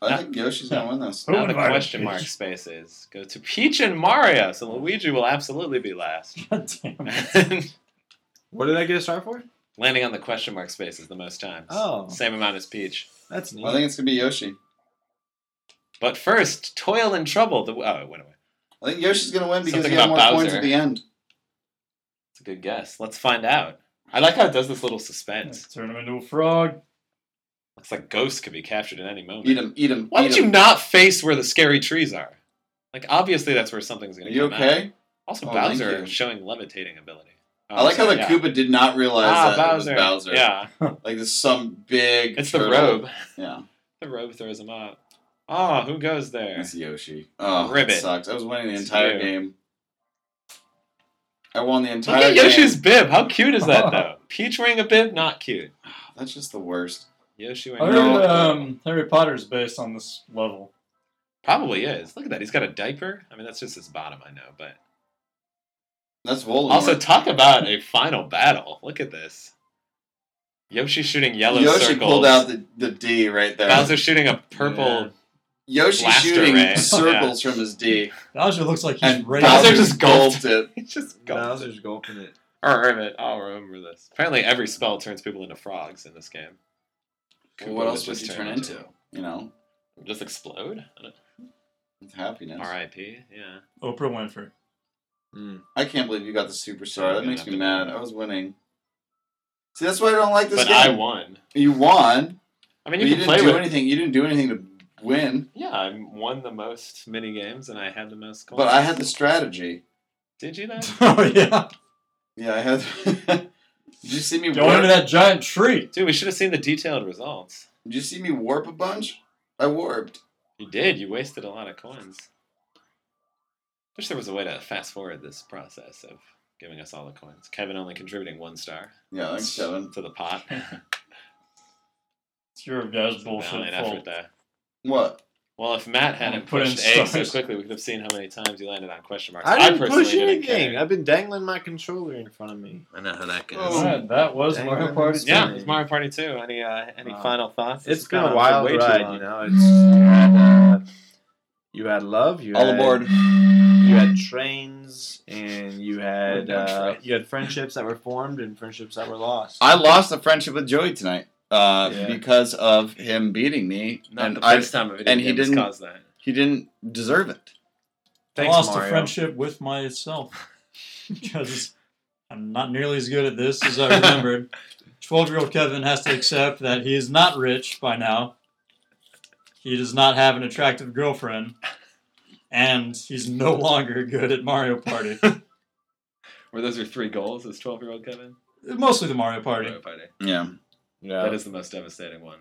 Speaker 2: I think Yoshi's gonna win this.
Speaker 4: Who
Speaker 1: now the
Speaker 4: invited
Speaker 1: question
Speaker 4: Peach?
Speaker 1: mark space is go to Peach and Mario. So Luigi will absolutely be last.
Speaker 4: God damn it.
Speaker 3: What did I get a star for?
Speaker 1: Landing on the question mark space is the most times.
Speaker 3: Oh.
Speaker 1: Same amount as Peach.
Speaker 3: That's neat.
Speaker 2: I think it's gonna be Yoshi.
Speaker 1: But first, toil and trouble. The, oh, it went away.
Speaker 2: I think Yoshi's gonna win because
Speaker 1: Something
Speaker 2: he had more
Speaker 1: about
Speaker 2: points
Speaker 1: Bowser.
Speaker 2: at the end.
Speaker 1: It's a good guess. Let's find out. I like how it does this little suspense.
Speaker 4: Turn him into a frog.
Speaker 1: Looks like ghosts could be captured at any moment.
Speaker 2: Eat him, eat him.
Speaker 1: Why
Speaker 2: eat
Speaker 1: would you
Speaker 2: him.
Speaker 1: not face where the scary trees are? Like obviously that's where something's
Speaker 2: Are
Speaker 1: gonna
Speaker 2: you
Speaker 1: come out.
Speaker 2: okay?
Speaker 1: Also
Speaker 2: Oh, thank
Speaker 1: Bowser
Speaker 2: you.
Speaker 1: showing levitating ability. Oh,
Speaker 2: I like how
Speaker 1: sorry,
Speaker 2: the
Speaker 1: yeah.
Speaker 2: Koopa did not realize
Speaker 1: ah,
Speaker 2: that
Speaker 1: Bowser.
Speaker 2: it was Bowser.
Speaker 1: Yeah.
Speaker 2: Like there's some big.
Speaker 1: It's the
Speaker 2: turtle.
Speaker 1: robe.
Speaker 2: Yeah,
Speaker 1: The robe throws him up. Oh, who goes there?
Speaker 2: it's Yoshi. Oh,
Speaker 1: Ribbit.
Speaker 2: That sucks. I was winning the
Speaker 1: It's
Speaker 2: entire
Speaker 1: you.
Speaker 2: game. I won the
Speaker 1: Look
Speaker 2: entire
Speaker 1: at
Speaker 2: game.
Speaker 1: Uh, Yoshi's bib. How cute is that though? Peach wearing a bib, not cute.
Speaker 2: That's just the worst.
Speaker 1: Yoshi
Speaker 4: I
Speaker 1: wearing a
Speaker 4: heard
Speaker 1: bib.
Speaker 4: um, Harry Potter's based on this level.
Speaker 1: Probably is. Look at that. He's got a diaper. I mean that's just his bottom, I know, but
Speaker 2: That's Voldemort.
Speaker 1: Also, talk about a final battle. Look at this. Yoshi shooting yellow
Speaker 2: Yoshi
Speaker 1: circles.
Speaker 2: pulled out the, uh, the D right there.
Speaker 1: Bowser shooting a purple.
Speaker 2: Yoshi
Speaker 1: blaster
Speaker 2: shooting
Speaker 1: ray.
Speaker 2: circles from his D,
Speaker 4: Bowser looks like he's
Speaker 2: and
Speaker 4: raised.
Speaker 1: Bowser
Speaker 2: Bowser
Speaker 1: just-
Speaker 2: just gulped it.
Speaker 1: It's just gone.
Speaker 3: Bowser's gulping it.
Speaker 1: I remember it. I'll remember this. Apparently, every spell turns people into frogs in this game. Koopa
Speaker 2: what else would
Speaker 1: just
Speaker 2: you turn into? You know,
Speaker 1: Just explode? I don't-
Speaker 2: It's happiness.
Speaker 1: R.I.P. Yeah.
Speaker 4: Oprah Winfrey.
Speaker 2: I can't believe you got the superstar.
Speaker 1: You're
Speaker 2: That
Speaker 1: gonna
Speaker 2: makes
Speaker 1: have
Speaker 2: me
Speaker 1: to
Speaker 2: mad.
Speaker 1: do
Speaker 2: I was winning. See, that's why I don't like this
Speaker 1: But
Speaker 2: game.
Speaker 1: I won.
Speaker 2: you won,
Speaker 1: I mean,
Speaker 2: but
Speaker 1: you
Speaker 2: you,
Speaker 1: can
Speaker 2: didn't
Speaker 1: play
Speaker 2: do
Speaker 1: with.
Speaker 2: anything. You didn't do anything to win.
Speaker 1: Yeah, I won the most mini games, and I had the most. Coins.
Speaker 2: But I had the strategy.
Speaker 1: Did you though?
Speaker 4: oh yeah.
Speaker 2: Yeah, I had. Did you see me
Speaker 4: Go
Speaker 2: warp?
Speaker 4: into that giant tree.
Speaker 1: Dude, we should have seen the detailed results.
Speaker 2: Did you see me warp a bunch? I warped.
Speaker 1: You did. You wasted a lot of coins. Wish there was a way to fast forward this process of giving us all the coins. Kevin only contributing one star
Speaker 2: Yeah, thanks, Kevin.
Speaker 1: to the pot.
Speaker 4: It's your guys'
Speaker 1: Valiant
Speaker 4: bullshit
Speaker 1: effort
Speaker 4: fault.
Speaker 1: there.
Speaker 2: What?
Speaker 1: Well, if Matt hadn't
Speaker 4: Put in
Speaker 1: pushed eggs so
Speaker 4: stars.
Speaker 1: quickly, we could have seen how many times you landed on question marks.
Speaker 3: I didn't
Speaker 1: personally
Speaker 3: push
Speaker 1: didn't
Speaker 3: anything.
Speaker 1: care.
Speaker 3: I've been dangling my controller in front of me.
Speaker 1: I know how that goes.
Speaker 2: Oh.
Speaker 4: Alright, that was
Speaker 3: Dang,
Speaker 4: Mario
Speaker 3: that
Speaker 4: Party.
Speaker 3: was-
Speaker 1: Yeah, it's Mario Party 2. Any uh, any
Speaker 3: Wow.
Speaker 1: final thoughts? This
Speaker 3: it's
Speaker 1: has
Speaker 3: been
Speaker 1: gone
Speaker 3: a
Speaker 1: on
Speaker 3: wild
Speaker 1: way too
Speaker 3: ride,
Speaker 1: long.
Speaker 3: you know. It's you had, uh, you had love. You
Speaker 2: All
Speaker 3: had,
Speaker 2: aboard.
Speaker 3: You had trains, and you had
Speaker 1: We're going
Speaker 3: uh,
Speaker 1: trains.
Speaker 3: you had friendships that were formed and friendships that were lost.
Speaker 2: I lost a friendship with Joey tonight uh,
Speaker 3: Yeah.
Speaker 2: because of him beating me,
Speaker 1: Not
Speaker 2: and
Speaker 1: the
Speaker 2: I,
Speaker 1: first time a video
Speaker 2: and he
Speaker 1: game has
Speaker 2: didn't-
Speaker 1: caused that.
Speaker 2: he didn't deserve it.
Speaker 4: I
Speaker 3: Thanks,
Speaker 4: lost a
Speaker 3: Mario.
Speaker 4: friendship with myself because I'm not nearly as good at this as I remembered. 12 year old Kevin has to accept that he is not rich by now. He does not have an attractive girlfriend. And he's no longer good at Mario Party.
Speaker 1: Were those your three goals as 12 year old Kevin?
Speaker 4: Mostly the Mario Party.
Speaker 1: Mario Party.
Speaker 2: Yeah,
Speaker 3: Yeah.
Speaker 1: That is the most devastating one.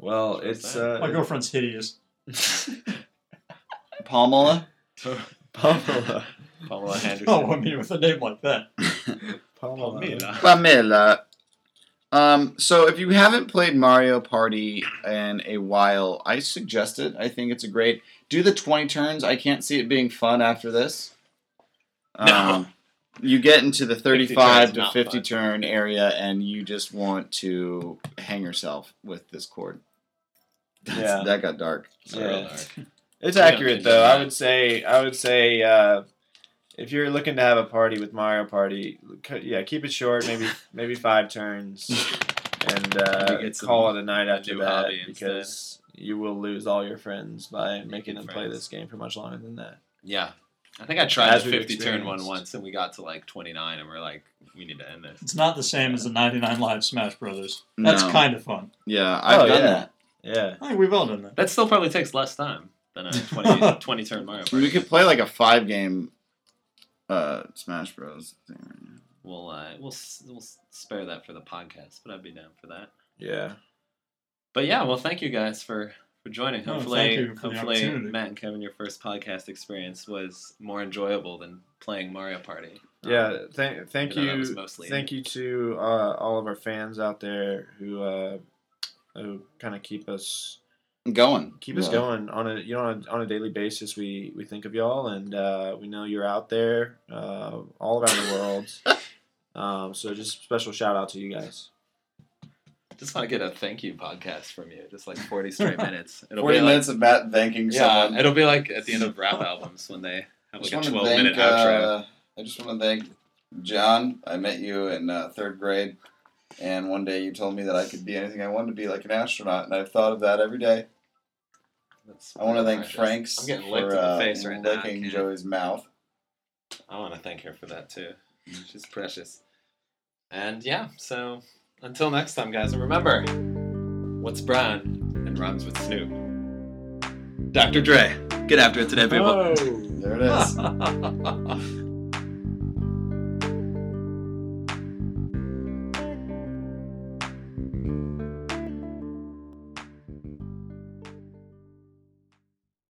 Speaker 3: well,
Speaker 1: Sure
Speaker 3: it's
Speaker 1: thing.
Speaker 4: My
Speaker 3: uh,
Speaker 4: girlfriend's hideous.
Speaker 2: Palmola.
Speaker 1: Pamela. Pamela Henderson.
Speaker 4: Oh, I mean, with a name like that. Oh,
Speaker 3: Pamela.
Speaker 2: Pamela. Um, so if you haven't played Mario Party in a while, I suggest it. I think it's a great. Do the twenty turns. I can't see it being fun after this. Um,
Speaker 1: No.
Speaker 2: You get into the
Speaker 1: 50 turns,
Speaker 2: thirty-five to
Speaker 1: not
Speaker 2: fifty
Speaker 1: fun.
Speaker 2: turn area, and you just want to hang yourself with this cord. That's,
Speaker 3: Yeah.
Speaker 2: that got dark.
Speaker 1: Sorry,
Speaker 3: Yeah.
Speaker 1: Larry.
Speaker 3: It's
Speaker 1: Yeah,
Speaker 3: accurate
Speaker 1: can do
Speaker 3: though. I
Speaker 1: that.
Speaker 3: would say I would say uh, if you're looking to have a party with Mario Party, c- yeah, keep it short, maybe maybe five turns, and uh,
Speaker 1: Maybe get some
Speaker 3: call it a night
Speaker 1: a
Speaker 3: after
Speaker 1: new
Speaker 3: that
Speaker 1: hobby
Speaker 3: because you will lose all your friends by making them play
Speaker 1: friends.
Speaker 3: this game for much longer than that.
Speaker 1: Yeah. I think I tried
Speaker 3: As
Speaker 1: the
Speaker 3: we've
Speaker 1: 50 turn one
Speaker 3: experienced.
Speaker 1: once and we got to like 29 and we're like, we need to end this.
Speaker 4: It's not the same as the 99 Live Smash Brothers.
Speaker 2: No.
Speaker 4: That's kind of fun.
Speaker 2: Yeah, I've
Speaker 3: Oh,
Speaker 2: done
Speaker 3: yeah.
Speaker 2: that.
Speaker 3: Yeah.
Speaker 4: I think we've all done that.
Speaker 1: That still probably takes less time than a 20, 20 turn Mario Party.
Speaker 2: We could play like a five game uh, Smash Bros. thing right now.
Speaker 1: We'll, uh, we'll, s- we'll s- spare that for the podcast, but I'd be down for that.
Speaker 3: Yeah.
Speaker 1: Um, But yeah, well, thank you guys for, for joining.
Speaker 4: No,
Speaker 1: Hopefully,
Speaker 4: Oh, thank you for the
Speaker 1: hopefully
Speaker 4: opportunity.
Speaker 1: Matt and Kevin, your first podcast experience was more enjoyable than playing Mario Party. Um,
Speaker 3: Yeah. Thank thank
Speaker 1: even though that was
Speaker 3: you.
Speaker 1: mostly-
Speaker 3: Thank you to uh, all of our fans out there who uh, who kind of keep us
Speaker 2: Going.
Speaker 3: keep us
Speaker 2: Yeah.
Speaker 3: going on a you know on a, on a daily basis. We we think of y'all, and uh, we know you're out there uh, all around the world. um, so just special shout out to you guys.
Speaker 1: Just want to get a thank you podcast from you, just like 40 straight minutes. It'll
Speaker 2: Forty
Speaker 1: be like,
Speaker 2: minutes of Matt thanking
Speaker 1: Yeah,
Speaker 2: someone.
Speaker 1: it'll be like at the end of rap albums when they
Speaker 2: I
Speaker 1: have like
Speaker 2: just
Speaker 1: a
Speaker 2: want to
Speaker 1: 12
Speaker 2: thank.
Speaker 1: minute outro.
Speaker 2: uh, I just want to thank John. I met you in uh, third grade, and one day you told me that I could be anything I wanted to be, like an astronaut, and I've thought of that every day.
Speaker 1: That's
Speaker 2: I want to thank
Speaker 1: precious.
Speaker 2: Frank's
Speaker 1: Oh I'm getting licked in
Speaker 2: for
Speaker 1: the
Speaker 2: uh,
Speaker 1: face right now. I
Speaker 2: licking
Speaker 1: can't.
Speaker 2: Joey's mouth.
Speaker 1: I want to thank her for that too. She's precious. And yeah, so until next time, guys, and remember what's brown and rhymes with Snoop? Dr. Dre. Get after it today, people.
Speaker 2: There it is.